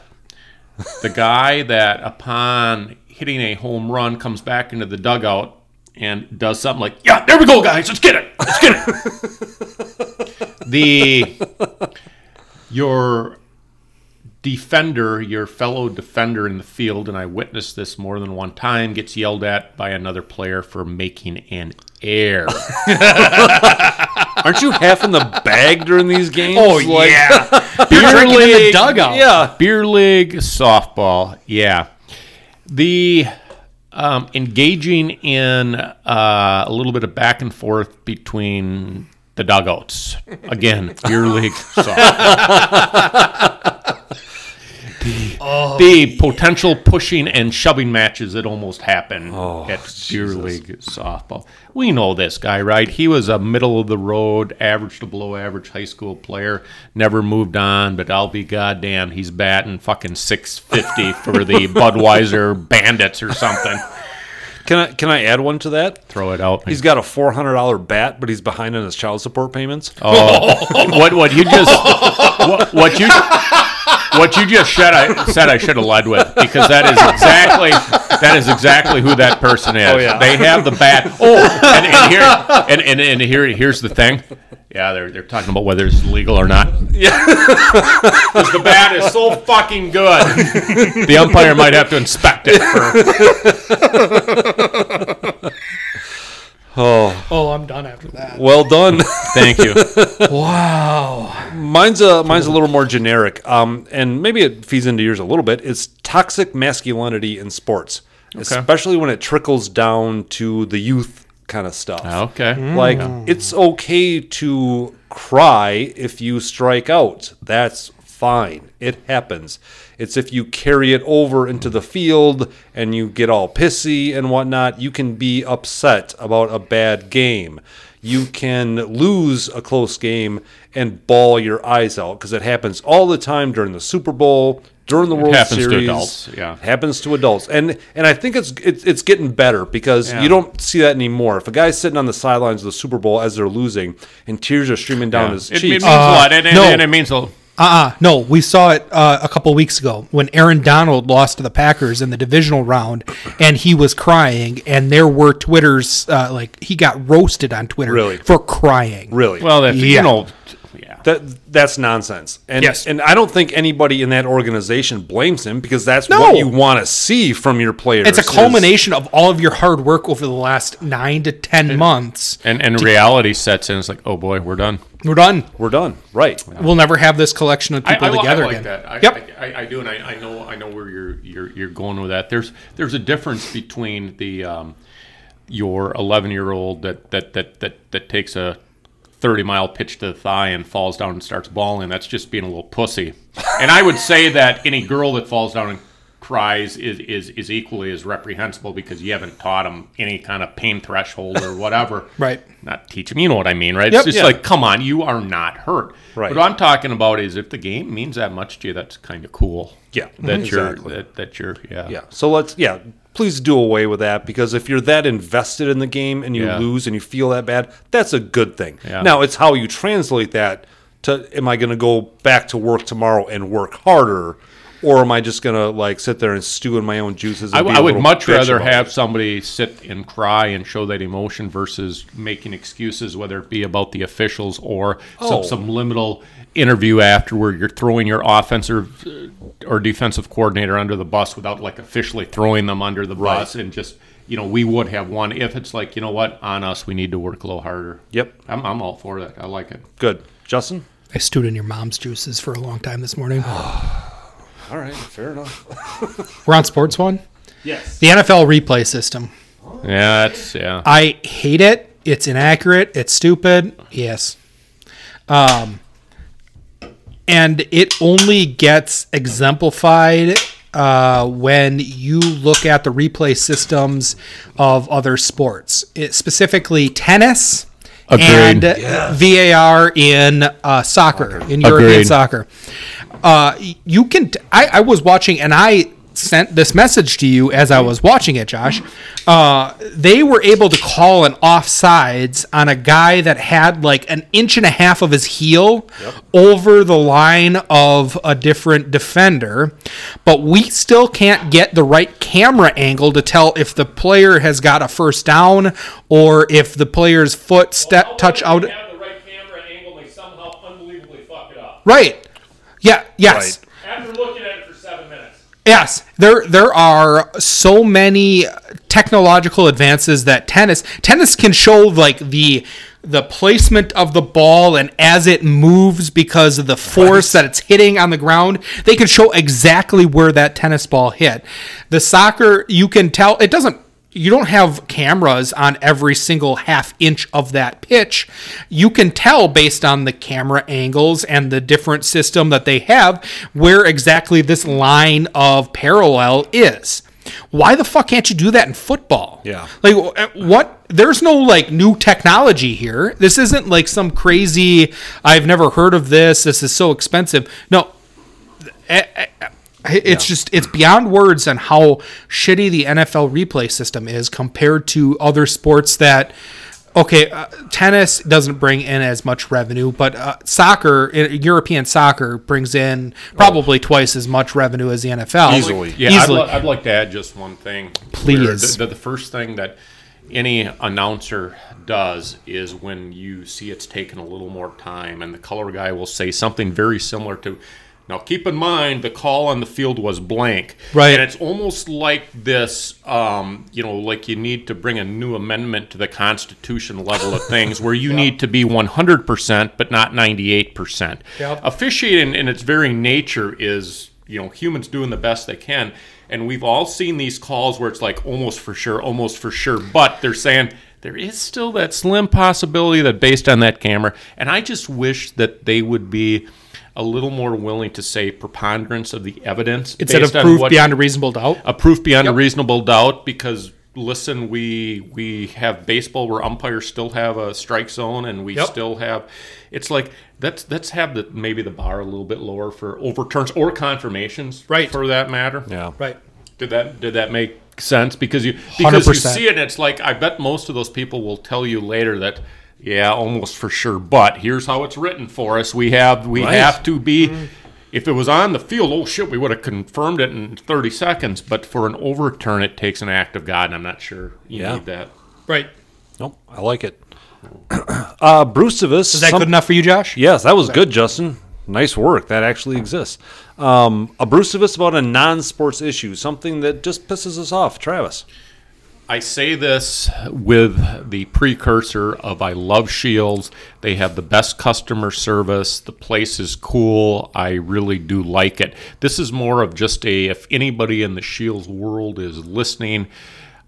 B: the guy that upon hitting a home run comes back into the dugout and does something like, "Yeah, there we go, guys. Let's get it. Let's get it." the your defender, your fellow defender in the field, and I witnessed this more than one time, gets yelled at by another player for making an error.
A: Aren't you half in the bag during these games? Like-
B: Oh,
C: [LAUGHS]
B: beer
C: drinking in the
B: league,
C: dugout.
A: Yeah.
B: beer league, softball. Yeah, the um, engaging in uh, a little bit of back and forth between the dugouts. Again, beer
C: [LAUGHS]
B: league, softball. the potential pushing and shoving matches that almost happen at beer league softball. We know this guy, right? He was a middle of the road, average to below average high school player. Never moved on, but I'll be goddamn, he's [LAUGHS] batting fucking six fifty for the Budweiser Bandits or something.
A: Can I can I add one to that?
B: Throw it out.
A: He's got a four hundred dollar bat, but he's behind on his child support payments.
B: what what you just what, what you what you just said I said I should have led with because that is exactly that is exactly who that person is.
A: Oh, yeah.
B: They have the bat. Oh, and, and here and, and, and here here's the thing. Yeah, they're, they're talking about whether it's legal or not. Yeah, because the bat is so fucking good. The umpire might have to inspect it. For,
C: Oh, I'm done after that.
A: Well [LAUGHS] done.
B: thank you.
C: Wow.
A: mine's a mine's a little more generic, um, and maybe it feeds into yours a little bit. It's toxic masculinity in sports, especially when it trickles down to the youth kind of stuff.
B: Okay.
A: Like
B: Mm.
A: it's okay to cry if you strike out. That's fine. It happens. It's if you carry it over into the field and you get all pissy and whatnot, you can be upset about a bad game. You can lose a close game and ball your eyes out because it happens all the time during the Super Bowl, during the World
B: happens to
A: Series.
B: adults, yeah.
A: happens to adults, and and I think it's it's, it's getting better because you don't see that anymore. If a guy's sitting on the sidelines of the Super Bowl as they're losing and tears are streaming down his
B: It, it means
A: cheeks,
B: a lot, and, and,
C: no.
B: and it means a.
C: Uh-uh. No, we saw it uh, a couple weeks ago when Aaron Donald lost to the Packers in the divisional round, and he was crying, and there were Twitter's uh, like he got roasted on Twitter
A: Really?
C: for crying.
A: really,
B: Well, that's
C: Yeah.
B: you know, yeah.
A: that that's nonsense. And
C: Yes.
A: and I don't think anybody in that organization blames him because that's
C: No.
A: what you want to see from your players.
C: It's a
A: is-
C: culmination of all of your hard work over the last nine to ten months.
B: And and reality sets in. It's like, oh boy, we're done.
C: We're done.
A: We're done. Right.
C: We'll never have this collection of people
B: li-
C: together
B: like
C: again.
B: that. I,
C: Yep.
B: I, I, I do, and I, I know I know where you're you're you're going with that. There's there's a difference between the um, your 11 year old that that that that that takes a 30 mile pitch to the thigh and falls down and starts bawling. That's just being a little
C: [LAUGHS]
B: pussy. and I would say that any girl that falls down and cries is, is is equally as reprehensible because you haven't taught them any kind of pain threshold or whatever.
C: Right.
B: Not teach them. You know what I mean, right?
C: Yep.
B: it's just
A: Yeah.
B: like, come on, you are not hurt.
A: Right.
B: But I'm talking about is if the game means that much to you, that's kind of cool.
A: Yeah.
B: That you're
A: Exactly.
B: that, that you're yeah.
A: Yeah. So let's yeah, please do away with that because if you're that invested in the game and you
B: Yeah.
A: lose and you feel that bad, that's a good thing.
B: Yeah.
A: Now it's how you translate that to am I gonna go back to work tomorrow and work harder? Or am I just gonna like sit there and stew in my own juices? And be
B: I, w-
A: a
B: I would
A: little
B: much
A: bitch
B: rather
A: about
B: have
A: it?
B: somebody sit and cry and show that emotion versus making excuses, whether it be about the officials or
A: Oh.
B: some subliminal interview afterward. You're throwing your offensive uh, or defensive coordinator under the bus without like officially throwing them under the bus and just. You know, we would have won if it's like, you know what, on us, we need to work a little harder.
A: Yep.
B: I'm, I'm all for that. I like it.
A: good. Justin?
C: I stewed in your mom's juices for a long time this morning.
A: All right, fair enough.
C: We're on sports one.
A: Yes.
C: The NFL replay system.
B: Yeah, that's yeah.
C: I hate it. It's inaccurate. It's stupid. Yes. Um, and it only gets exemplified uh, when you look at the replay systems of other sports, it, specifically tennis and
B: Agreed.
C: VAR in uh, soccer, in European
B: Agreed.
C: soccer. Uh, y- you can. T- I, I was watching, and I sent this message to you as I was watching it, Josh. Uh, they were able to call an offsides on a guy that had like an inch and a half of his heel over the line of a different defender, but we still can't get the right camera angle to tell if the player has got a first down or if the player's foot step touch out.
D: They have the right camera angle, they somehow unbelievably fuck it up.
C: Right. Yeah. Yes.
A: Right.
D: After looking at it for seven minutes.
C: Yes, there there are so many technological advances that tennis tennis can show like the the placement of the ball and as it moves because of the force that it's hitting on the ground, they can show exactly where that tennis ball hit. The soccer, you can tell it doesn't you don't have cameras on every single half inch of that pitch. You can tell based on the camera angles and the different system that they have where exactly this line of parallel is. Why the fuck can't you do that in football?
A: Yeah.
C: Like wh- uh, what there's no like new technology here. This isn't like some crazy I've never heard of this. This is so expensive. No, I- It's just it's beyond words on how shitty the NFL replay system is compared to other sports that okay, uh, tennis doesn't bring in as much revenue, but uh, soccer, uh, European soccer brings in probably twice as much revenue as the NFL.
A: Easily.
B: Yeah,
C: Oh. Easily.
B: I'd, li- I'd like to add just one thing.
C: Please.
B: Where The, the, the first thing that any announcer does is when you see it's taken a little more time, and the color guy will say something very similar to. Now, keep in mind the call on the field was blank.
C: Right.
B: And it's almost like this, um, you know, like you need to bring a new amendment to the Constitution level of things where
C: [LAUGHS]
B: you need to be 100%, but not 98%.
C: Yep.
B: Officiating in its very nature is, you know, humans doing the best they can. And we've all seen these calls where it's like almost for sure, almost for sure, but they're saying there is still that slim possibility that based on that camera. And I just wish that they would be a little more willing to say preponderance of the evidence
C: Instead of
B: based on
C: proof
B: what- Uh,
C: beyond a reasonable doubt.
B: a proof beyond a reasonable doubt because listen we we have baseball where umpires still have a strike zone and we still have it's like let's let's have the maybe the bar a little bit lower for overturns or confirmations
C: Right.
B: for that matter
A: Yeah.
C: Right.
B: did that did that make sense because you because you
C: 100%.
B: see it and it's like i bet most of those people will tell you later that yeah almost for sure but here's how it's written for us we have we
A: Right. Mm-hmm.
B: have to be if it was on the field oh shit we would have confirmed it in 30 seconds but for an overturn it takes an act of god and i'm not sure you
A: Yeah.
B: need that
C: Right.
A: Nope. I like it. [CLEARS THROAT] uh, Bruce of us.
C: Is that good enough for you, Josh?
A: Yes, that was good, Justin. Nice work. That actually exists. Um, Abrusivus about a non-sports issue, something that just pisses us off, Travis.
B: I say this with the precursor of I love Shields. They have the best customer service. The place is cool. I really do like it. This is more of just a if anybody in the Shields world is listening,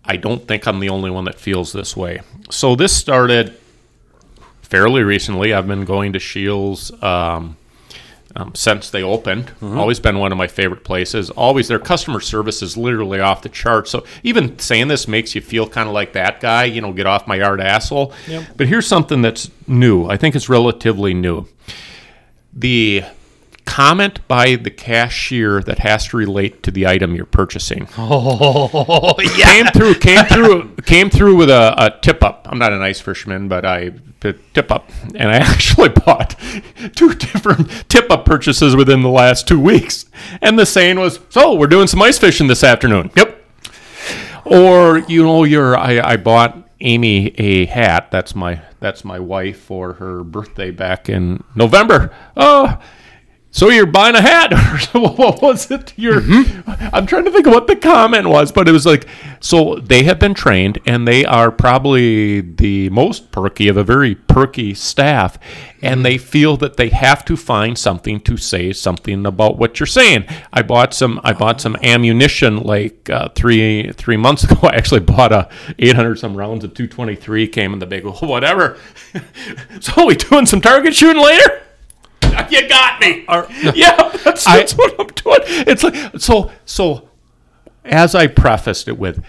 B: I don't think I'm the only one that feels this way. So this started fairly recently. I've been going to Shields um, um, since they opened. Always been one of my favorite places. Always their customer service is literally off the charts. So even saying this makes you feel kind of like that guy, you know, get off my yard, asshole. But here's something that's new. I think it's relatively new. The comment by the cashier that has to relate to the item you're purchasing
C: Oh, yeah.
B: came through came through came through with a, a tip up i'm not an ice fisherman but i p- tip up and i [LAUGHS] actually bought two different tip up purchases within the last two weeks and the saying was so we're doing some ice fishing this afternoon yep or you know your I, I bought amy a hat that's my that's my wife for her birthday back in november oh so you're buying a hat [LAUGHS] what was it your i'm trying to think of what the comment was but it was like so they have been trained and they are probably the most perky of a very perky staff and they feel that they have to find something to say something about what you're saying i bought some i bought some ammunition like uh, three three months [LAUGHS] ago i actually bought a 800 some rounds of 223 came in the big [LAUGHS] whatever so we doing some target shooting later [LAUGHS] you got me. [LAUGHS] yeah, that's, that's what I'm doing. It's like so. So, as I prefaced it with,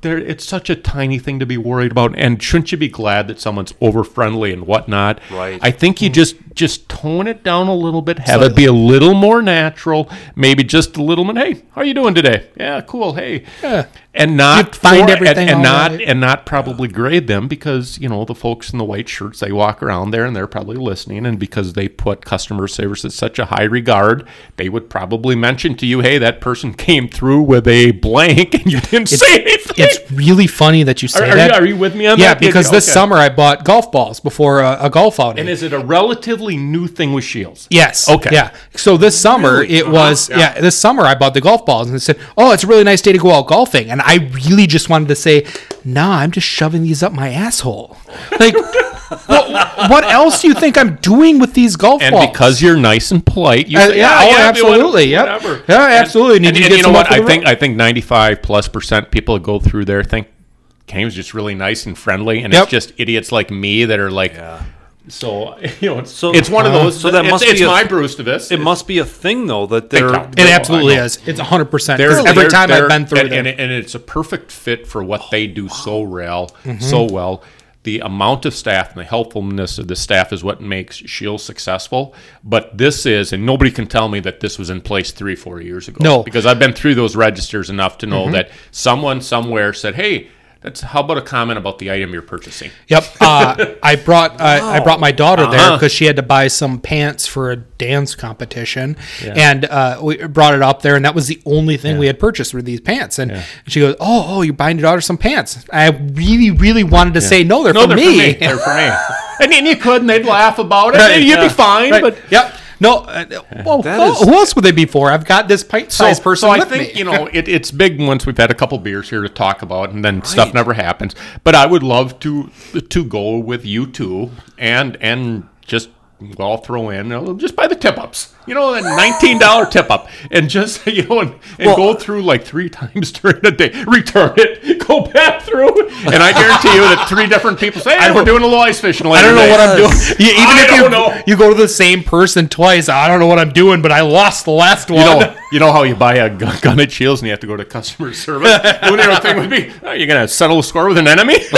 B: there, it's such a tiny thing to be worried about, and shouldn't you be glad that someone's over friendly and whatnot?
A: Right.
B: I think you just just tone it down a little bit, have it be a little more natural, maybe just a little bit. Hey, how you doing today? Yeah, cool. Hey,
C: Yeah.
B: and not
C: You find
B: for- and-
C: everything
B: and,
C: all
B: not
C: right.
B: and not probably grade them because you know the folks in the white shirts they walk around there and they're probably listening and because they put customer service at such a high regard they would probably mention to you hey that person came through with a blank and you didn't say anything
C: It's really funny that you say
B: are, are
C: that.
B: you, are you with me on
C: yeah,
B: that
C: because this
B: Okay.
C: summer I bought golf balls before a, a golf outing.
B: and is it a relatively new thing with shields
C: Yes.
B: Okay.
C: Yeah. So this summer
B: Really? Uh-huh.
C: it was yeah. this summer I bought the golf balls and it said, "Oh, it's a really nice day to go out golfing." And I really just wanted to say, "Nah, I'm just shoving these up my asshole." Like [LAUGHS] what, what else do you think I'm doing with these golf
B: and
C: balls?
B: because you're nice and polite, you
C: Uh,
B: say,
C: yeah,
B: yeah,
C: oh,
B: yeah,
C: absolutely,
B: whatever,
C: yep.
B: whatever."
C: Yeah, absolutely,
B: And,
C: need
B: and,
C: to
B: and
C: get
B: you know
C: some
B: what?
C: up in
B: I
C: the
B: think I think 95 plus percent people that go through there think Kane's just really nice and friendly, and
C: Yep.
B: it's just idiots like me that are like. So [LAUGHS] you know, it's,
A: So-
B: it's one of
A: uh,
B: those.
A: so that
B: it's,
A: must
B: it's
A: be a-
B: my Bruce to this.
A: It must be a thing though that they're
B: time.
C: it
B: No,
C: absolutely
B: I know.
C: is. It's 100%.
B: They're-
C: Because every
B: they're-
C: time I've
B: they're-
C: been through
B: and,
C: there. Mm-hmm.
B: and, and it's a perfect fit for what they do so well, so well. The- the amount of staff and the helpfulness of the staff is what makes Shield successful. But this is, and nobody can tell me that this was in place three, four years ago.
C: No. Mm-hmm.
B: because I've been through those registers enough to know that someone somewhere said, "Hey, that's how about a comment about the item you're purchasing?"
C: Yep. Uh, I brought I,
B: Oh.
C: I brought my daughter there
B: Uh-huh.
C: because she had to buy some pants for a dance competition, and uh, we brought it up there, and that was the only thing we had purchased were these pants. And she goes, "Oh, oh, you're buying your daughter some pants?" I really, really wanted to say no, they're,
B: No,
C: for,
B: they're
C: me.
B: for
C: [LAUGHS]
B: me. They're for me. and, and you could, and they'd laugh about it. and you'd be fine,
C: Right.
B: but
C: yep. No, uh, well,
A: That
C: who,
A: is-
C: who else would they be for? I've got this pint-sized person
B: I
C: with
B: think
C: me.
B: you know it, it's big once we've had a couple beers here to talk about, and then stuff never happens. But I would love to to go with you two, and and just well I'll throw in you know, just buy the tip ups, you know, a nineteen
C: [LAUGHS]
B: dollar tip up, and just [LAUGHS] you know, and, and go through like three [LAUGHS] times during the day, return it, [LAUGHS] go back through, and I guarantee you that three different people say, "Hey, we're doing a little ice fishing." I
C: I don't know what
B: [LAUGHS]
C: I'm doing. You, even
B: I
C: if you
B: don't know.
C: you go to the same person twice, I don't know what I'm doing, but I lost the last one.
B: You
A: Oh,
B: know, you know how you buy a gun, gun at Shields and you have to go to customer service. Wouldn't your thing would be, oh, you're gonna settle the score with an enemy? [LAUGHS]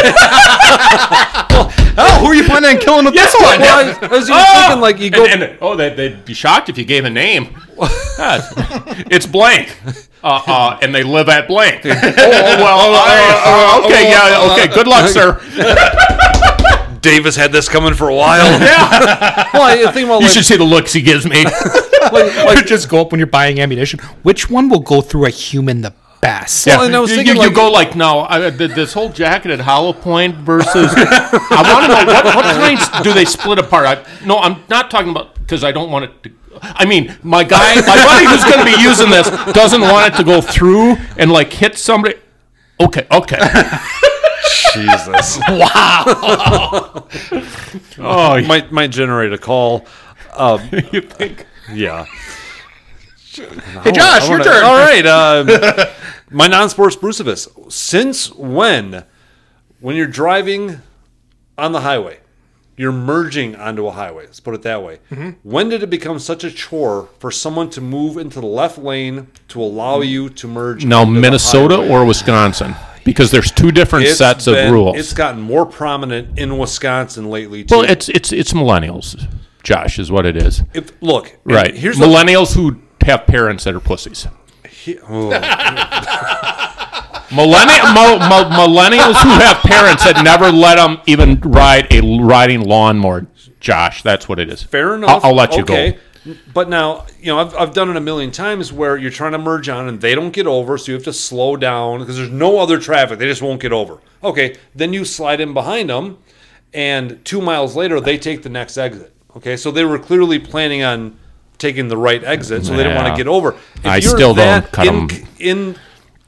C: oh, who are you planning on killing with this one? [LAUGHS]
A: Well, I, I was even thinking like you go.
B: Oh! And- and- oh, they, they'd be shocked if you gave
A: [LAUGHS]
B: a name. Ah, it's blank, uh, uh, and they live at blank. [LAUGHS] oh, well, I- uh, okay, yeah, okay.
A: [LAUGHS]
B: Good luck, sir.
A: Davis had this coming for a [LAUGHS] while. yeah. Well, I think about
B: You
A: like,
B: should see the looks he gives
A: [LAUGHS]
B: me.
A: like, like-
C: just go up when you're buying ammunition. Which one will go through a human the best?
A: Well, and I was
B: you,
A: thinking
B: you,
A: like-
B: you go like, no, I, th- this whole jacket at Hollow Point
A: [LAUGHS]
B: versus. I want to know what, what kinds do they split apart? I, no, I'm not talking about because I don't want it to. I mean, my guy, my buddy who's going to be using this doesn't want it to go through and like hit somebody. Okay, okay.
A: Jesus. [LAUGHS]
B: Oh, you
A: might might generate a call. [LAUGHS] Um,
B: you think?
A: yeah.
C: hey, Josh,
A: I
C: your
A: wanna-
C: turn.
A: All right. Um, [LAUGHS] my non-sports Brucevis. Since when, when you're driving on the highway, you're merging onto a highway. Let's put it that way.
C: Mm-hmm.
A: When did it become such a chore for someone to move into the left lane to allow you to merge?
B: Now,
A: onto the
B: Minnesota
A: highway?
B: or Wisconsin? Because there's two different
A: It's
B: sets of
A: been-
B: rules.
A: It's gotten more prominent in Wisconsin lately. Too.
B: well, it's it's it's millennials, Josh, is what it is.
A: If- look, and
B: Right.
A: Here's the
B: millennials who have parents that are pussies. Millenni- mo- mo- millennials who have parents that never let them even ride a riding lawnmower. Josh, that's what it is.
A: Fair enough.
B: I'll, I'll let you
A: okay.
B: go.
A: But now, you know, I've, I've done it a million times where you're trying to merge on and they don't get over, so you have to slow down because there's no other traffic. They just won't get over. Okay. Then you slide in behind them, and two miles later, they take the next exit. Okay. So they were clearly planning on taking the right exit, so they didn't want
B: Yeah.
A: to get over. If
B: I still don't cut
A: in,
B: 'em.
A: in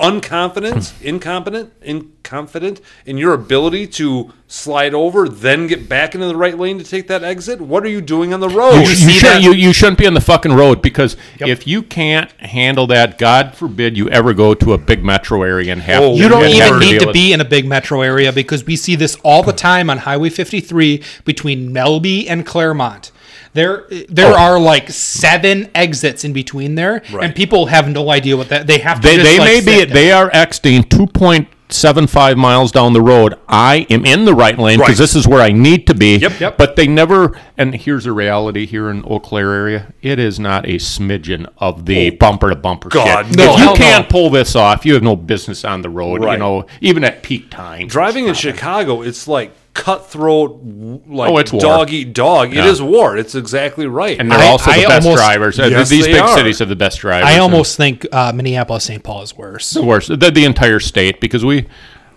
A: unconfident, incompetent, inconfident in your ability to slide over, then get back into the right lane to take that exit, what are you doing on the road?
B: You, you shouldn't, you, you shouldn't be on the fucking road because if you can't handle that, God forbid you ever go to a big metro area and have
A: Oh,
C: You don't
B: and have
C: even need
B: deal
C: to
B: with-
C: be in a big metro area because we see this all the time on Highway 53 between Melby and Claremont. There, there are like seven exits in between there, and people have no idea what that they have. To
B: They,
C: just,
B: they
C: like,
B: may
C: sit
B: be
C: down.
B: they are exiting two point seven five miles down the road. I am in the right lane because
A: Right.
B: this is where I need to be.
A: Yep, yep.
B: But they never. And here's the reality here in Eau Claire area: it is not a smidgen of the bumper to bumper.
A: Oh, God,
B: shit.
A: no.
B: if you
A: Hell no.
B: can't pull this off, you have no business on the road. You
A: Right.
B: know, even at peak time.
A: driving in Chicago, it's like cutthroat, w- like
B: Oh, it's war.
A: dog eat dog. It is war. It's exactly right.
B: and they're
C: I-
B: also the
C: I
B: best
C: almost-
B: drivers. Uh,
A: Yes,
B: These
A: they
B: big
A: are.
B: cities have the best drivers.
C: I
B: and-
C: almost think uh, Minneapolis St. Paul is worse.
B: the worst. The, the entire state, because we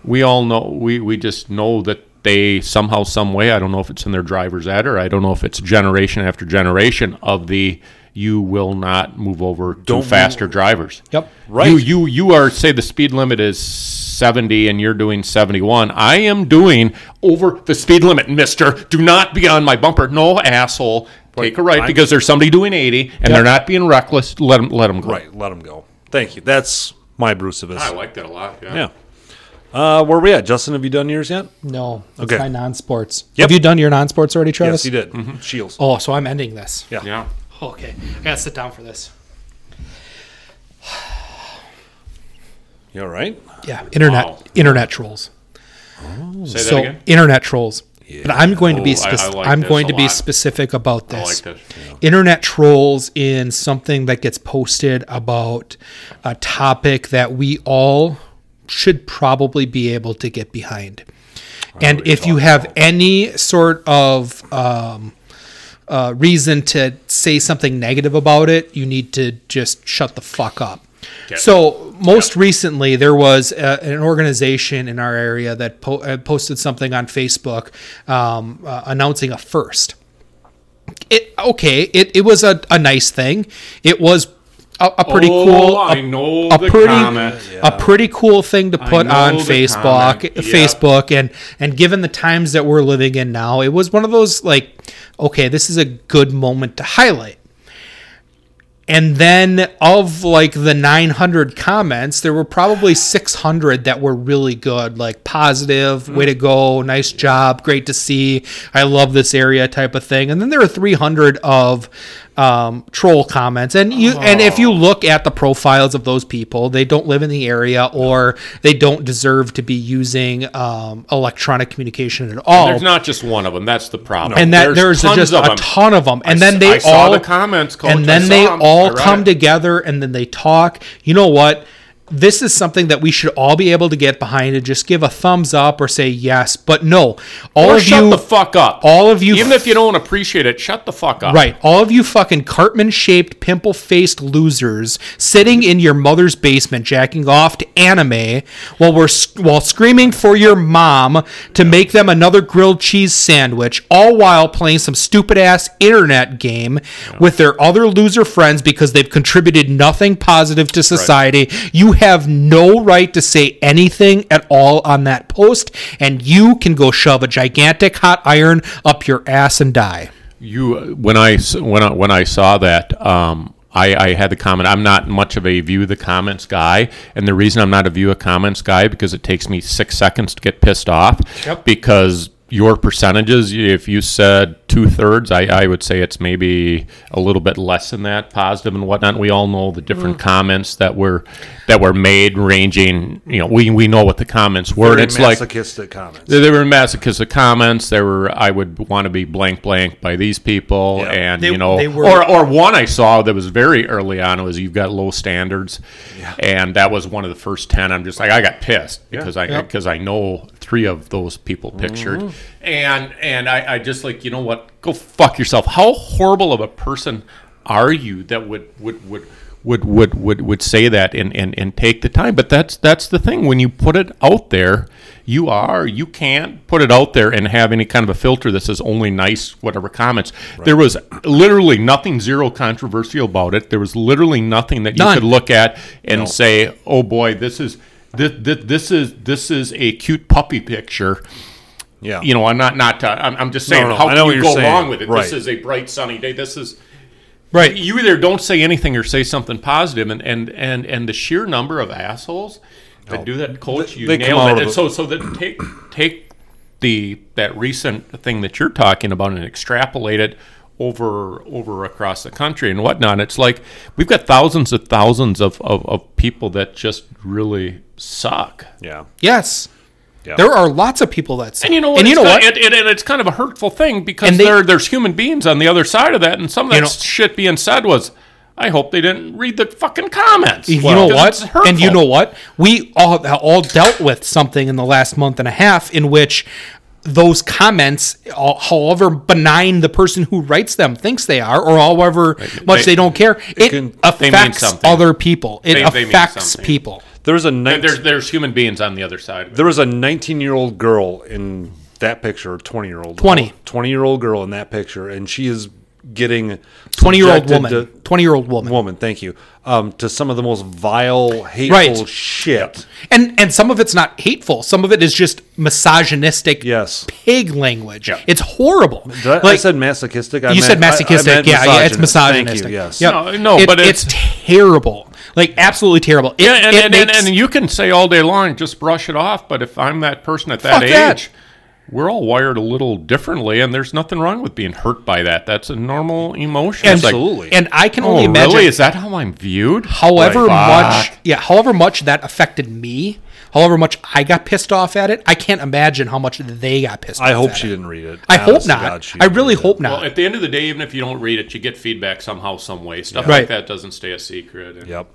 B: we all know we we just know that they somehow, some way. I don't know if it's in their driver's ed or I don't know if it's generation after generation of the you will not move over to faster drivers.
C: Yep.
A: Right.
B: You you you are say the speed limit is seventy and you're doing seventy one. I am doing over the speed limit, Mister. Do not be on my bumper. No asshole. Take a right because there's somebody doing eighty and they're not being reckless. Let them let them go.
A: right, let them go. Thank you. That's my Brucevis.
B: like that a lot.
A: Yeah. Uh, where we at, Justin? Have you done yours yet?
C: No, it's
A: Okay.
C: my non-sports.
A: Yep.
C: Have you done your non-sports already,
A: Yes,
C: Travis?
A: he did.
B: Mm-hmm.
A: Shields.
C: Oh, so I'm ending this.
A: Yeah.
B: Yeah.
C: Okay, I gotta sit down for this.
A: You all right?
C: Yeah, internet internet trolls.
E: Say
C: so
E: that again.
C: internet trolls. But I'm going to be
E: Oh, I- I
C: speci-
E: like
C: I'm
E: this
C: going
E: a
C: to be
E: lot.
C: specific about this.
E: like this,
C: Internet trolls in something that gets posted about a topic that we all should probably be able to get behind. And if you have any sort of um, uh, reason to say something negative about it, you need to just shut the fuck up. So most recently, there was uh an organization in our area that po- uh, posted something on Facebook um, uh, announcing a first it okay it, it was a, a nice thing it was a, a pretty
E: Oh,
C: cool
E: I
C: a-
E: know
C: a
E: the
C: pretty
E: comment.
C: a pretty cool thing to put
E: know
C: on
E: the
C: facebook uh,
E: comment. Yep.
C: facebook and and given the times that we're living in now it was one of those like okay this is a good moment to highlight and then of like the 900 comments, there were probably 600 that were really good, like positive, way to go, nice job, great to see, I love this area type of thing. And then there were 300 of um, troll comments, and you and if you look at the profiles of those people, they don't live in the area or they don't deserve to be using um, electronic communication at all.
E: There's not just one of them. That's the problem.
C: And that there's,
E: tons
C: just
E: of
C: a
E: 'em.
C: ton of them, and
E: I
C: then
E: s-
C: they
E: I
C: all
E: saw the comments, Coach.
C: and
E: I
C: then
E: saw
C: they
E: 'em. I
C: all
E: read
C: come
E: it.
C: together, and then they talk. You know what? This is something that we should all be able to get behind and just give a thumbs up or say yes, but no. All
E: Or
C: of
E: shut
C: you,
E: the fuck up.
C: all of you,
E: even if you don't appreciate it, shut the fuck up.
C: right? All of you fucking Cartman-shaped, pimple-faced losers sitting in your mother's basement jacking off to anime while we're s- while screaming for your mom to make them another grilled cheese sandwich, all while playing some stupid-ass internet game with their other loser friends because they've contributed nothing positive to society. You have no right to say anything at all on that post, and you can go shove a gigantic hot iron up your ass and die.
B: You uh, when I s- when I, when I saw that, um, I, I had the comment. I'm not much of a view the comments guy, and the reason I'm not a view of comments guy because it takes me six seconds to get pissed off. Because your percentages, if you said two thirds, I, I would say it's maybe a little bit less than that, positive and whatnot. We all know the different comments that were that were made, ranging. You know, we we know what the comments were, and
A: Very
B: it's like
A: masochistic comments.
B: they, they were masochistic comments. They were I would want to be blank blank by these people,
A: Yeah.
B: and
C: They-
B: you know,
C: they were-
B: or or one I saw that was very early on was you've got low standards, and that was one of the first ten. I'm just like I got pissed because I because I know three of those people pictured,
C: Mm-hmm.
B: and and I, I just like you know what, go fuck yourself. How horrible of a person are you that would would would would would would, would say that and, and and take the time but that's that's the thing when you put it out there you are you can't put it out there and have any kind of a filter that says only nice whatever comments there was literally nothing zero controversial about it there was literally nothing that you
C: None.
B: could look at and say oh boy this is this, this, this is this is a cute puppy picture
A: Yeah,
B: you know i'm not not to, I'm, I'm just saying
A: no,
B: how
A: I know
B: can
A: what
B: you
A: you're
B: go
A: saying.
B: along with it
A: Right.
B: this is a bright sunny day this is
C: Right.
B: you either don't say anything or say something positive, and and and, and the sheer number of assholes that do that, coach, you
A: they come
B: nailed
A: out
B: it.
A: of
B: And
A: it.
B: so so that take take the that recent thing that you're talking about and extrapolate it over over across the country and whatnot. It's like we've got thousands and thousands of of, of people that just really suck.
A: yeah.
C: Yes.
A: Yeah.
C: There are lots of people that say.
B: And you know what?
C: And you
B: it's
C: know
B: kind-
C: what?
B: It, it, and it's kind of a hurtful thing because
C: And they-
B: there, there's human beings on the other side of that, and some of that
C: know-
B: shit being said was, "I hope they didn't read the fucking comments."
C: you know
B: Because
C: what?
B: it's hurtful.
C: And you know what? We all all dealt with something in the last month and a half in which those comments, all- however benign the person who writes them thinks they are, or however much
B: They-
C: they don't care, it,
A: can-
B: they mean
C: affects
B: something.
C: other people. It
B: They- they mean
C: affects
B: something.
C: people.
A: There's a
B: And there's
A: 19,
B: there's human beings on the other side. Of it.
A: there was a 19 year old girl in that picture, 20 year old,
C: 20.
A: 20 year old girl in that picture, and she is getting
C: 20 year old
A: subjected
C: woman. 20 year old woman.
A: to- woman, thank you. Um, to some of the most vile, hateful
C: Right.
A: shit.
C: And and some of it's not hateful. Some of it is just misogynistic
A: Yes.
C: pig language. It's horrible.
A: Did I, I
C: Like-
A: said masochistic. I
C: you said
A: meant- I- I
C: masochistic.
A: meant
C: yeah, yeah, it's
A: misogynist.
C: misogynistic.
A: Thank you, yes.
C: Yep.
B: No, no,
C: It-
B: but
C: it's,
B: it's-
C: terrible. Like absolutely terrible. It,
B: Yeah, and,
C: it
B: and,
C: makes,
B: and, and you can say all day long, just brush it off. But if I'm that person at that
C: Fuck that.
B: age, we're all wired a little differently, and there's nothing wrong with being hurt by that. That's a normal emotion. It's like,
A: Absolutely.
C: and I can
B: oh,
C: only imagine
B: really? Is that how I'm viewed?
C: however
B: Right.
C: much yeah however much that affected me however much i got pissed off at it i can't imagine how much they got pissed
A: I
C: off
A: hope
C: at
A: she
C: it.
A: didn't read it.
C: i
A: Honest
C: hope
A: to
C: not
A: God, she
C: i
A: didn't
C: really
A: read it.
C: hope not
B: Well, at the end of the day, even if you don't read it, you get feedback somehow, some way. Stuff
C: Right.
B: like that doesn't stay a secret. And
A: Yep.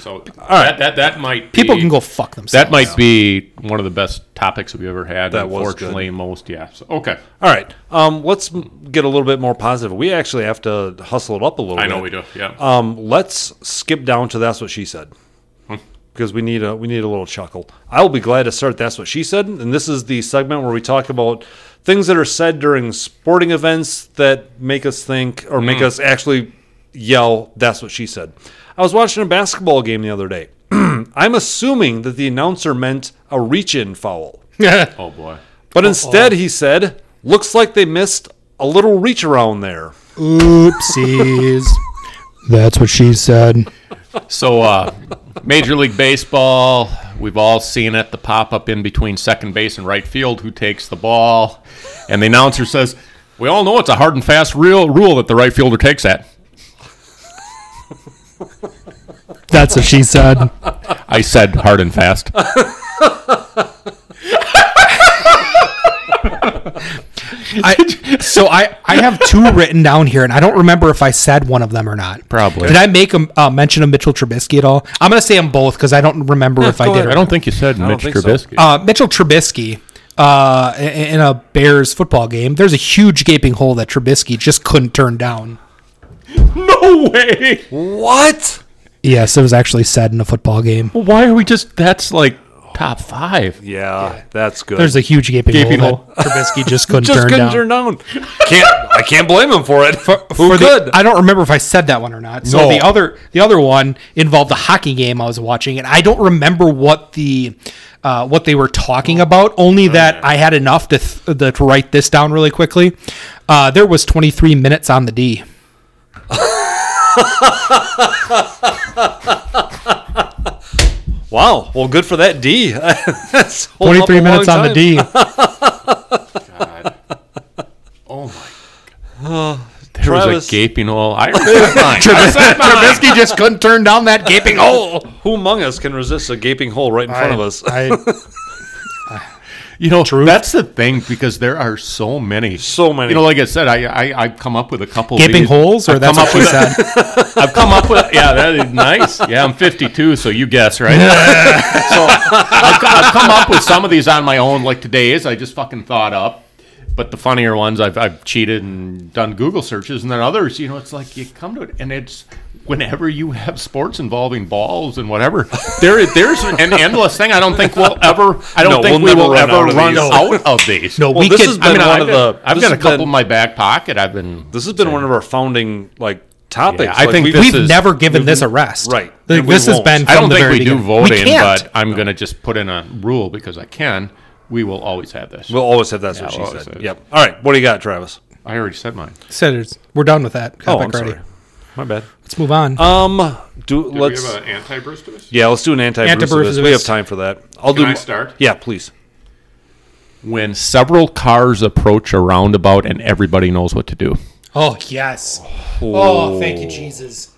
B: So that, that that might be,
C: people can go fuck themselves
A: [LAUGHS]
B: That
C: [LAUGHS]
B: might be one of the best topics we've ever had.
A: That was
B: unfortunately, most yeah. So, okay,
A: All right. Um, let's m- get a little bit more positive. We actually have to hustle it up a little
B: I
A: bit.
B: know we do. Yeah.
A: Um, let's skip down to that's what she said. Hmm. Because we need a we need a little chuckle. I will be glad to start. That's what she said, and this is the segment where we talk about things that are said during sporting events that make us think or make us actually yell. That's what she said. I was watching a basketball game the other day. [CLEARS THROAT] I'm assuming that the announcer meant a reach-in foul.
B: oh boy.
A: But instead, he said, looks like they missed a little reach around there.
C: oopsies
F: That's what she said.
B: So, uh, Major League Baseball, we've all seen it the pop up in between second base and right field who takes the ball. And the announcer says, We all know it's a hard and fast real rule that the right fielder takes that.
F: That's what she said.
B: I said hard and fast.
C: I, [LAUGHS] so I, I have two written down here and i don't remember if i said one of them or not
B: Probably.
C: did i make a uh, mention of mitchell trubisky at all i'm gonna say them both because i don't remember if i
A: go
C: did
A: ahead.
C: or
B: I don't think you said Mitch
A: think so.
B: Trubisky.
C: [LAUGHS] uh, Mitchell Trubisky uh, in- in a Bears football game. There's a huge gaping hole that Trubisky just couldn't turn down.
B: no way.
A: What?
C: Yes, it was actually said in a football game.
B: Why are we just, that's like top five.
A: Yeah, that's good.
C: There's a huge gaping,
B: Gaping
C: hole, that Trubisky just [LAUGHS] couldn't
A: just
C: turn
A: couldn't
C: down.
A: turn down. Can't I can't blame him for it.
B: [LAUGHS]
A: Who
C: For the-
A: could?
C: I don't remember if I said that one or not. So
A: No.
C: the other the other one involved a hockey game I was watching, and I don't remember what the uh, what they were
A: Oh.
C: talking about. Only that I had enough to th- the, to write this down really quickly. Uh, there was 23 minutes on the D.
A: wow. Well, good for that D. [LAUGHS] That's holding up
F: Twenty-three
A: a
F: minutes
A: long
F: on the D.
A: time. [LAUGHS]
C: [LAUGHS]
B: Oh my.
A: There
B: There's
A: Travis,
B: a gaping
A: [LAUGHS]
B: hole. I Trubisky.
C: Trubisky just couldn't turn down that gaping hole.
A: who among us can resist a gaping hole right in front of us? [LAUGHS]
C: [LAUGHS]
B: You know, that's the thing because there are so many,
A: So many.
B: You know, like I said, I I, I come up with a couple of
C: Gaping
B: these.
C: holes, or
B: I've
C: that's
B: come
C: what
B: up
C: she
B: with-
C: said.
B: I've come up with yeah, that is nice. Yeah, I'm 52, so you guess right. [LAUGHS] so I've, co- I've come up with some of these on my own, like today's. I just fucking thought up. But the funnier ones, I've I've cheated and done Google searches, and then others, you know, it's like you come to it, and it's whenever you have sports involving balls
A: [LAUGHS]
B: and whatever, there is- [LAUGHS] there's an endless thing. I don't think we'll ever. I
A: No,
B: don't think
A: we'll
B: we
A: never
B: will
A: run
B: ever
A: out of
B: run
A: these.
B: out of these.
C: No,
A: Well,
C: we
A: this
C: can.
A: has
B: I
A: been
B: mean,
A: one of
B: I've, got-
A: the.
B: I've
A: this
B: got a
A: has
B: couple
A: been-
B: in my back pocket. I've been.
A: This has been one of our founding like topics.
B: Yeah, I
A: Like,
B: think
A: we've-
B: this
C: We've
B: is-
C: never given this a rest.
A: Right.
C: Like,
A: And we
C: this has
A: won't.
C: been.
B: I don't
C: from the
B: think
C: very
B: we do
C: beginning.
B: vote
C: We
B: in,
C: can't.
B: but I'm going to just put in a rule because I can. We will always have this.
A: We'll always have that's what
B: we'll
A: she
B: always
A: said.
B: have-
A: Yep. All right. What do you got, Travis?
B: I already said mine.
C: Said it's- we're done with that.
A: Oh,
C: topic
A: I'm
C: already.
A: sorry. My bad.
C: Let's move on.
A: Um, do let's
B: anti-Bruce to this?
A: yeah, let's do an anti Bruce.
C: Anti-Brucevis.
A: We have time for that. I'll
B: Can
A: do.
B: I start?
A: Yeah, please.
B: When several cars approach a roundabout and everybody knows what to do.
C: oh yes. Oh, thank you, Jesus.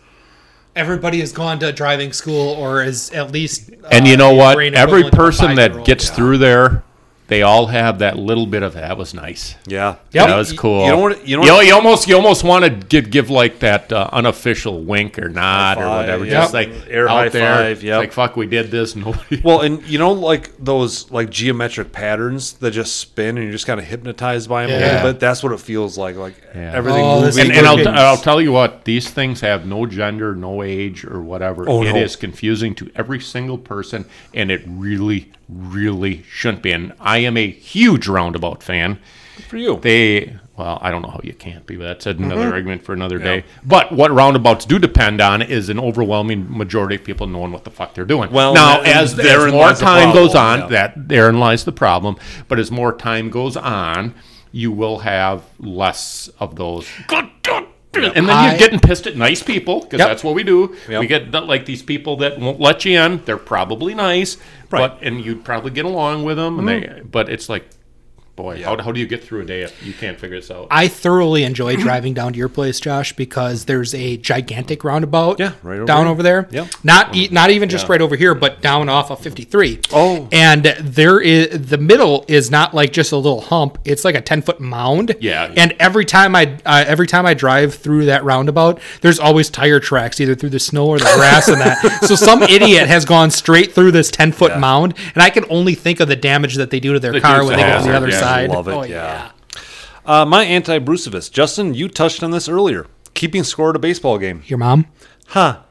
C: Everybody has gone to driving school, or is at least. uh,
B: And you know
C: the
B: what?
C: brain
B: Every
C: equivalent of a
B: person that
C: five-year-old.
B: gets through there, they all have that little bit of that was nice.
A: Yeah.
C: Yep.
B: That was
C: You-
B: cool.
A: you know what- you know
B: You,
A: what-
B: you almost you almost want to give, give like that uh, unofficial wink or nod or
A: High five,
B: whatever,
A: yep.
B: just like
A: Air
B: out
A: high
B: there,
A: five,
B: it's
A: yep.
B: like fuck, we did this. [LAUGHS] Nobody.
A: Well, and you know, like those like geometric patterns that just spin, and you're just kind of hypnotized by them a
C: Yeah.
A: little bit. That's what it feels like. Like
B: Yeah.
A: everything
C: Oh, this
A: moving.
B: and, and I'll,
C: Freaking-
B: I'll tell you what these things have no gender no age or whatever
A: Oh,
B: It is
A: no.
B: confusing to every single person and it really really shouldn't be and i am a huge roundabout fan
A: for you.
B: they well i don't know how you can't be but that's another
A: Mm-hmm.
B: argument for another day but what roundabouts do depend on is an overwhelming majority of people knowing what the fuck they're doing
A: Well,
B: now
A: and that-
B: as,
A: and
B: as
A: therein
B: more
A: lies the
B: time
A: problem,
B: goes on
A: yeah.
B: that therein lies the problem but as more time goes on you will have less of those and then
C: I-
B: you're getting pissed at nice people because
C: Yep.
B: that's what we do.
A: Yep.
B: We get the, like these people that won't let you in.
A: Mm-hmm.
B: They're probably nice, but and you'd probably get along with them. And they, but it's like, Boy, how, how do you get through a day if you can't figure this out?
C: I thoroughly enjoy driving down to your place, Josh, because there's a gigantic roundabout
A: Yeah, right over
C: down
A: there.
C: over there.
A: Yeah.
C: Not e- not even just right over here, but down off of 53.
A: Oh.
C: And there is the middle is not like just a little hump, it's like a 10-foot mound.
B: Yeah.
C: And every time I uh, every time I drive through that roundabout, there's always tire tracks either through the snow or the grass and that. So some idiot has gone straight through this 10-foot mound, and I can only think of the damage that they do to their
B: They do
C: car when they go on
B: hazard,
C: the other
B: yeah.
C: side. Oh,
A: Love it, yeah. Uh, my anti Brucevist. Justin, you touched on this earlier. Keeping score at a baseball game.
C: Your mom?
A: Huh.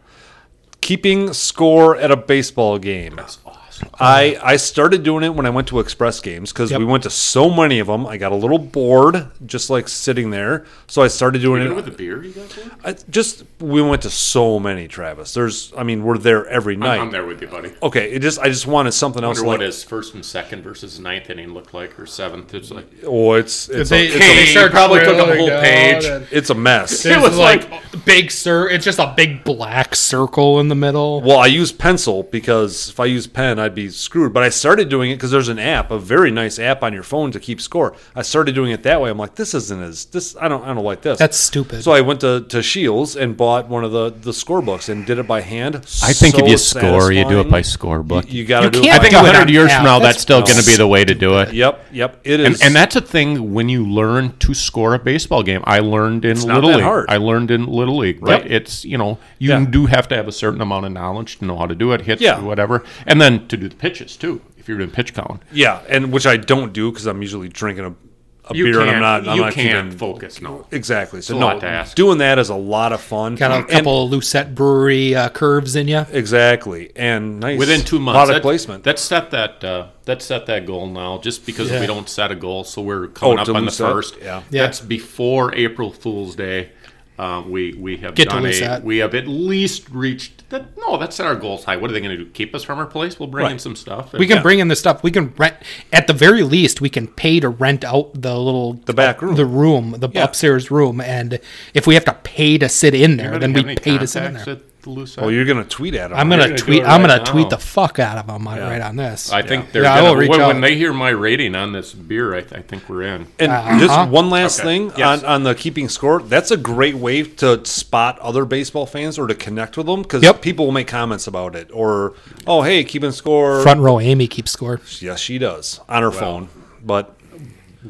A: Keeping score at a baseball game.
C: Oh,
A: That's awesome. I, I started doing it when I went to Express games because
C: Yep.
A: we went to so many of them. I got a little bored just like sitting there. So I started doing
B: Even
A: it.
B: with the beer you got for it?
A: I just we went to so many, Travis. There's, I mean, we're there every night.
B: I'm there with you, buddy.
A: Okay, it just I just wanted something else.
B: wonder what
A: Like,
B: his first and second versus ninth inning looked like, or seventh. It's like
A: oh, it's it's,
C: They-
A: a,
C: so
B: He
C: they start
B: probably took a
C: drilling
B: whole
C: down
B: page.
C: and-
A: it's a mess.
B: It
C: It
B: was
C: was like, big sir. It's just a big black circle in the middle.
A: Well, I use pencil because if I use pen, I'd be screwed. But I started doing it because there's an app, a very nice app on your phone to keep score. I started doing it that way. I'm like, this isn't as this. I don't. I don't like this.
C: That's stupid.
A: So I went to, to Shields and bought one of the the score books and did it by hand.
G: I think if
A: So
G: you score, you do it by
A: satisfying.
G: scorebook.
A: You, got to
C: You
A: do
C: can't
A: it.
G: I
A: By
G: think
C: do it
A: hand.
G: 100
C: on
G: years
C: app.
G: from now, that's,
C: That's
G: still going to be the way to do it.
A: Yep. Yep. It
G: And,
A: is.
G: and that's a thing when you learn to score a baseball game. I learned in
A: not
G: Little
A: that
G: League.
A: hard.
G: I learned in Little League.
A: Right.
G: But it's, you know, you
A: Yeah.
G: do have to have a certain amount of knowledge to know how to do it, hits,
A: Yeah.
G: whatever. And then to do the pitches, too, if you're doing pitch count.
A: yeah, and which I don't do because I'm usually drinking a. A
B: you
A: beer
B: can't,
A: and I'm not. I'm
B: you
A: not
B: can't
A: keeping,
B: focus. No,
A: Exactly. So
B: a
A: no,
B: lot to ask.
A: doing that is a lot of fun.
C: Got a
A: And-
C: couple Lucette Brewery uh, curves in you.
A: Exactly, and nice
B: within two months.
A: product
B: that,
A: placement.
B: That set that uh, that set that goal now. Just because we don't set a goal, so we're
A: Oh,
B: coming up
A: to
B: on the
A: lose that?
B: first.
A: Yeah.
C: Yeah.
B: that's before April Fool's Day. Um, we we have
C: Get to
B: done
C: lose
B: a,
C: that.
B: we have at least reached that. No, that's not our goals high. What are they going to do? Keep us from our place? We'll bring in
A: Right.
B: some stuff. and-
C: We can bring in the stuff. We can rent. At the very least, we can pay to rent out the little
A: The back room.
C: the room, the upstairs room. And if if we have to pay to sit in there,
B: Anybody
C: then
B: have
C: we
B: any
C: pay to sit in
B: contacts
C: there.
B: at the Lucite?
A: well, you're gonna tweet at him.
C: I'm
A: right?
C: gonna
B: gonna do
C: tweet.
B: it
C: I'm
B: right
C: gonna tweet
B: now.
C: the fuck out of them on, right on this.
B: I think they're
C: Yeah, I
B: gonna,
C: will reach
B: when,
C: out.
B: when they hear my rating on this beer, I, th- I think we're in.
A: And
C: Uh-huh.
A: just one last
B: Okay.
A: thing
B: Yes.
A: on, on the keeping score. That's a great way to spot other baseball fans or to connect with them because
C: Yep.
A: people will make comments about it or, oh, hey, keeping score.
C: Front row Amy keeps score.
A: Yes, she does on her phone. But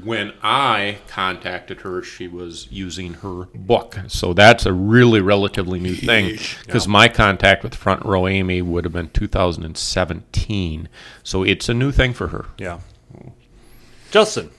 B: When I contacted her, she was using her book. So that's a really relatively new thing because my contact with Front Row Amy would have been 2017. So it's a new thing for her.
A: yeah, Justin,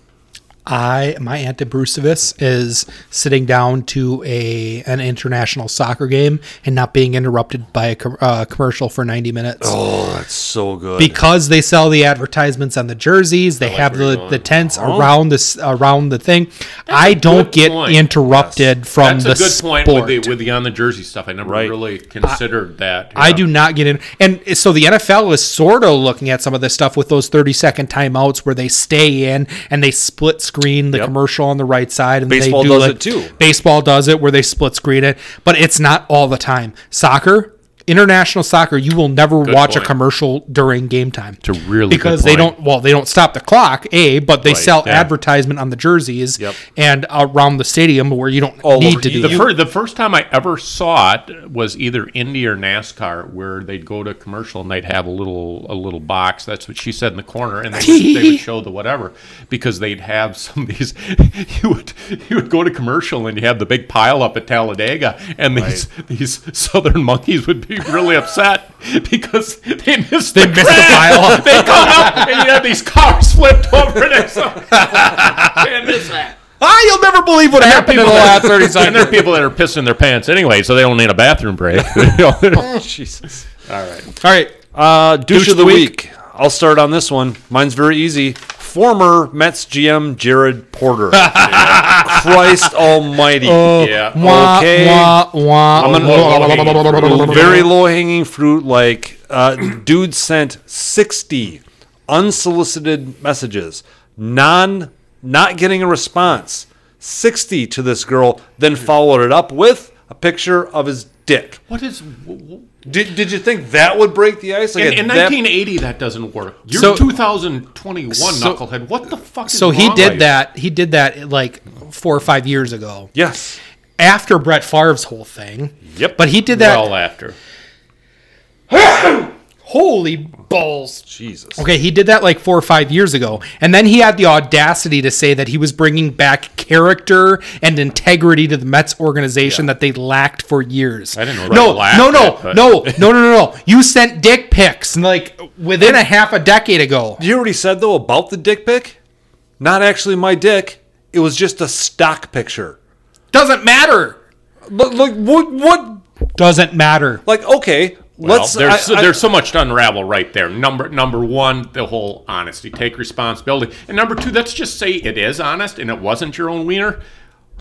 C: I my anti Brucevis is sitting down to a an international soccer game and not being interrupted by a com- uh, commercial for ninety minutes
B: Oh.
A: Oh, that's so good.
C: because they sell the advertisements on the jerseys.
B: Oh,
C: They have the, the tents around this around the thing. I don't get
B: point.
C: interrupted from
B: That's
C: the
B: a good
C: sport.
B: point with the, with the on the jersey stuff. I never
A: Right.
B: really considered that.
C: I
B: Yeah.
C: do not get in. And so the NFL is sort of looking at some of this stuff with those 30 second timeouts where they stay in and they split screen the
A: Yep.
C: commercial on the right side. And
A: Baseball
C: they do
A: does
C: like-
A: it too.
C: Baseball does it where they split screen it, but it's not all the time. Soccer, international soccer, you will never watch
B: point.
C: a commercial during game time.
G: It's a really good
C: because they
G: point.
C: don't well they don't stop the clock a but they sell
G: yeah.
C: advertisement on the jerseys
A: Yep.
C: and around the stadium where you don't
A: All
C: need
A: over-
C: to do
B: The,
A: You-
B: fir- the first time I ever saw it was either Indy or NASCAR, where they'd go to commercial and they'd have a little a little box. That's what she said in the corner, and they would,
C: [LAUGHS]
B: they would show the whatever because they'd have some of these. [LAUGHS] You would you would go to commercial and you have the big pile up at Talladega, and these these Southern monkeys would be really upset [LAUGHS] because they missed
C: they
B: the
C: miss the pile up.
B: They
C: [LAUGHS]
B: come up and you have these cars [LAUGHS] flipped over next to them. And this-
C: ah you'll never believe what happened in the last [LAUGHS] 30 seconds
B: and there are people that are pissing their pants anyway, so they don't need a bathroom break. [LAUGHS]
A: [LAUGHS] Jesus.
C: all right
A: Uh, douche, of the
C: of the
A: week. I'll start on this one. Mine's very easy. Former Mets GM Jared [LAUGHS] Porter. Christ Almighty.
B: yeah.
C: Wah,
A: Okay.
C: wah, wah.
A: I'm
B: gonna-
A: very low hanging fruit. Like, uh, dude sent 60 unsolicited messages, non, not getting a response. 60 to this girl, then followed it up with a picture of his dick.
B: What is and,
A: Did, did you think that would break the ice? Like a
B: in
A: that-
B: 1980 that doesn't work. You're
C: So-
B: 2021
C: so-
B: knucklehead. What the fuck? Is
C: So he
B: wrong with
C: did
B: you?
C: that. He did that like four or five years ago,
A: Yes.
C: after Brett Favre's whole thing.
A: Yep.
C: But he did that.
B: Well after.
C: holy balls!
A: Jesus.
C: Okay, he did that like four or five years ago. And then he had the audacity to say that he was bringing back character and integrity to the Mets organization that they lacked for years. I
B: didn't know
C: no,
B: they lacked
C: no,
B: it,
C: no,
B: but- [LAUGHS]
C: no, no, no, no, no. You sent dick pics like within a half a decade ago.
A: You already said though about the dick pic. Not actually my dick. It was just a stock picture.
C: Doesn't matter.
A: But like what? What?
C: Doesn't matter.
A: Like okay.
B: Well,
A: let's.
B: there's
A: I- I-
B: there's so much to unravel right there. Number number one, the whole honesty, take responsibility, and number two, let's just say it is honest and it wasn't your own wiener.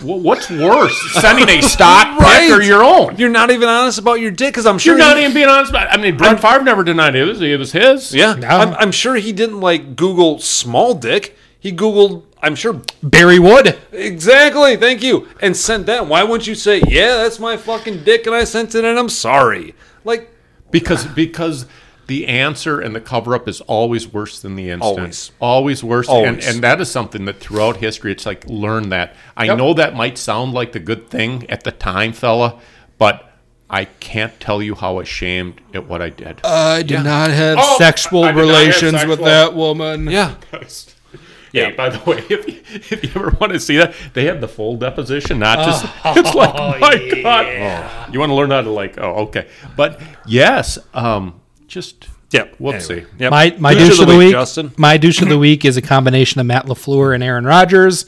B: Wha- What's worse, sending a stock pick or your own?
A: You're not even honest about your dick because I'm sure
B: You're not
A: he-
B: even being honest about. It. I mean, Brett Favre never denied it. It was, it was his.
A: Yeah,
C: No.
A: I'm, I'm sure he didn't like Google small dick. He Googled, I'm sure,
C: Barry Wood.
A: exactly. Thank you, and sent that. Why wouldn't you say, yeah, that's my fucking dick, and I sent it, and I'm sorry. Like
B: because because the answer and the cover up is always worse than the instant.
A: Always.
B: always worse.
A: Always.
B: And, and that is something that throughout history, it's like learn that. I know that might sound like the good thing at the time, fella, but I can't tell you how ashamed at what I did.
C: Uh, Oh, I did not have
B: sexual I did not have relations with sexual- that
C: woman.
A: yeah,
B: [LAUGHS] yeah. by the way, [LAUGHS] if you, if you ever want to see that, they have the full deposition, not [LAUGHS] just. it's like my God, you want to learn how to like. Oh, okay, but yes, um, just
A: Yep.
B: Whoopsie.
A: Anyway. Yep.
C: My my douche, of the, week,
A: Justin.
C: my douche of the week is a combination of Matt Lafleur and Aaron Rodgers.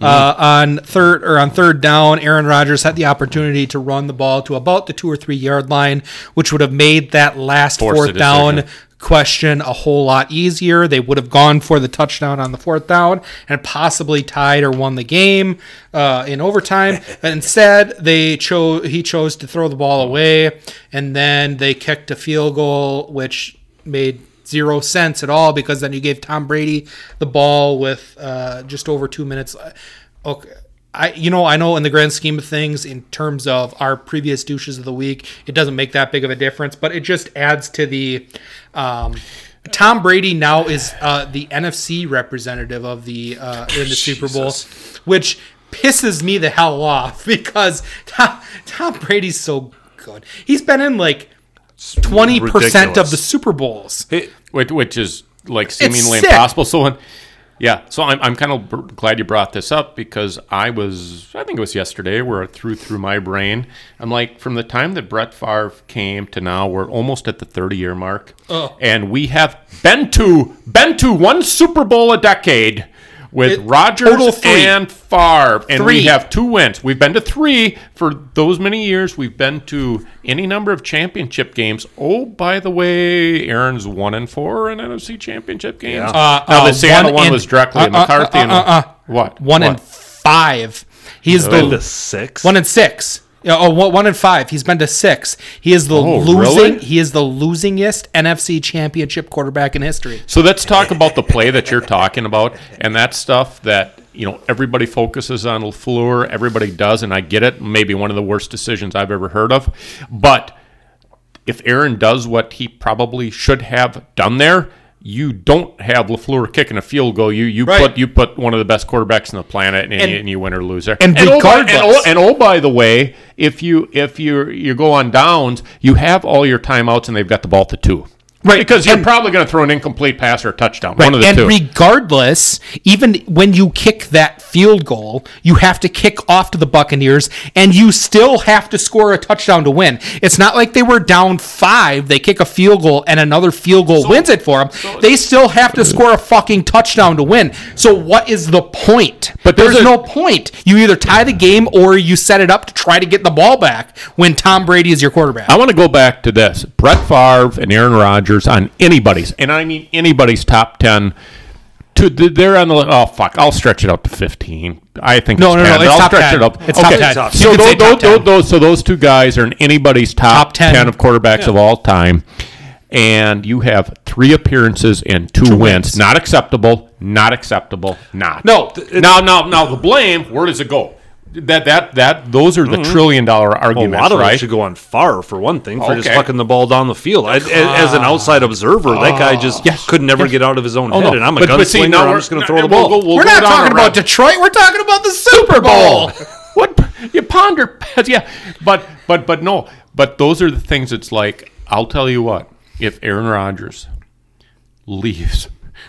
C: Uh, on third or on third down, Aaron Rodgers had the opportunity to run the ball to about the two or three yard line, which would have made that last
B: Force the
C: fourth down
B: decision.
C: question a whole lot easier. They would have gone for the touchdown on the fourth down and possibly tied or won the game uh, in overtime. Instead, they chose he chose to throw the ball away, and then they kicked a field goal, which made zero sense at all because then you gave Tom Brady the ball with uh, just over two minutes. Okay. I, you know, I know in the grand scheme of things, in terms of our previous douches of the week, it doesn't make that big of a difference, but it just adds to the. Um, Tom Brady now is uh, the NFC representative of the uh, in the Super Bowl, which pisses me the hell off [LAUGHS] because Tom, Tom Brady's so good. He's been in like twenty percent of
A: ridiculous.
C: the Super Bowls.
B: which, which is like seemingly
C: sick.
B: impossible. [LAUGHS] So, when, yeah. So I'm, I'm kind of b- glad you brought this up because I was, I think it was yesterday, where it threw through my brain. I'm like, from the time that Brett Favre came to now, we're almost at the 30 year mark,
C: Oh.
B: and we have been to been to one Super Bowl a decade. With
C: total
B: Rodgers
C: three.
B: and Favre, and
C: Three.
B: we have two wins. We've been to three for those many years. We've been to any number of championship games. Oh, by the way, Aaron's one and four in NFC championship games.
C: Uh,
B: now,
C: uh,
B: the Seattle
C: one
B: one
C: and-
B: was directly
C: uh, uh,
B: McCarthy.
C: uh,
B: and
C: uh, uh.
B: what? what?
C: One and five. He is
A: Been
C: the
A: to six.
C: One and six. Yeah, Oh, one one and five. He's been to six. He is the losing.
B: really?
C: He is the losingest NFC Championship quarterback in history.
B: So let's talk about the play that you're talking about and that stuff that you know everybody focuses on Lafleur, everybody does, and I get it. Maybe one of the worst decisions I've ever heard of, but if Aaron does what he probably should have done there, you don't have Lafleur kicking a field goal. You you
C: Right.
B: put you put one of the best quarterbacks on the planet, and, you, and you win or lose there.
C: and
B: oh, by- and,
C: regardless-
B: oh, and oh, by the way, if you if you you go on downs, you have all your timeouts, and they've got the ball to two.
C: Right,
B: because you're
C: and-
B: probably going to throw an incomplete pass or a touchdown, one of the
C: and
B: two.
C: regardless, even when you kick that field goal, you have to kick off to the Buccaneers, and you still have to score a touchdown to win. It's not like they were down five; they kick a field goal, and another field goal wins it for them. they still have to score a fucking touchdown to win. So what is the point?
B: But
C: there's,
B: there's a-
C: no point. You either tie the game or you set it up to try to get the ball back when Tom Brady is your quarterback.
B: I want to go back to this: Brett Favre and Aaron Rodgers on anybody's, and I mean anybody's top ten. To the, they're on the oh fuck, I'll stretch it up to fifteen. I think
C: No,
B: it's
C: no, no,
B: 10, but
C: it's
B: I'll
C: top
B: stretch
C: 10.
B: it up.
C: It's top
B: okay.
C: 10. You
B: So
C: could say
B: those,
C: top
B: those,
C: 10.
B: those, so those two guys are in anybody's top,
C: Top 10.
B: 10 of quarterbacks of all time. And you have three appearances and two, wins. Not acceptable. Not acceptable. Not.
C: No,
B: Now, now, now the blame, where does it go? that that that those are the
C: Mm-hmm.
B: trillion dollar
A: Well, a
B: arguments,
A: lot of
B: right?
A: it should go on far for one thing for just
B: Okay.
A: fucking the ball down the field. I, a- as an outside observer, that
B: Ah,
A: guy just could never get out of his
B: Oh,
A: own head. And I'm a gunslinger. I'm just going to throw the ball.
C: we're not talking about Detroit. We're talking about the Super Bowl. [LAUGHS]
B: what you ponder [LAUGHS] yeah but but but no but those are the things it's like i'll tell you what if aaron rodgers leaves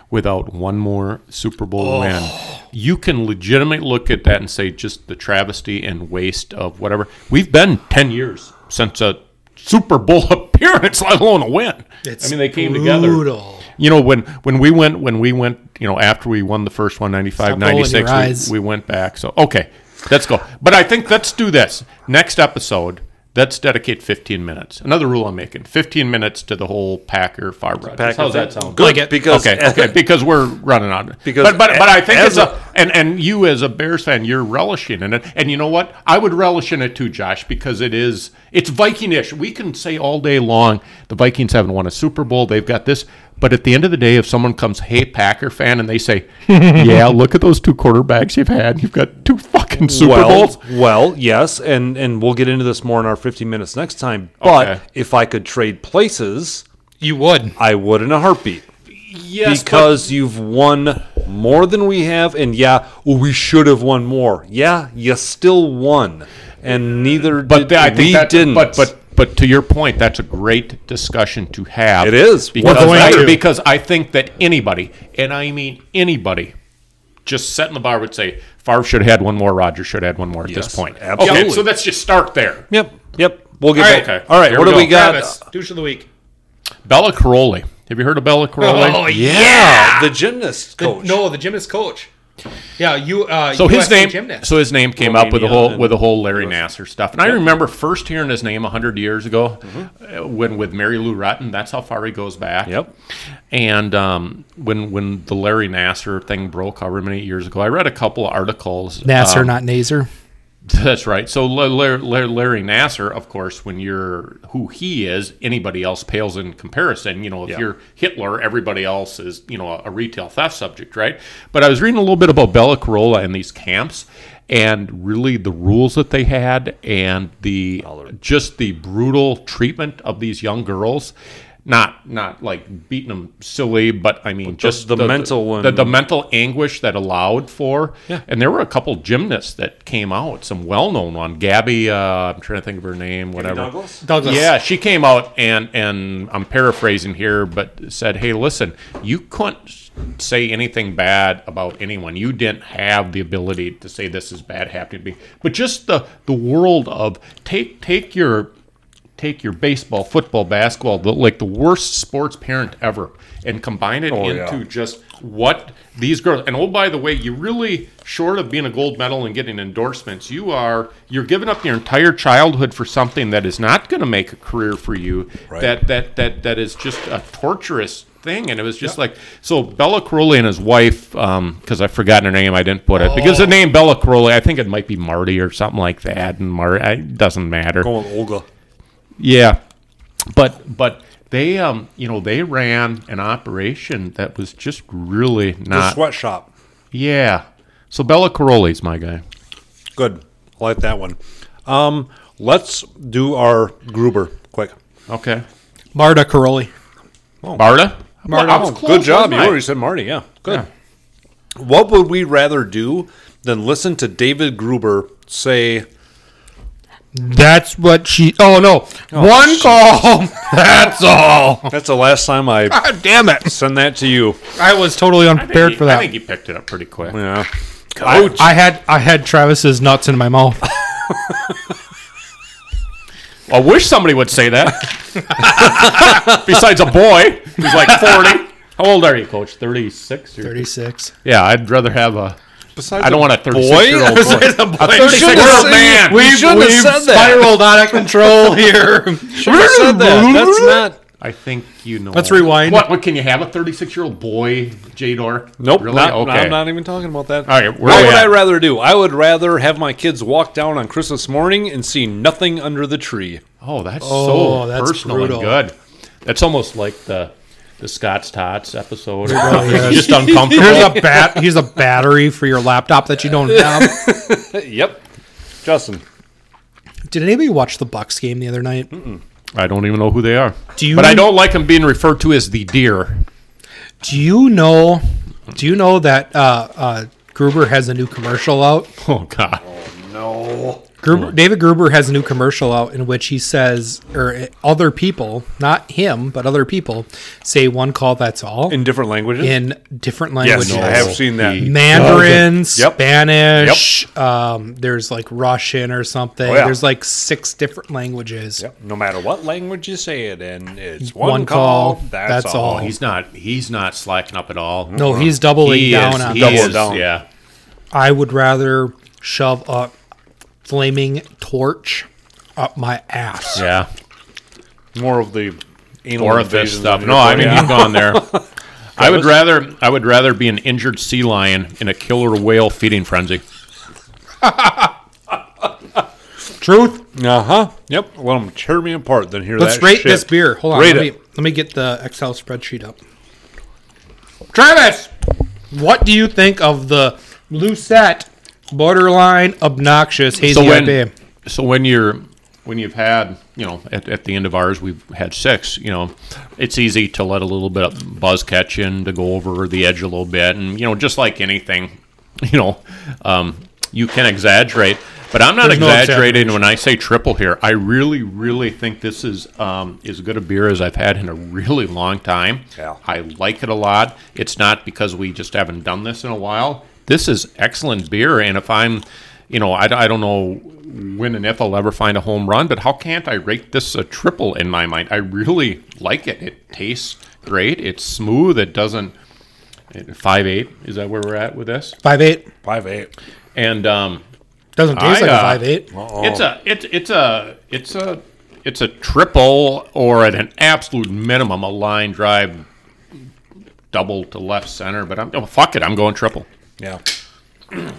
B: without one more super bowl
C: Oh.
B: win you can legitimately look at that and say just the travesty and waste of whatever we've been 10 years since a super bowl [LAUGHS] appearance let alone a win i mean they came together
C: brutal.
B: you know when when we went when we went you know after we won the first one 95
C: rolling your
B: 96 we-
C: eyes.
B: we went back so okay let's go but i think let's do this next episode let's dedicate 15 minutes another rule i'm making 15 minutes to the whole packer far Packer how's that sound
A: Good,
C: Like it.
A: Because
B: okay okay because we're running on
A: Because
B: but but, but i think
A: as
B: it's a and and you as a bears fan you're relishing in it and you know what i would relish in it too josh because it is it's vikingish we can say all day long the vikings haven't won a super bowl they've got this but at the end of the day if someone comes hey packer fan and they say yeah look at those two quarterbacks you've had you've got two fucking super bowls
A: well, well, yes, and and we'll get into this more in our 15 minutes next time. But
B: Okay.
A: if I could trade places,
C: You would.
A: I would in a heartbeat.
B: yes
A: because you've won more than we have, and yeah, well, we should have won more. Yeah, you still won, and neither
B: but
A: did
B: th- I think
A: we
B: that,
A: didn't.
B: But but but to your point, that's a great discussion to have.
A: It is.
B: because,
A: What
B: I,
A: does that do?
B: because I think that anybody, and I mean anybody, just setting the bar would say Favre should have had one more. Rogers should have had one more at
A: Yes,
B: this point.
A: absolutely.
B: Okay, so let's just start there.
A: yep, yep, we'll get
B: All right,
A: back.
B: okay.
A: All right,
B: Here
A: what
B: we
A: do we
B: go.
A: got?
C: Travis, douche of the week.
B: Bella Caroli. Have you heard of Bella Caroli?
A: yeah, Uh, the gymnast
C: The-
A: coach.
C: no, the gymnast coach. Yeah, you. Uh,
B: So his
C: USA
B: name,
C: Gymnast.
B: so his name came up with the
A: Romania
B: whole
A: and
B: with the whole Larry Nasser stuff, and I remember first hearing his name hundred years ago,
C: Mm-hmm.
B: uh, when with Mary Lou Retton. That's how far he goes back.
A: Yep.
B: And um, when when the Larry Nasser thing broke, however many years ago, I read a couple of articles.
H: Nasser,
B: um,
H: not Naser.
B: That's right. So La- La- La- Larry Nasser, of course, when you're who he is, anybody else pales in comparison. You know, if
A: Yeah.
B: you're Hitler, everybody else is, you know, a, a retail theft subject, right? But I was reading a little bit about Bella Corolla and these camps and really the rules that they had and the just the brutal treatment of these young girls. Not not like beating them silly, but I mean just
A: the mental one.
B: the, the mental anguish that allowed for. And there were a couple gymnasts that came out, some well-known one, Gabby. Uh, I'm trying to think of her name. Whatever.
A: Douglas?
C: Douglas.
B: Yeah, she came out and and I'm paraphrasing here, but said, "Hey, listen, you couldn't say anything bad about anyone. You didn't have the ability to say this is bad happening to me. But just the the world of take take your." Take your baseball, football, basketball, the, like the worst sports parent ever, and combine it into just what these girls. And oh, by the way, you really, short of being a gold medal and getting endorsements, you are you're giving up your entire childhood for something that is not going to make a career for you. That that that that is just a torturous thing. And it was just like so. Bella Crowley and his wife, because I've forgotten her name, I didn't put it because
C: Oh.
B: the name Bella Crowley, I think it might be Marty or something like that. And Marty, it doesn't matter.
A: Going with Olga.
B: Yeah, but but they um you know they ran an operation that was just really
A: The
B: not
A: sweatshop.
B: yeah. So Bella Caroli's my guy.
A: Good. I like that one. Um, let's do our Gruber quick.
B: Okay,
C: Marta Caroli.
B: Barta. Oh. Well, I was
A: Oh,
B: close,
A: good job. You
B: wasn't I?
A: already said Marty. Yeah. Good. What would we rather do than listen to David Gruber say?
C: That's what she. Oh no,
B: [LAUGHS]
C: one call. That's all.
A: That's the last time I
C: God damn it!
A: send that to you.
C: I was totally
B: I think
C: unprepared
B: he-
C: for that.
B: I think you picked it up pretty quick.
A: Yeah.
C: I had I had Travis's nuts in my mouth. [LAUGHS]
B: I wish somebody would say that. [LAUGHS] Besides a boy who's like forty. How old are you, Coach? Thirty-six. Or,
H: Thirty six.
B: Yeah, I'd rather have a.
A: Besides
B: I don't want a thirty-six-year-old boy. [LAUGHS]
C: a
B: A thirty-six-year-old man.
A: We shouldn't have said that.
C: spiraled out of
A: [LAUGHS]
C: control here.
A: said that. That's not.
B: I think you know.
C: Let's rewind.
B: What? What can you have? A thirty-six-year-old boy, Jador?
A: Nope.
B: Really?
A: Not,
B: okay.
A: I'm not even talking about that.
B: All right, where
A: What
B: we
A: would
B: at?
A: I rather do? I would rather have my kids walk down on Christmas morning and see nothing under the tree.
B: Oh, that's so
C: Oh, that's
B: personal
C: brutal.
B: and good. That's almost like the the Scott's Tots episode.
C: Oh,
B: or something. Just uncomfortable.
A: [LAUGHS]
C: Here's a bat. Here's a battery for your laptop that you don't
A: [LAUGHS]
C: have.
A: Yep. Justin.
C: Did anybody watch the Bucks game the other night?
B: I don't even know who they are.
C: Do you-
B: But I don't like them being referred to as the deer. [LAUGHS]
C: Do you know? Do you know that uh, uh, Gruber has a new commercial out?
B: Oh God.
C: Gruber, David Gruber has a new commercial out in which he says, or uh, other people, not him, but other people, say one call that's all
A: In different languages?
C: in different
A: yes,
C: languages.
A: I have seen that.
C: Mandarin,
A: Yep.
C: Spanish. Um, there's like Russian or something.
A: Oh, yeah.
C: There's like six different languages.
A: Yep. No matter what language you say it in, it's one,
C: One
A: call,
C: call,
A: that's,
C: that's
A: all.
C: all.
B: He's not. He's not slacking up at all.
C: No, he's doubling
B: He
C: down
B: is-
C: on
B: he
C: that.
A: Double
B: is,
A: down.
B: Yeah.
C: I would rather shove a flaming torch up my ass.
B: Yeah.
A: More of the anal
B: Orifice
A: invasions
B: stuff.
A: of
B: No, I mean
A: yeah.
B: you've gone there. I would rather. I would rather be an injured sea lion in a killer whale feeding frenzy.
C: Truth.
A: Uh-huh. Yep. Let them tear me apart then hear
C: Let's
A: that
C: rate
A: shit.
C: this beer. Hold on.
A: Rate
C: let, me,
A: it.
C: let me get the Excel spreadsheet up. Travis, what do you think of the Lucette borderline obnoxious hazy
B: so when
C: IPA?
B: so when you're when you've had you know at, at the end of ours we've had six you know it's easy to let a little bit of buzz catch in to go over the edge a little bit and you know just like anything [LAUGHS] you know um, you can exaggerate but i'm not
C: There's no
B: exaggerating when i say triple here i really really think this is um, as good a beer as i've had in a really long time
A: Yeah.
B: i like it a lot it's not because we just haven't done this in a while this is excellent beer and if i'm you know i, I don't know when and if i'll ever find a home run but how can't i rate this a triple in my mind i really like it it tastes great it's smooth it doesn't it- Five eight is that where we're at with this?
C: Five eight.
A: Five eight.
B: And um,
C: Doesn't
B: I,
C: taste like
B: uh,
C: a five eight.
B: it's a it's it's a it's a it's a triple or at an absolute minimum a line drive double to left center. But I'm oh, fuck it, I'm going triple.
A: Yeah.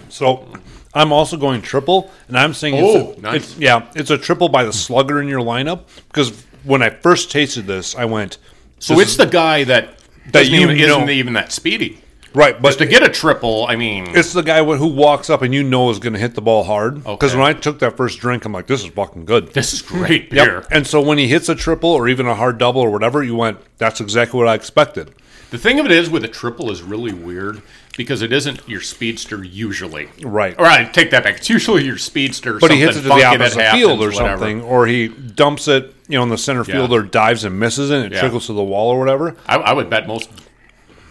A: So I'm also going triple, and I'm saying
B: Oh,
A: it's, a,
B: nice.
A: it's- yeah, it's a triple by the slugger in your lineup because when I first tasted this, I went
B: So it's the guy that that
A: you
B: you even,
A: know-
B: isn't even that speedy.
A: right, but
B: But to get a triple, I mean,
A: it's the guy wh- who walks up and you know is going to hit the ball hard because
B: Okay.
A: when I took that first drink, I'm like, this is fucking good.
B: this is great
A: Yep.
B: beer.
A: And so when he hits a triple or even a hard double or whatever, you went, that's exactly what I expected.
B: The thing of it is, with a triple is really weird because it isn't your speedster usually.
A: Right.
B: All right, take that back. It's usually your speedster.
A: But he hits it to
B: something
A: the
B: funky that
A: opposite field or
B: happens, whatever.
A: something, or he dumps it, you know, in the center field or dives and misses it and it
B: Yeah.
A: trickles to the wall or whatever.
B: I, I would bet most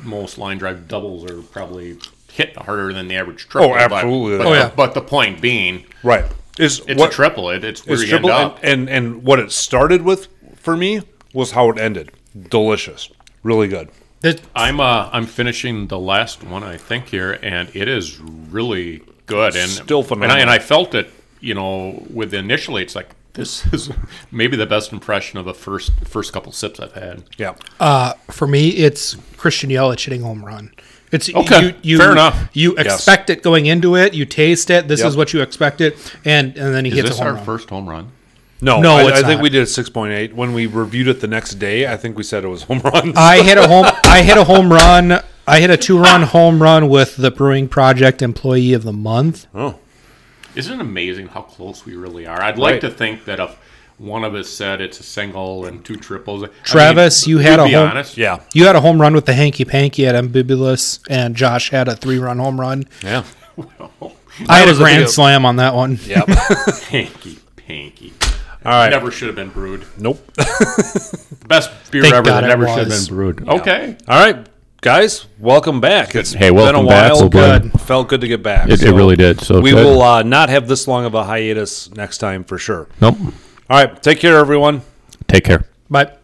B: most line drive doubles are probably hit harder than the average triple.
A: Oh,
B: but-
A: absolutely.
B: But,
A: Oh,
C: yeah.
B: but the point being,
A: Right. Is
B: it's
A: what-
B: a triple. It, it's where
A: It's
B: you
A: triple,
B: end up.
A: and, and and what it started with for me was how it ended. Delicious, really good.
C: This-
B: I'm uh, I'm finishing the last one I think here, and it is really good and
A: Still
B: And I, and
A: phenomenal.
B: I felt it, you know, with initially it's like this [LAUGHS] is maybe the best impression of a first first couple sips I've had.
A: Yeah,
C: Uh,
E: Uh,
C: for me, it's Christian Yelich hitting home run. It's
B: Okay,
C: You, you,
B: fair enough.
C: You expect it going into it. You taste it. This
A: Yep.
C: is what you expected, and and then he
B: Is
C: hits a
B: this
C: home
B: our
C: run.
B: first home run?
A: no,
C: No,
A: I,
C: it's
A: I think
C: not.
A: we did six point eight when we reviewed it the next day. I think we said it was [LAUGHS] home runs.
E: Uh,
C: I hit a home. I hit a home run. I hit a two-run home run with the Brewing Project Employee of the Month.
B: Isn't it amazing how close we really are? I'd like
A: Right.
B: to think that if one of us said it's a single and two triples, I mean,
C: Travis, you had
B: we'd
C: a
B: be
C: home-
B: honest.
A: yeah,
C: You had a home run with the hanky panky at Ambibulous, and Josh had a three-run home run.
A: yeah,
C: I had a
A: was the
C: grand
A: video.
C: slam on that one.
A: [LAUGHS] yeah.
B: Panky, panky.
A: All right,
B: Never should have been brewed.
A: nope.
B: The best beer
C: Thank
B: ever that
C: God it
B: never should have been
C: was.
B: brewed. Okay.
A: All right, guys, welcome back. It's
E: Hey, welcome back. So
A: Good.
E: glad-
A: Felt good to get back.
E: It, it
A: so
E: really did. So
A: We
E: good.
A: will uh, not have this long of a hiatus next time for sure.
E: Nope.
A: All right, take care, everyone.
E: Take care.
C: But